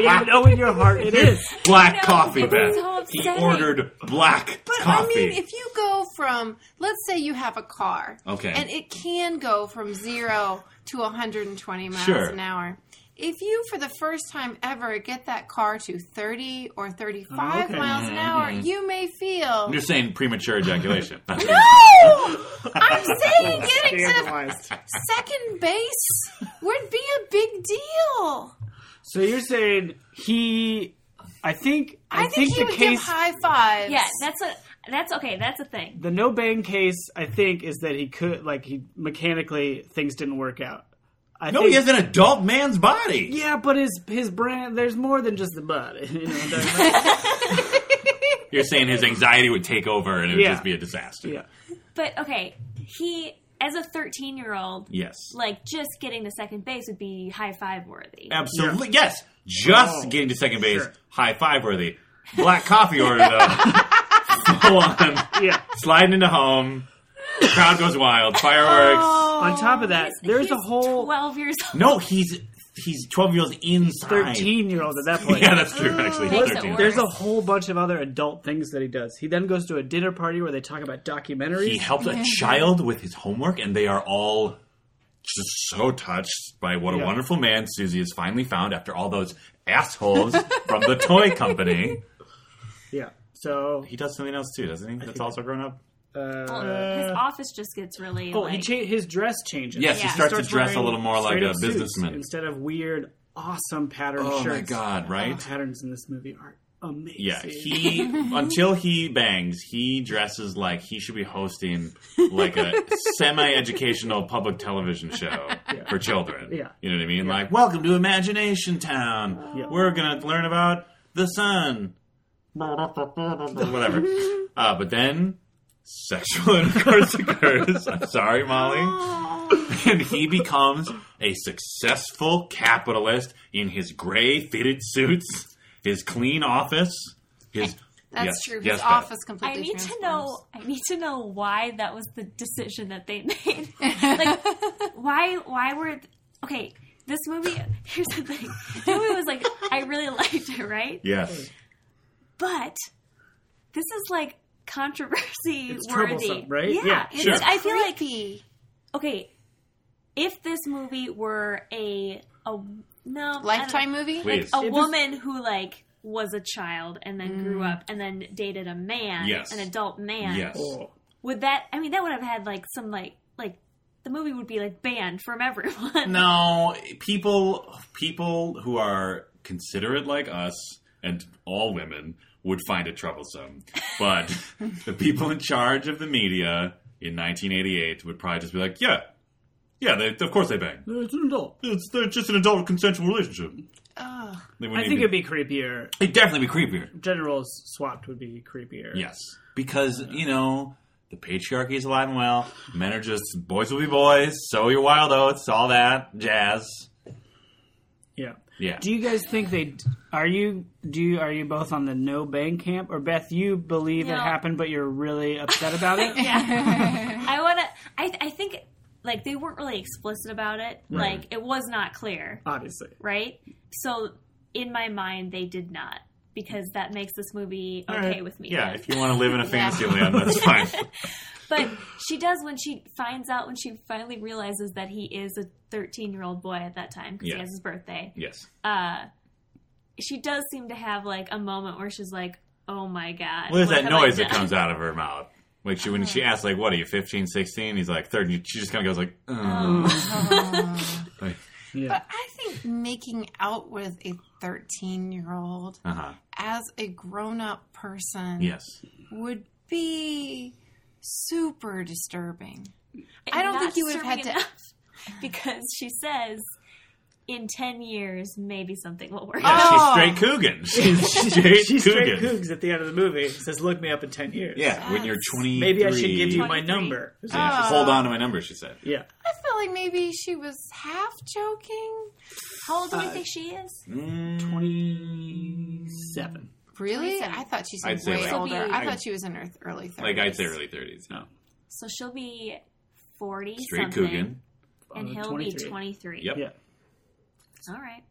Speaker 1: you know in your heart it is.
Speaker 4: black
Speaker 3: know,
Speaker 4: coffee,
Speaker 3: it's
Speaker 4: Beth.
Speaker 3: so
Speaker 4: he
Speaker 3: upsetting.
Speaker 4: ordered black
Speaker 2: But
Speaker 4: coffee.
Speaker 2: I mean, if you go from, let's say you have a car,
Speaker 4: Okay.
Speaker 2: and it can go from zero to 120 miles
Speaker 4: Sure.
Speaker 2: an hour. If you, for the first time ever, get that car to 30 or 35
Speaker 1: Okay.
Speaker 2: miles
Speaker 4: Mm-hmm.
Speaker 2: an hour, you may
Speaker 4: I'm
Speaker 2: feel.
Speaker 4: just saying premature ejaculation.
Speaker 2: No! I'm saying getting to
Speaker 1: Scandalized.
Speaker 2: second base would be a big deal.
Speaker 1: So you're saying he? I think I,
Speaker 2: I, think, he
Speaker 1: the
Speaker 2: would give
Speaker 1: case,
Speaker 2: high fives.
Speaker 3: yeah, that's a that's okay. That's a thing.
Speaker 1: the no bang case. I think is that he could like he mechanically things didn't work out. I
Speaker 4: no,
Speaker 1: think,
Speaker 4: he has an adult man's body.
Speaker 1: Yeah, but his his brand. There's more than just the body. You know what I'm talking about?
Speaker 4: You're saying his anxiety would take over and it would
Speaker 1: Yeah.
Speaker 4: just be a disaster.
Speaker 1: yeah.
Speaker 3: But okay, he as a thirteen year old,
Speaker 4: Yes.
Speaker 3: like just getting to second base would be high five worthy.
Speaker 4: Absolutely. Yes. Just
Speaker 1: Oh,
Speaker 4: getting to second base,
Speaker 1: sure.
Speaker 4: high five worthy. Black coffee order though. Full on.
Speaker 1: Yeah.
Speaker 4: Sliding into home. Crowd goes wild. Fireworks.
Speaker 1: On top of that, there's a whole
Speaker 3: twelve years old.
Speaker 4: No, he's he's twelve years inside.
Speaker 1: 13 year old at that point.
Speaker 4: Yeah, that's true. Actually,
Speaker 3: Makes it
Speaker 4: 13.
Speaker 3: worse.
Speaker 1: There's a whole bunch of other adult things that he does. He then goes to a dinner party where they talk about documentaries.
Speaker 4: he helped a child with his homework, and they are all just so touched by what
Speaker 1: Yeah.
Speaker 4: a wonderful man Susie has finally found after all those assholes from the toy company.
Speaker 1: yeah. So,
Speaker 4: He does something else too, doesn't he? That's also grown up.
Speaker 1: uh,
Speaker 3: His office just gets really.
Speaker 1: oh,
Speaker 3: like,
Speaker 1: he cha- his dress changes.
Speaker 4: Yes,
Speaker 3: Yeah.
Speaker 4: he starts,
Speaker 1: Starts
Speaker 4: to dress a
Speaker 1: wearing
Speaker 4: little more like
Speaker 1: straight
Speaker 4: a
Speaker 1: up suits
Speaker 4: businessman.
Speaker 1: instead of weird, awesome pattern
Speaker 4: Oh
Speaker 1: shirts.
Speaker 4: my god!
Speaker 1: The
Speaker 4: Right?
Speaker 1: patterns in this movie are amazing.
Speaker 4: Yeah, he until he bangs, he dresses like he should be hosting like a semi-educational public television show for children.
Speaker 1: Yeah.
Speaker 4: you know what I mean. Like, welcome to Imagination Town.
Speaker 1: Yeah.
Speaker 4: We're gonna learn about the sun. Whatever. Uh, but then sexual intercourse occurs. I'm sorry, Molly. And he becomes a successful capitalist in his gray fitted suits, his clean office, his
Speaker 2: That's
Speaker 4: yes,
Speaker 2: true. His
Speaker 4: yes, Beth.
Speaker 2: office
Speaker 3: I
Speaker 2: completely
Speaker 3: need to
Speaker 2: transforms.
Speaker 3: know. I need to know why that was the decision that they made. like, why? Why were? Okay, this movie. Here's the thing. The movie was like, I really liked it, right?
Speaker 4: Yes,
Speaker 3: But this is like controversy
Speaker 1: It's
Speaker 3: worthy,
Speaker 1: troublesome, right?
Speaker 3: Yeah,
Speaker 1: Yeah,
Speaker 3: it's-
Speaker 4: sure.
Speaker 3: I feel like
Speaker 2: Creepy.
Speaker 3: okay. If this movie were a a no I don't-
Speaker 2: Lifetime movie?
Speaker 4: please.
Speaker 3: a
Speaker 1: It was-
Speaker 3: woman who like was a child and then grew up and then dated a man,
Speaker 4: Yes.
Speaker 3: an adult man,
Speaker 4: Yes.
Speaker 1: Oh.
Speaker 3: would that i mean that would have had like some like like the movie would be like banned from everyone
Speaker 4: No, people people who are considerate like us and all women would find it troublesome. But the people in charge of the media in 1988 would probably just be like, "Yeah, Yeah, they, of course they bang.
Speaker 1: It's an adult.
Speaker 4: It's they're just an adult consensual relationship.
Speaker 2: Ugh.
Speaker 4: They
Speaker 1: I
Speaker 4: wouldn't
Speaker 1: think it'd
Speaker 4: even-
Speaker 1: be creepier.
Speaker 4: it'd definitely be creepier.
Speaker 1: Generals swapped would be creepier.
Speaker 4: Yes, because you know the patriarchy is alive and well. Men are just boys will be boys. So your wild oats, all that jazz.
Speaker 1: Yeah.
Speaker 4: Yeah,
Speaker 1: Do you guys think they are you do you, are you both on the no bang camp or Beth? You believe it
Speaker 3: No.
Speaker 1: happened, but you're really upset about it.
Speaker 3: I want to. I I think like they weren't really explicit about it.
Speaker 4: Right.
Speaker 3: Like it was not clear,
Speaker 1: Obviously,
Speaker 3: right? So in my mind, they did not because that makes this movie
Speaker 4: All
Speaker 3: okay
Speaker 4: right.
Speaker 3: with me.
Speaker 4: Yeah,
Speaker 3: then.
Speaker 4: if you want to live in a fantasy land, that's fine.
Speaker 3: But she does when she finds out when she finally realizes that he is a 13 year old boy at that time because
Speaker 4: Yeah.
Speaker 3: he has his birthday.
Speaker 4: Yes.
Speaker 3: Uh, she does seem to have like a moment where she's like, "Oh my god!"
Speaker 4: What is that
Speaker 3: have I
Speaker 4: noise that
Speaker 3: done?"
Speaker 4: comes out of her mouth? Like she when she asks like, "What are you, 15, 16? He's like 13. She just kind of goes like, "Ugh."
Speaker 2: Oh.
Speaker 4: like
Speaker 1: yeah.
Speaker 2: But I think making out with a 13 year old
Speaker 4: uh huh,
Speaker 2: as a grown up person
Speaker 4: yes,
Speaker 2: would be super disturbing. I don't
Speaker 3: Not
Speaker 2: think you would have had
Speaker 3: disturbing
Speaker 2: to.
Speaker 3: enough, because she says, "In 10 years, maybe something will work."
Speaker 4: yeah."
Speaker 3: out.
Speaker 2: Oh.
Speaker 4: She's straight Coogan. She's straight
Speaker 1: She's straight
Speaker 4: Coogan.
Speaker 1: cougs at the end of the movie. Says, "Look me up in ten years."
Speaker 4: Yeah, when you're
Speaker 2: Yes.
Speaker 4: 20,
Speaker 1: Maybe I should give you my
Speaker 3: 23.
Speaker 1: number.
Speaker 4: Yeah,
Speaker 3: Ah.
Speaker 2: Oh.
Speaker 4: hold on to my number. She said.
Speaker 1: Yeah.
Speaker 2: I feel like maybe she was half joking.
Speaker 3: How old do we
Speaker 1: Uh,
Speaker 3: think she is?
Speaker 4: Mm,
Speaker 1: Twenty-seven.
Speaker 2: Really?
Speaker 3: 27.
Speaker 2: I thought she said
Speaker 4: I'd say
Speaker 2: way
Speaker 4: like-
Speaker 2: older. I
Speaker 4: I-
Speaker 2: thought she was in her th- early 30s.
Speaker 4: like I'd say early 30s.
Speaker 1: No.
Speaker 3: So she'll be 40
Speaker 4: Straight
Speaker 3: something,
Speaker 4: Coogan.
Speaker 3: and
Speaker 1: Uh,
Speaker 3: he'll be
Speaker 1: 23.
Speaker 3: 23.
Speaker 4: Yep.
Speaker 1: Yeah.
Speaker 3: All right.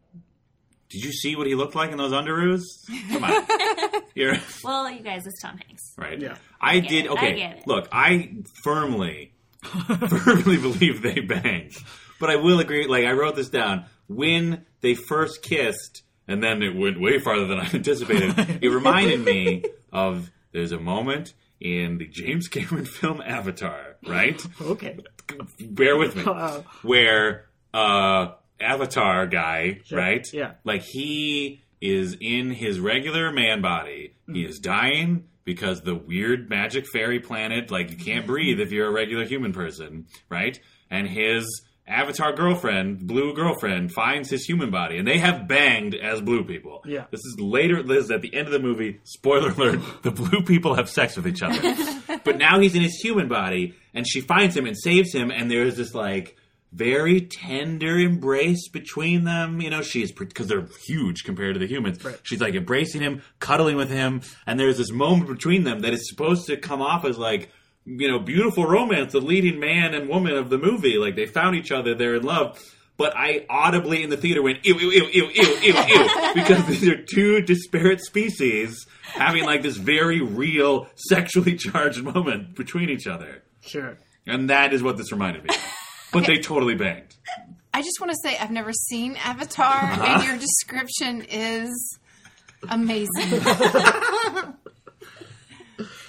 Speaker 4: Did you see what he looked like in those underoos? Come on. You're
Speaker 3: Well, you guys, it's Tom Hanks.
Speaker 4: right.
Speaker 1: Yeah.
Speaker 4: I,
Speaker 3: get
Speaker 4: did
Speaker 3: it. I
Speaker 4: okay.
Speaker 3: get it.
Speaker 4: Look, I firmly firmly believe they banged. But I will agree like I wrote this down. When they first kissed and then it went way farther than I anticipated, it reminded me of there's a moment in the James Cameron film Avatar, right?
Speaker 1: Okay.
Speaker 4: bear with me.
Speaker 1: Uh,
Speaker 4: Where uh Avatar guy,
Speaker 1: Sure.
Speaker 4: right?
Speaker 1: Yeah.
Speaker 4: Like he is in his regular man body.
Speaker 1: Mm.
Speaker 4: He is dying because the weird magic fairy planet, like you can't breathe if you're a regular human person, right? And his Avatar girlfriend, blue girlfriend, finds his human body, and they have banged as blue people.
Speaker 1: Yeah.
Speaker 4: this is later. This is at the end of the movie. Spoiler alert: the blue people have sex with each other but now he's in his human body and she finds him and saves him and there's this like very tender embrace between them you know she's because they're huge compared to the humans
Speaker 1: Right.
Speaker 4: she's like embracing him cuddling with him and there's this moment between them that is supposed to come off as like you know beautiful romance the leading man and woman of the movie like they found each other they're in love but I audibly in the theater went ew ew ew ew ew ew ew because these are two disparate species having like this very real sexually charged moment between each other,
Speaker 1: sure.
Speaker 4: and that is what this reminded me. of. But they totally banged.
Speaker 2: I just want to say I've never seen Avatar, and your description is amazing.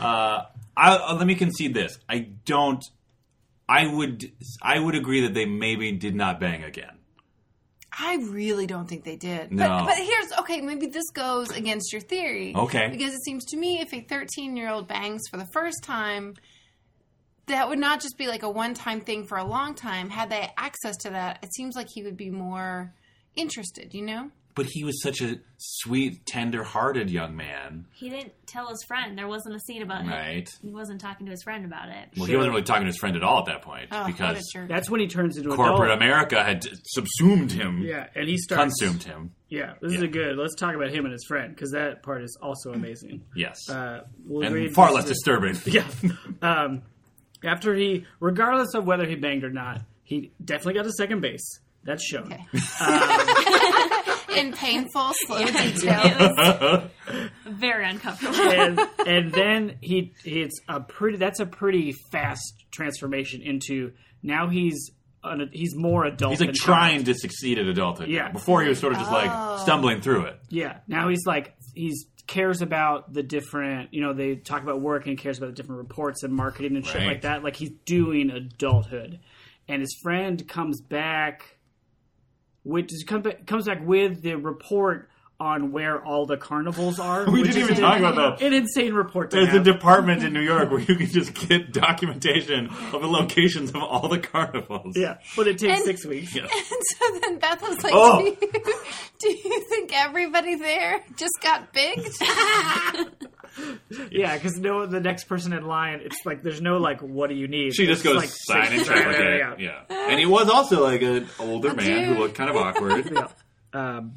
Speaker 4: I, uh, let me concede this: I don't. I would. I would agree that they maybe did not bang again.
Speaker 2: I really don't think they did.
Speaker 4: No.
Speaker 2: But, but here's okay, maybe this goes against your theory.
Speaker 4: Okay.
Speaker 2: Because it seems to me if a 13 year old bangs for the first time, that would not just be like a one time thing for a long time. Had they access to that, it seems like he would be more interested, you know?
Speaker 4: But he was such a sweet, tender-hearted young man,
Speaker 3: He didn't tell his friend. There wasn't a scene about it.
Speaker 4: right?
Speaker 3: He wasn't talking to his friend about it.
Speaker 4: Well, he wasn't really talking to his friend at all at that point
Speaker 2: Oh, what a
Speaker 4: because
Speaker 2: jerk.
Speaker 1: That's when he turns into a
Speaker 4: corporate
Speaker 1: adult.
Speaker 4: America had subsumed him.
Speaker 1: Yeah, and he starts
Speaker 4: consumed him.
Speaker 1: Yeah, this is a good. Let's talk about him and his friend because that part is also amazing.
Speaker 4: Yes,
Speaker 1: Uh, we'll
Speaker 4: and
Speaker 1: read
Speaker 4: far
Speaker 1: this-
Speaker 4: less disturbing.
Speaker 1: Yeah. Um, after he, regardless of whether he banged or not, he definitely got to second base. That's shown.
Speaker 2: Okay. In painful, slow detail.
Speaker 3: It was very uncomfortable.
Speaker 1: And, and then he, it's a pretty. That's a pretty fast transformation into now he's an, he's more adult.
Speaker 4: He's like
Speaker 1: than
Speaker 4: trying to succeed at adulthood.
Speaker 1: Yeah.
Speaker 4: Before he was sort of just
Speaker 1: Oh.
Speaker 4: like stumbling through it.
Speaker 1: Yeah. Now he's like he's cares about the different. You know, they talk about work and he cares about the different reports and marketing and shit
Speaker 4: Right.
Speaker 1: like that. Like he's doing adulthood, and his friend comes back, which is, come, comes back with the report on where all the carnivals are.
Speaker 4: We
Speaker 1: which is
Speaker 4: didn't even
Speaker 1: an-
Speaker 4: talk about that.
Speaker 1: An insane report. To
Speaker 4: There's a
Speaker 1: have.
Speaker 4: department in New York where you can just get documentation of the locations of all the carnivals.
Speaker 1: yeah, but it takes
Speaker 2: And-
Speaker 1: six weeks.
Speaker 4: Yeah.
Speaker 2: And so then Beth was like,
Speaker 4: Oh.
Speaker 2: do, you, do you think everybody there just got big?
Speaker 1: Yeah, because no, the next person in line, it's like there's no like, what do you need?
Speaker 4: She
Speaker 1: It's
Speaker 4: just goes
Speaker 1: like,
Speaker 4: sign and
Speaker 1: six-
Speaker 4: check. Yeah. yeah, and he was also like an older man
Speaker 2: dude.
Speaker 4: who looked kind of awkward.
Speaker 1: Yeah. Um,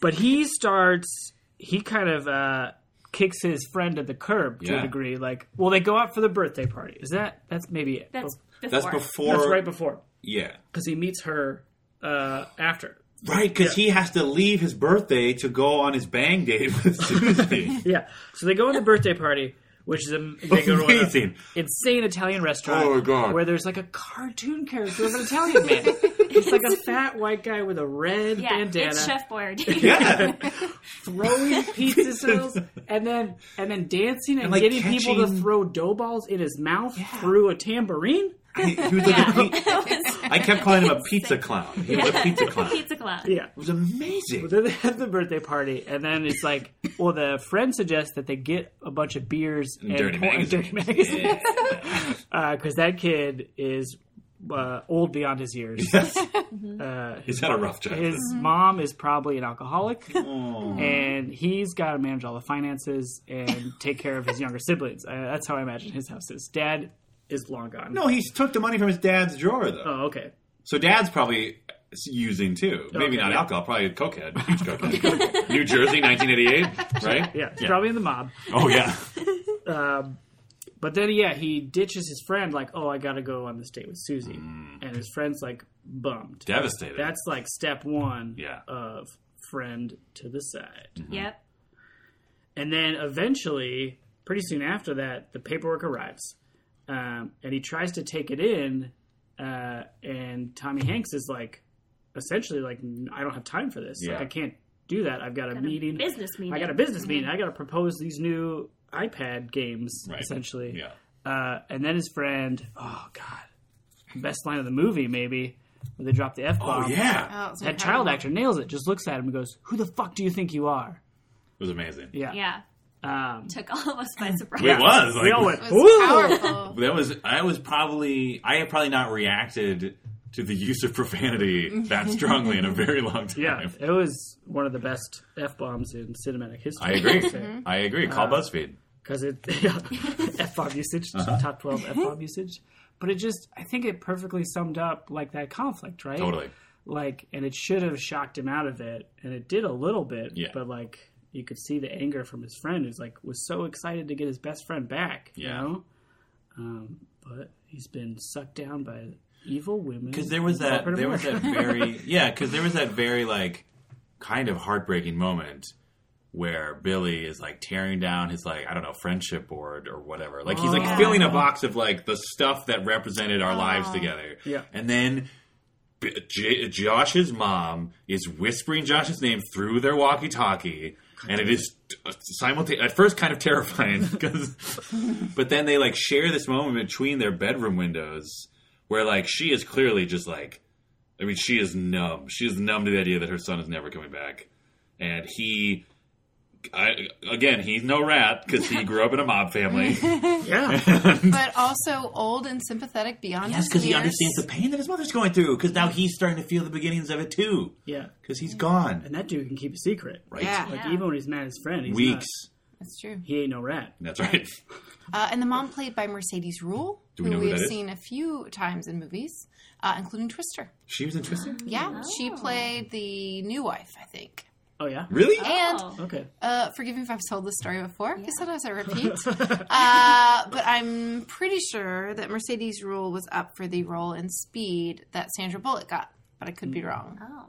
Speaker 1: but he starts. He kind of uh, kicks his friend at the curb to a
Speaker 4: Yeah.
Speaker 1: degree. Like, well, they go out for the birthday party. Is that? That's maybe it.
Speaker 3: That's before.
Speaker 4: That's before.
Speaker 1: That's right before
Speaker 4: Yeah,
Speaker 1: because he meets her uh, after.
Speaker 4: right because he has to leave his birthday to go on his bang date with Susie.
Speaker 1: Yeah. So they go on the birthday party, which is a, they go to an
Speaker 4: Amazing.
Speaker 1: insane Italian restaurant.
Speaker 4: Oh, my God.
Speaker 1: Where there's like a cartoon character of an Italian man. It's like a fat white guy with a red
Speaker 3: yeah,
Speaker 1: bandana
Speaker 3: it's Chef Boyardee.
Speaker 4: Yeah,
Speaker 1: throwing pizza noodles and then and then dancing and,
Speaker 4: And, like,
Speaker 1: getting people to
Speaker 4: catching-
Speaker 1: throw dough balls in his mouth through a tambourine.
Speaker 4: I, he was like a pe- I kept calling him a pizza clown. He was a pizza clown. It
Speaker 3: Pizza Clown.
Speaker 1: Yeah.
Speaker 4: was amazing.
Speaker 1: Then they have the birthday party, and then it's like, well, the friend suggests that they get a bunch of beers and
Speaker 4: Dirty
Speaker 1: pour-
Speaker 4: magazine.
Speaker 1: dirty magazines.
Speaker 4: Yeah.
Speaker 1: because that kid is uh, old beyond his years. Uh,
Speaker 4: He's had a rough childhood.
Speaker 1: his mom is probably an alcoholic,
Speaker 4: Oh.
Speaker 1: and he's got to manage all the finances and take care of his younger siblings. Uh, that's how I imagine his house is. Dad is long gone.
Speaker 4: No, he took the money from his dad's drawer though.
Speaker 1: Oh, okay.
Speaker 4: So dad's probably using too. Maybe
Speaker 1: Okay,
Speaker 4: not
Speaker 1: yeah.
Speaker 4: alcohol, probably cokehead, huge cokehead. New Jersey, 1988, right?
Speaker 1: Yeah, he's probably in the mob.
Speaker 4: Oh yeah.
Speaker 1: But then, yeah, he ditches his friend, like, oh, I got to go on this date with Susie.
Speaker 4: Mm.
Speaker 1: And his friend's like, bummed.
Speaker 4: Devastated.
Speaker 1: That's like step one
Speaker 4: Yeah. Mm.
Speaker 1: of friend to the side.
Speaker 3: Yep.
Speaker 1: And then eventually, pretty soon after that, the paperwork arrives. Um, and he tries to take it in. Uh, and Tommy Hanks is like, essentially, like, I don't have time for this. Like,
Speaker 4: Yeah.
Speaker 1: I can't do that. I've got a meeting. Mm-hmm.
Speaker 3: Business meeting.
Speaker 1: I got a business meeting. I got to propose these new iPad games,
Speaker 4: Right.
Speaker 1: essentially.
Speaker 4: yeah.
Speaker 1: Uh, and then his friend, oh, God, best line of the movie, maybe, when they drop the F bomb.
Speaker 4: Oh yeah.
Speaker 2: Oh, it's
Speaker 1: That
Speaker 2: incredible.
Speaker 1: child actor nails it, just looks at him and goes, Who the fuck do you think you are?
Speaker 4: It was amazing.
Speaker 1: Yeah.
Speaker 3: Yeah.
Speaker 1: Um,
Speaker 3: Took all of us by surprise.
Speaker 4: It was. Like,
Speaker 1: we all went,
Speaker 2: It
Speaker 1: Ooh!
Speaker 2: was powerful.
Speaker 4: That was. I was probably. I had probably not reacted to the use of profanity that strongly in a very long time.
Speaker 1: Yeah, it was one of the best f bombs in cinematic history.
Speaker 4: I agree. I agree. Call
Speaker 1: Uh,
Speaker 4: BuzzFeed.
Speaker 1: because it f bomb usage,
Speaker 4: Uh-huh.
Speaker 1: top twelve f
Speaker 4: Mm-hmm.
Speaker 1: bomb usage. But it just, I think it perfectly summed up like that conflict, right?
Speaker 4: Totally.
Speaker 1: Like, and it should have shocked him out of it, and it did a little bit.
Speaker 4: Yeah.
Speaker 1: But like, you could see the anger from his friend, who's like was so excited to get his best friend back.
Speaker 4: Yeah.
Speaker 1: You know? Um, but he's been sucked down by evil women.
Speaker 4: because there was that
Speaker 1: Corporate
Speaker 4: there was that
Speaker 1: America.
Speaker 4: very yeah because there was that very like kind of heartbreaking moment where billy is like tearing down his like i don't know friendship board or whatever like he's like
Speaker 1: Oh.
Speaker 4: filling a box of like the stuff that represented our lives together
Speaker 1: Yeah.
Speaker 4: and then B- J- josh's mom is whispering josh's name through their walkie-talkie and it is simultaneous at first kind of terrifying because but then they like share this moment between their bedroom windows where like she is clearly just like I mean she is numb. She is numb to the idea that her son is never coming back. And he I, again, he's no rat because he grew up in a mob family.
Speaker 1: yeah.
Speaker 2: But also old and sympathetic beyond his years.
Speaker 4: pain that his mother's going through because now he's starting to feel the beginnings of it too
Speaker 1: Yeah.
Speaker 4: because he's gone.
Speaker 1: And that dude can keep a secret.
Speaker 4: Right?
Speaker 2: Yeah.
Speaker 1: Like even when he's mad at his friend, he's
Speaker 4: Weeks.
Speaker 2: That's true.
Speaker 1: Not, he ain't no rat.
Speaker 4: That's right.
Speaker 2: Uh, and the mom played by Mercedes Rule,
Speaker 4: Do we know
Speaker 2: who
Speaker 4: who
Speaker 2: we have
Speaker 4: that is?
Speaker 2: seen a few times in movies, uh, including Twister.
Speaker 4: She was interested.
Speaker 2: Yeah, she played the new wife, I think.
Speaker 1: Oh yeah.
Speaker 4: Really?
Speaker 2: And
Speaker 3: Oh.
Speaker 1: Okay.
Speaker 2: uh, forgive me if I've told this story before, because sometimes I repeat. uh, but I'm pretty sure that Mercedes Rule was up for the role in Speed that Sandra Bullock got, but I could be wrong.
Speaker 3: Oh.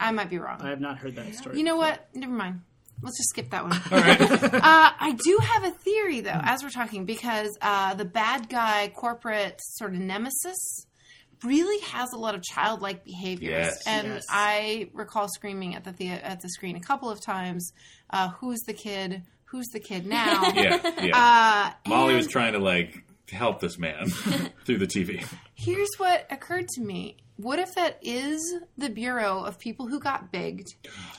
Speaker 2: I might be wrong.
Speaker 1: Hmm. I have not heard that story.
Speaker 2: You know what? Never mind. Let's just skip that one. uh, I do have a theory, though, as we're talking, because uh, the bad guy corporate sort of nemesis really has a lot of childlike behaviors.
Speaker 4: Yes.
Speaker 2: And
Speaker 1: Yes.
Speaker 2: I recall screaming at the, the at the screen a couple of times, uh, "Who's the kid? Who's the kid now?"
Speaker 4: Yeah. Yeah.
Speaker 2: Uh,
Speaker 4: Molly
Speaker 2: and-
Speaker 4: was trying to like help this man through the TV.
Speaker 2: Here's what occurred to me. what if that is the bureau of people who got bigged,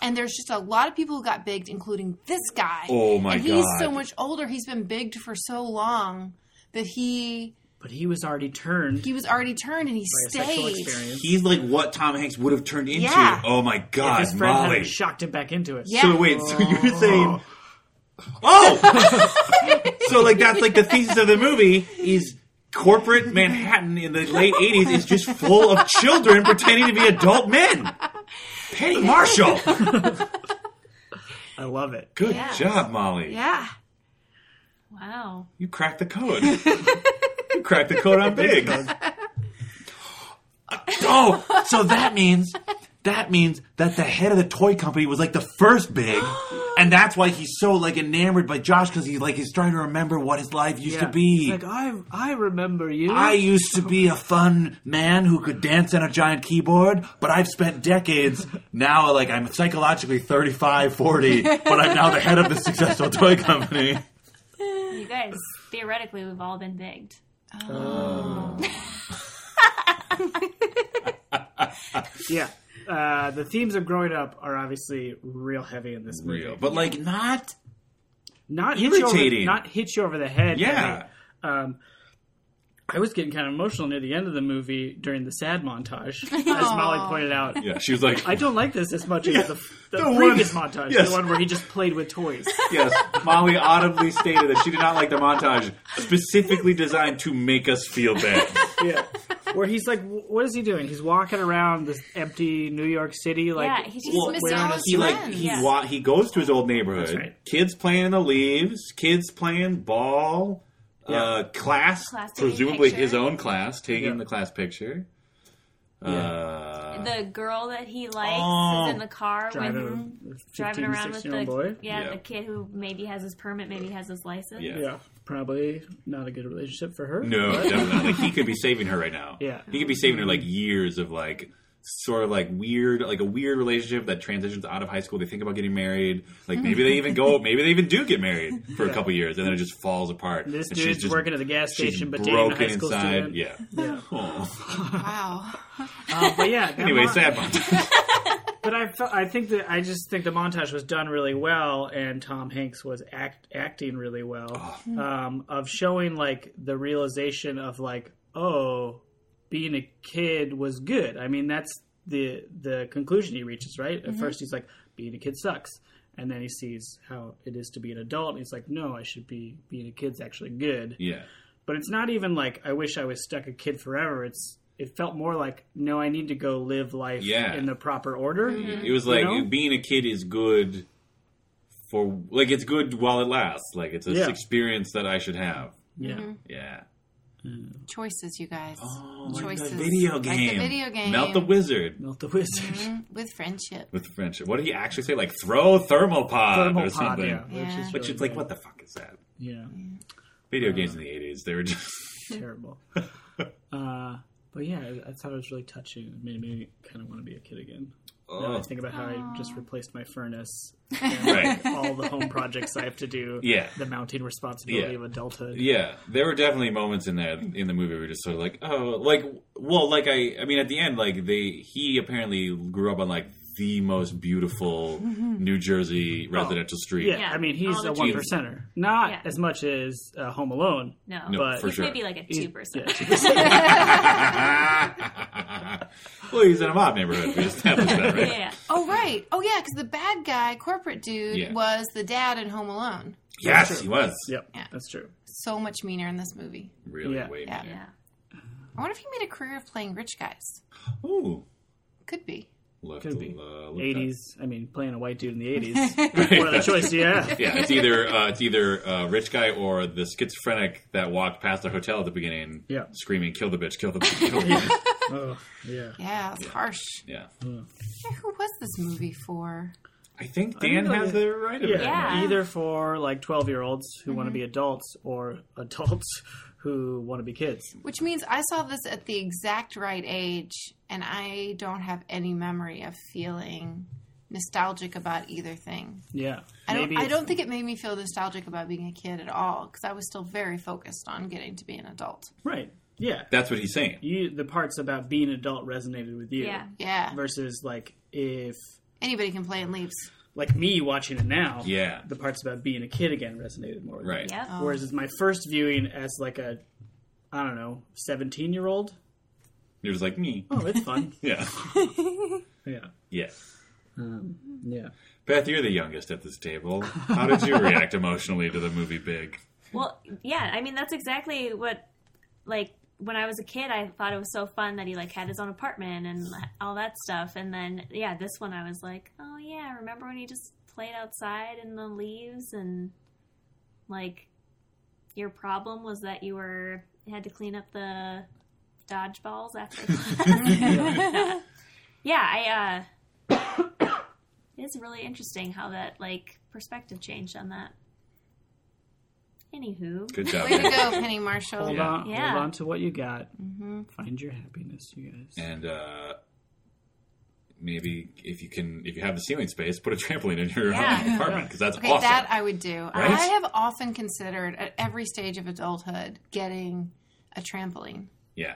Speaker 2: and there's just a lot of people who got bigged, including this guy.
Speaker 4: Oh my
Speaker 2: and He's
Speaker 4: God.
Speaker 2: so much older. He's been bigged for so long that he
Speaker 1: But he was already turned
Speaker 2: he was already turned and he
Speaker 1: by a sexual
Speaker 2: stayed.
Speaker 1: experience.
Speaker 4: He's like what Tom Hanks would have turned into.
Speaker 2: Yeah.
Speaker 4: Oh my
Speaker 1: If
Speaker 4: God,
Speaker 1: his friend
Speaker 4: Molly.
Speaker 1: hadn't shocked him back into it.
Speaker 2: Yeah.
Speaker 4: So wait, so you're saying, oh, so like that's like the thesis of the movie is corporate Manhattan in the late '80s is just full of children pretending to be adult men. Penny Marshall,
Speaker 1: I love it.
Speaker 4: good
Speaker 2: Yes.
Speaker 4: job, Molly.
Speaker 2: Yeah.
Speaker 3: Wow.
Speaker 4: You cracked the code. you cracked the code on big. oh, so that means that means that the head of the toy company was like the first big, and that's why he's so like enamored by Josh because he's like he's trying to remember what his life used to
Speaker 1: Yeah.
Speaker 4: be.
Speaker 1: It's like I I remember you.
Speaker 4: I used to be a fun man who could dance on a giant keyboard, but I've spent decades now, like, I'm psychologically 35, 40, but I'm now the head of the successful toy company.
Speaker 3: You guys, theoretically, we've all been bigged.
Speaker 1: yeah. Uh, the themes of growing up are obviously real heavy in this movie.
Speaker 4: But, like, not.
Speaker 1: Not hit you over,
Speaker 4: Irritating.
Speaker 1: not hit you over the head.
Speaker 4: Yeah.
Speaker 1: heavy. Um, I was getting kind of emotional near the end of the movie during the sad montage, as Molly pointed out.
Speaker 4: Yeah, she was like,
Speaker 1: I don't like this as much as the, the,
Speaker 4: the one-
Speaker 1: previous montage,
Speaker 4: yes.
Speaker 1: the one where he just played with toys.
Speaker 4: yes. Molly audibly stated that she did not like the montage specifically designed to make us feel bad.
Speaker 1: yeah, where he's like, w- what is he doing? He's walking around this empty New York City, like
Speaker 3: yeah, he's just
Speaker 2: Well,
Speaker 3: missing
Speaker 2: where
Speaker 3: all
Speaker 2: on
Speaker 3: his
Speaker 4: he like
Speaker 2: friends.
Speaker 4: he
Speaker 3: Yeah.
Speaker 4: wa- he goes to his old neighborhood.
Speaker 1: That's right.
Speaker 4: Kids playing in the leaves. Kids playing ball. Uh, class,
Speaker 3: Class taking
Speaker 4: presumably
Speaker 3: picture.
Speaker 4: his own class, taking
Speaker 1: Yeah.
Speaker 4: the class picture. Uh,
Speaker 3: the girl that he likes
Speaker 4: Oh.
Speaker 3: is in the car with
Speaker 1: driving, a
Speaker 3: mm-hmm. driving
Speaker 1: 15,
Speaker 3: around with
Speaker 1: 16 year
Speaker 3: the
Speaker 1: old boy.
Speaker 3: yeah,
Speaker 4: Yeah.
Speaker 3: the kid who maybe has his permit, maybe has his license.
Speaker 4: Yeah.
Speaker 1: Yeah, probably not a good relationship for her.
Speaker 4: no,
Speaker 1: but-
Speaker 4: definitely. Like he could be saving her right now.
Speaker 1: Yeah.
Speaker 4: he could be saving her like years of like sort of like weird, like a weird relationship that transitions out of high school. They think about getting married. Like maybe they even go, maybe they even do get married for a couple years, and then it just falls apart.
Speaker 1: This
Speaker 4: and she's
Speaker 1: dude's
Speaker 4: just-
Speaker 1: working at the gas
Speaker 4: she's
Speaker 1: station, but dating a high
Speaker 4: broken
Speaker 1: school student.
Speaker 4: Yeah.
Speaker 1: Yeah.
Speaker 4: Aw.
Speaker 2: Wow.
Speaker 1: Uh, but yeah. that
Speaker 4: Anyway,
Speaker 1: mon-
Speaker 4: sad montage.
Speaker 1: But I, felt, I think that I just think the montage was done really well, and Tom Hanks was act, acting really well um, of showing like the realization of like, oh, being a kid was good. I mean, that's the the conclusion he reaches. Right at first, he's like, being a kid sucks, and then he sees how it is to be an adult, and he's like, no, I should be being a kid's actually good.
Speaker 4: Yeah.
Speaker 1: but it's not even like I wish I was stuck a kid forever. It's it felt more like no, I need to go live life
Speaker 4: Yeah.
Speaker 1: in the proper order.
Speaker 4: It was like
Speaker 1: know?
Speaker 4: being a kid is good for like it's good while it lasts. Like it's an
Speaker 1: Yeah.
Speaker 4: experience that I should have.
Speaker 1: Yeah,
Speaker 4: Yeah.
Speaker 2: Choices, you guys.
Speaker 4: like
Speaker 2: Choices.
Speaker 4: the Oh video
Speaker 2: Like the
Speaker 4: game.
Speaker 2: video game.
Speaker 4: Melt the wizard
Speaker 1: melt the wizard.
Speaker 4: Oh.
Speaker 2: Mm, With friendship.
Speaker 4: with friendship. What did he actually say? Like throw thermopod
Speaker 1: Thermal
Speaker 4: or
Speaker 1: pod,
Speaker 4: something.
Speaker 1: yeah,
Speaker 2: Yeah.
Speaker 1: which is,
Speaker 4: Which
Speaker 1: really
Speaker 4: is like
Speaker 1: good.
Speaker 4: what the fuck is that?
Speaker 1: Yeah,
Speaker 4: Video games in the eighties, they were just
Speaker 1: terrible. uh, but yeah, I, I thought it was really touching. It made me kind of want to be a kid again. Now I
Speaker 4: oh.
Speaker 1: think about how I just replaced my furnace,
Speaker 4: right.
Speaker 1: all the home projects I have to do.
Speaker 4: Yeah.
Speaker 1: the mounting responsibility
Speaker 4: Yeah.
Speaker 1: of adulthood.
Speaker 4: Yeah, there were definitely moments in there in the movie where you're just sort of like, oh, like, well, like I, I mean, at the end, like they, he apparently grew up on like the most beautiful New Jersey residential street.
Speaker 1: Oh, Yeah,
Speaker 3: Yeah,
Speaker 1: I mean he's
Speaker 3: all the
Speaker 1: a
Speaker 3: Jews.
Speaker 1: one percenter, not
Speaker 3: Yeah.
Speaker 1: as much as uh, Home Alone.
Speaker 3: No,
Speaker 4: No,
Speaker 1: But-
Speaker 4: for
Speaker 3: he's
Speaker 4: sure.
Speaker 3: maybe like a
Speaker 1: He's-
Speaker 3: two percent.
Speaker 1: yeah,
Speaker 4: well, he's in a mob neighborhood. We established that,
Speaker 3: Yeah.
Speaker 4: right?
Speaker 3: yeah.
Speaker 2: Oh, right. Oh, yeah, because the bad guy, corporate dude,
Speaker 4: Yeah.
Speaker 2: was the dad in Home Alone.
Speaker 4: Yes, he was.
Speaker 1: Yep,
Speaker 2: Yeah.
Speaker 1: that's true.
Speaker 2: So much meaner in this movie.
Speaker 4: Really,
Speaker 1: Yeah.
Speaker 4: way
Speaker 2: Yeah.
Speaker 4: better.
Speaker 3: Yeah.
Speaker 2: I wonder if he made a career of playing rich guys.
Speaker 4: Ooh,
Speaker 2: Could be.
Speaker 4: left
Speaker 1: Could be.
Speaker 4: uh, look that.
Speaker 1: eighties. I mean, playing a white dude in the eighties. what other choice? Yeah,
Speaker 4: Yeah, it's either uh, it's either uh, rich guy or the schizophrenic that walked past the hotel at the beginning,
Speaker 1: Yeah.
Speaker 4: screaming "Kill the bitch, kill the bitch, kill the bitch."
Speaker 1: oh, yeah.
Speaker 2: Yeah, it's harsh.
Speaker 4: yeah.
Speaker 2: Yeah, who was this movie for?
Speaker 4: I think
Speaker 1: I
Speaker 4: Dan
Speaker 1: mean,
Speaker 4: has
Speaker 1: like-
Speaker 4: the right of
Speaker 1: Yeah.
Speaker 4: it.
Speaker 3: Yeah.
Speaker 1: either for like twelve-year-olds who want to
Speaker 2: Mm-hmm.
Speaker 1: be adults or adults who want to be kids.
Speaker 2: Which means I saw this at the exact right age, and I don't have any memory of feeling nostalgic about either thing.
Speaker 1: Yeah,
Speaker 2: I don't, I
Speaker 1: it's-
Speaker 2: don't think it made me feel nostalgic about being a kid at all because I was still very focused on getting to be an adult.
Speaker 1: right. Yeah.
Speaker 4: That's what he's saying.
Speaker 1: You the parts about being an adult resonated with you
Speaker 3: Yeah.
Speaker 2: Yeah.
Speaker 1: versus like if
Speaker 2: Anybody can play and leaves.
Speaker 1: like me watching it now,
Speaker 4: Yeah.
Speaker 1: the parts about being a kid again resonated more. With me.
Speaker 4: Right.
Speaker 3: Yep.
Speaker 2: Oh.
Speaker 1: Whereas it's my first viewing as like a I don't know, seventeen year old.
Speaker 4: You're just like me.
Speaker 1: Oh, it's fun.
Speaker 4: Yeah.
Speaker 1: yeah.
Speaker 4: Yeah.
Speaker 1: Yeah.
Speaker 4: Beth, you're the youngest at this table. How did you react emotionally to the movie Big?
Speaker 3: Well, yeah, I mean that's exactly what like when I was a kid I thought it was so fun that he like had his own apartment and all that stuff and then yeah, this one I was like, "Oh yeah, remember when he just played outside in the leaves and like your problem was that you were had to clean up the dodgeballs after class?" yeah, I uh it's really interesting how that like perspective changed on that. Anywho,
Speaker 4: Good job.
Speaker 2: Way to
Speaker 4: Beth.
Speaker 2: go, Penny Marshall.
Speaker 1: Hold
Speaker 4: Yeah.
Speaker 1: on
Speaker 3: Yeah.
Speaker 1: hold on to what you got.
Speaker 2: hmm
Speaker 1: Find your happiness, you guys.
Speaker 4: And uh, maybe if you can, if you have the ceiling space, put a trampoline in your
Speaker 3: Yeah.
Speaker 4: apartment because that's
Speaker 2: Okay,
Speaker 4: awesome.
Speaker 2: that I would do.
Speaker 4: Right?
Speaker 2: I have often considered at every stage of adulthood getting a trampoline.
Speaker 4: yeah.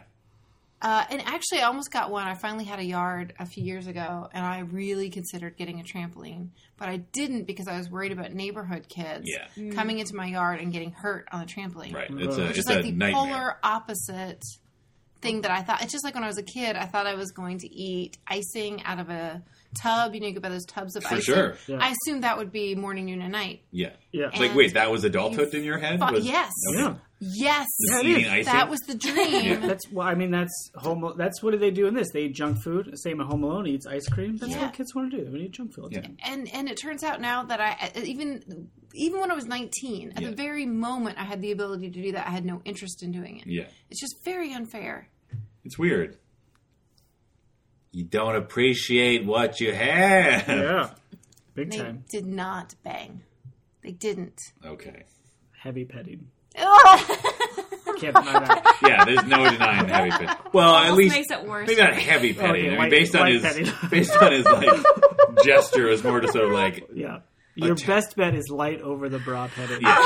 Speaker 2: Uh, and actually, I almost got one. I finally had a yard a few years ago, and I really considered getting a trampoline, but I didn't because I was worried about neighborhood kids
Speaker 4: Yeah.
Speaker 2: coming into my yard and getting hurt on the trampoline.
Speaker 4: Right.
Speaker 1: Mhm.
Speaker 4: It's a
Speaker 2: Which
Speaker 4: it's
Speaker 2: is like
Speaker 4: a
Speaker 2: the
Speaker 4: nightmare.
Speaker 2: polar opposite thing that I thought. It's just like when I was a kid, I thought I was going to eat icing out of a tub. You know, you could buy those tubs of
Speaker 4: For
Speaker 2: icing.
Speaker 4: sure.
Speaker 1: Yeah.
Speaker 2: I assumed that would be morning, noon, and night.
Speaker 4: Yeah.
Speaker 1: yeah.
Speaker 4: It's like
Speaker 2: And
Speaker 4: wait, that was adulthood in your head?
Speaker 2: Fu-
Speaker 4: Was-
Speaker 2: yes.
Speaker 4: Okay.
Speaker 1: yeah.
Speaker 2: Yes.
Speaker 1: Yeah, it
Speaker 4: eating
Speaker 1: is.
Speaker 4: icing?
Speaker 2: That was the dream.
Speaker 4: Yeah.
Speaker 1: That's well. I mean, that's home. That's what do they do in this? They eat junk food. Same at Home Alone, he eats ice cream. That's
Speaker 2: Yeah.
Speaker 1: what kids want to do. They want to eat junk food. all the
Speaker 4: Yeah.
Speaker 1: time.
Speaker 2: and and it turns out now that I I- even even when I was 19, at
Speaker 4: Yeah.
Speaker 2: the very moment I had the ability to do that, I had no interest in doing it.
Speaker 4: yeah.
Speaker 2: It's just very unfair.
Speaker 4: It's weird. You don't appreciate what you have.
Speaker 1: Yeah, big
Speaker 2: They
Speaker 1: time.
Speaker 2: did not bang. They didn't.
Speaker 4: Okay.
Speaker 1: Heavy petting.
Speaker 2: Ugh.
Speaker 1: Can't deny that.
Speaker 4: Yeah, there's no denying the heavy petting. Well, at
Speaker 3: Almost
Speaker 4: least
Speaker 3: makes it worse.
Speaker 4: maybe not heavy petting. I mean,
Speaker 1: Oh, light-
Speaker 4: based on
Speaker 1: light
Speaker 4: his
Speaker 1: petting.
Speaker 4: based on his like gesture, is more just sort of like
Speaker 1: Yeah, your
Speaker 4: t-
Speaker 1: best bet is light over the bra petting.
Speaker 4: Yeah.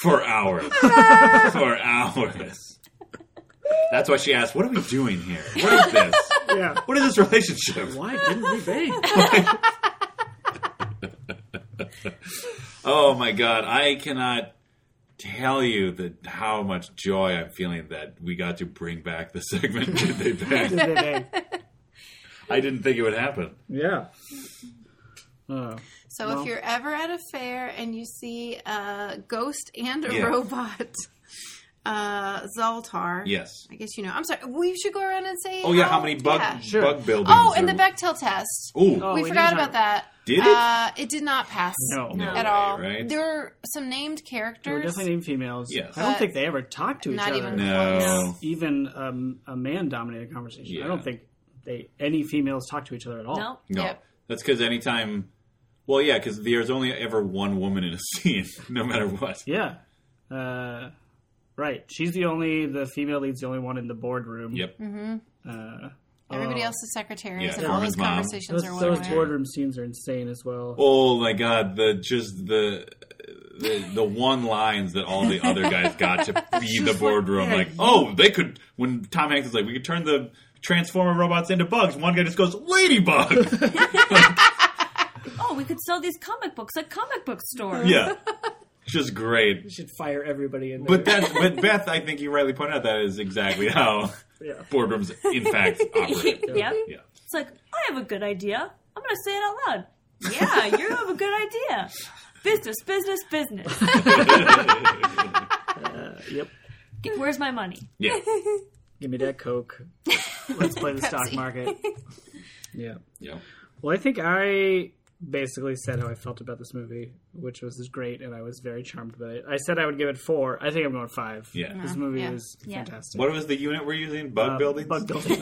Speaker 4: for hours, for hours. That's why she asked, "What are we doing here? What is this?
Speaker 1: yeah.
Speaker 4: What is this relationship?"
Speaker 1: Why didn't we bang?
Speaker 4: Oh my god, I cannot tell you that how much joy I'm feeling that we got to bring back the segment. Did they
Speaker 1: Did
Speaker 4: bang?
Speaker 1: they bang?
Speaker 4: I didn't think it would happen.
Speaker 1: Yeah. Oh.
Speaker 2: So
Speaker 1: Well.
Speaker 2: if you're ever at a fair and you see a ghost and a
Speaker 4: Yeah.
Speaker 2: robot, uh, Zoltar.
Speaker 4: Yes.
Speaker 2: I guess you know. I'm sorry. We should go around and say.
Speaker 4: Oh yeah, how many bug
Speaker 2: yeah.
Speaker 1: Sure.
Speaker 4: bug buildings?
Speaker 2: Oh, and
Speaker 4: are-
Speaker 2: the Bechtel test.
Speaker 4: Ooh,
Speaker 1: Oh,
Speaker 2: we
Speaker 1: we
Speaker 2: forgot
Speaker 1: didn't talk-
Speaker 2: about that.
Speaker 4: Did it?
Speaker 2: Uh, it did not pass.
Speaker 1: No.
Speaker 4: No
Speaker 2: at
Speaker 4: way,
Speaker 2: all.
Speaker 4: right?
Speaker 2: There were some named
Speaker 1: They were
Speaker 2: characters.
Speaker 1: definitely named females.
Speaker 4: Yes.
Speaker 1: I don't
Speaker 2: But
Speaker 1: think they ever talked to each
Speaker 2: not
Speaker 1: other.
Speaker 2: even-
Speaker 4: no.
Speaker 1: Even um, a man-dominated conversation.
Speaker 4: Yeah.
Speaker 1: I don't think they any females talk to each other at all.
Speaker 3: Nope.
Speaker 4: No,
Speaker 2: Yep.
Speaker 4: that's because anytime. Well, yeah, because there's only ever one woman in a scene, no matter what.
Speaker 1: Yeah. Uh, right. She's the only, the female lead's the only one in the boardroom.
Speaker 4: Yep.
Speaker 1: Uh,
Speaker 2: Everybody
Speaker 1: oh.
Speaker 2: else is secretaries,
Speaker 4: Yeah,
Speaker 2: and all
Speaker 4: Foreman's
Speaker 2: those
Speaker 4: mom.
Speaker 2: conversations
Speaker 1: Those,
Speaker 2: are
Speaker 1: those
Speaker 2: one way.
Speaker 1: boardroom scenes are insane as well.
Speaker 4: Oh my god, the just the. The, the one lines that all the other guys got to be the boardroom,
Speaker 1: yeah,
Speaker 4: like,
Speaker 1: you-
Speaker 4: oh, they could. When Tom Hanks is like, we could turn the transformer robots into bugs. One guy just goes, ladybug.
Speaker 3: Oh, we could sell these comic books at comic book stores.
Speaker 4: yeah, just great.
Speaker 1: You should fire everybody in there.
Speaker 4: But that's but Beth, I think you rightly pointed out that is exactly how
Speaker 1: Yeah.
Speaker 4: boardrooms, in fact, operate.
Speaker 3: yep.
Speaker 4: Yeah.
Speaker 3: It's like, I have a good idea. I'm going to say it out loud. Yeah, you have a good idea. Business, business, business.
Speaker 1: Yep.
Speaker 3: Where's my money?
Speaker 4: Yeah.
Speaker 1: Give me that Coke. Let's play the stock
Speaker 2: Pepsi.
Speaker 1: market. Yeah.
Speaker 4: Yeah.
Speaker 1: Well, I think I basically said how I felt about this movie, which was great, and I was very charmed by it. I said I would give it four. I think I'm going five.
Speaker 4: Yeah.
Speaker 1: This movie
Speaker 2: Yeah.
Speaker 1: is
Speaker 3: Yeah.
Speaker 1: fantastic.
Speaker 4: What was the unit we're using? Bug
Speaker 1: Uh,
Speaker 4: building?
Speaker 1: Bug building.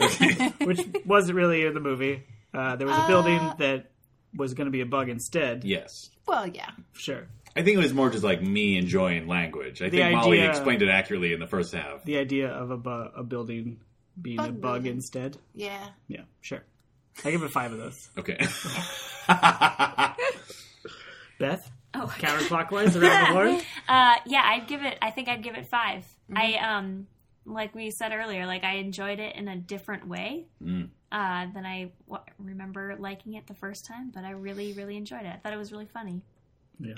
Speaker 1: which wasn't really in the movie. Uh, there was a building that was going to be a bug instead.
Speaker 4: Yes.
Speaker 2: Well, yeah.
Speaker 1: Sure.
Speaker 4: I think it was more just like me enjoying language. I think Molly
Speaker 1: idea-
Speaker 4: explained it accurately in the first half.
Speaker 1: The idea of a, bu- a building being a
Speaker 2: Bug
Speaker 1: bug
Speaker 2: building.
Speaker 1: instead.
Speaker 2: Yeah.
Speaker 1: Yeah, sure. I give it five of those.
Speaker 4: Okay.
Speaker 1: Beth,
Speaker 3: Oh,
Speaker 1: counterclockwise around the horn.
Speaker 4: Mm-hmm.
Speaker 3: Uh, yeah, I'd give it. I think I'd give it 5 I um, like we said earlier, like I enjoyed it in a different way
Speaker 5: Mm.
Speaker 3: uh, than I w- remember liking it the first time. But I really, really enjoyed it. I thought it was really funny.
Speaker 1: Yeah.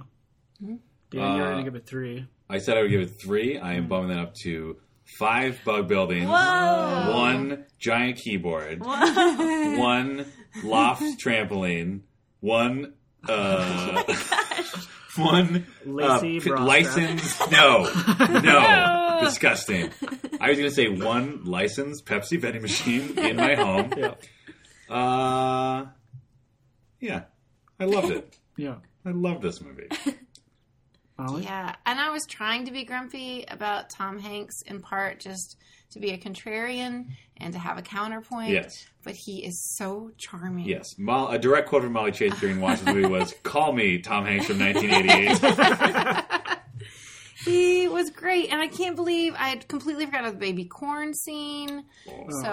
Speaker 2: Mm-hmm.
Speaker 1: Dan, you're
Speaker 4: Uh,
Speaker 1: going to give it three.
Speaker 4: I said I would give it three. I am bumping that up to five bug buildings,
Speaker 3: Whoa!
Speaker 4: one giant keyboard,
Speaker 3: Whoa!
Speaker 4: one loft trampoline, one
Speaker 3: Oh
Speaker 4: uh, one uh,
Speaker 1: Lacey
Speaker 4: p-
Speaker 1: bra strap.
Speaker 4: license. No, no, disgusting. I was gonna say one licensed Pepsi vending machine in my home.
Speaker 1: Yeah.
Speaker 4: Uh, yeah, I loved it.
Speaker 1: Yeah.
Speaker 4: I love this movie.
Speaker 1: Molly?
Speaker 2: Yeah, and I was trying to be grumpy about Tom Hanks in part just to be a contrarian and to have a counterpoint.
Speaker 4: Yes.
Speaker 2: But he is so charming.
Speaker 4: Yes, Mol- a direct quote from Molly Chase during watching the movie was, "Call me Tom Hanks from 1988."
Speaker 2: He was great, and I can't believe I had completely forgot about the baby corn scene. so,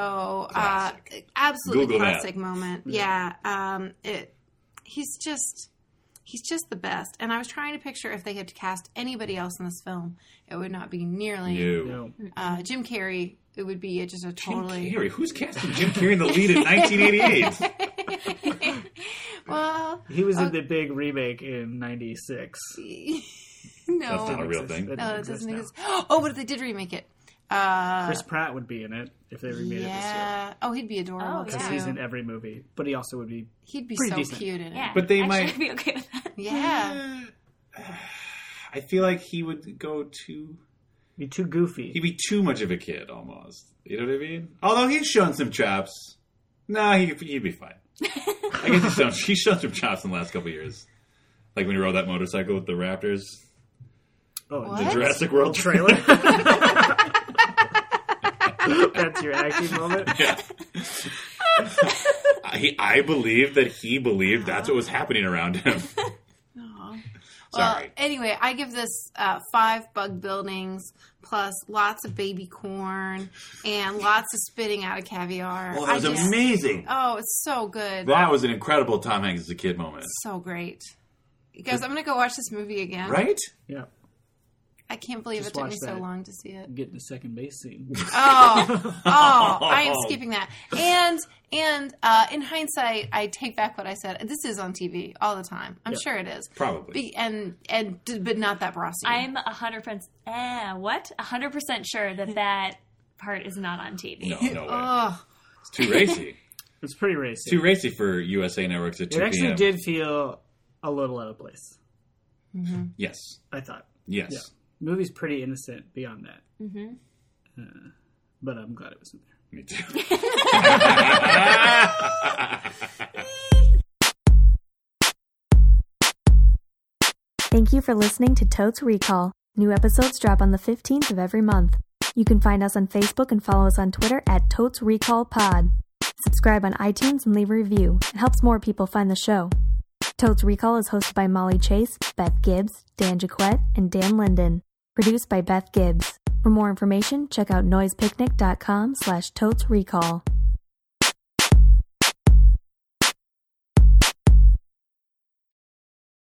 Speaker 2: uh,
Speaker 4: Classic.
Speaker 2: absolutely
Speaker 4: Google that.
Speaker 2: classic moment. Yeah. Um, it, he's just. He's just the best. And I was trying to picture if they had cast anybody else in this film, it would not be nearly
Speaker 4: you.
Speaker 1: No.
Speaker 2: uh, Jim Carrey. It would be just a
Speaker 4: Jim
Speaker 2: totally.
Speaker 4: Carrey. Who's casting Jim Carrey in the lead in 1988?
Speaker 2: well,
Speaker 1: He was in the big remake in 96.
Speaker 2: no,
Speaker 4: not a real
Speaker 1: Exists-
Speaker 4: thing.
Speaker 1: that
Speaker 2: no, it
Speaker 1: exists
Speaker 2: doesn't
Speaker 1: now.
Speaker 2: exist. Oh, but if they did remake it, uh,
Speaker 1: Chris Pratt would be in it if they remade it this year.
Speaker 2: yeah. Oh, he'd be adorable
Speaker 3: Oh,
Speaker 2: too.
Speaker 1: Because
Speaker 3: yeah.
Speaker 1: he's in every movie. But he also would be.
Speaker 2: He'd be
Speaker 1: pretty
Speaker 2: so
Speaker 1: decent.
Speaker 2: cute in it.
Speaker 3: yeah,
Speaker 4: But they
Speaker 3: actually,
Speaker 4: might-
Speaker 3: I'd be okay with that.
Speaker 2: Yeah.
Speaker 4: I feel like he would go too.
Speaker 1: Be too goofy.
Speaker 4: He'd be too much of a kid, almost. You know what I mean? Although he's shown some chops. Nah, he, he'd be fine. I guess he's shown, he's shown some chops in the last couple of years. Like when he rode that motorcycle with the Raptors,
Speaker 1: oh,
Speaker 2: What?
Speaker 4: the Jurassic World trailer.
Speaker 1: trailer. That's your acting moment.
Speaker 4: I, I believe that he believed that's what was happening around him.
Speaker 2: Aw. Well,
Speaker 4: Sorry.
Speaker 2: anyway, I give this uh, five bug buildings plus lots of baby corn and lots of spitting out of caviar.
Speaker 4: Well,
Speaker 2: I
Speaker 4: Oh, that was
Speaker 2: just-
Speaker 4: amazing.
Speaker 2: Oh, it's so good.
Speaker 4: That was an incredible Tom Hanks as a kid moment,
Speaker 2: so great. Guys, I'm gonna go watch this movie again.
Speaker 4: right?
Speaker 1: Yeah.
Speaker 2: I can't believe
Speaker 1: Just
Speaker 2: it took
Speaker 1: watch
Speaker 2: me so
Speaker 1: that.
Speaker 2: long to see it.
Speaker 1: Get the second base scene.
Speaker 2: Oh, oh, I am skipping that. And and uh, in hindsight, I take back what I said. This is on TV all the time. I'm sure it is.
Speaker 4: Probably.
Speaker 2: Be, and and d- but not that brassy.
Speaker 3: I'm a hundred percent. Eh, what? A hundred percent sure that that part is not on TV.
Speaker 4: No, no way.
Speaker 2: Oh,
Speaker 4: It's too racy.
Speaker 1: It's pretty racy.
Speaker 4: Too racy for USA networks at 2
Speaker 1: it actually
Speaker 4: p.m.
Speaker 1: did feel a little out of place.
Speaker 4: Yes.
Speaker 1: I thought.
Speaker 4: Yes.
Speaker 1: Yeah. Movie's pretty innocent beyond that.
Speaker 3: Mhm.
Speaker 1: Uh, but I'm glad it was in there.
Speaker 4: Me too.
Speaker 6: Thank you for listening to Totes Recall. New episodes drop on the 15th of every month. You can find us on Facebook and follow us on Twitter at Totes Recall Pod. Subscribe on iTunes and leave a review. It helps more people find the show. Totes Recall is hosted by Molly Chase, Beth Gibbs, Dan Jaquette, and Dan Linden. Produced by Beth Gibbs. For more information, check out noisepicnic.com slash totes recall.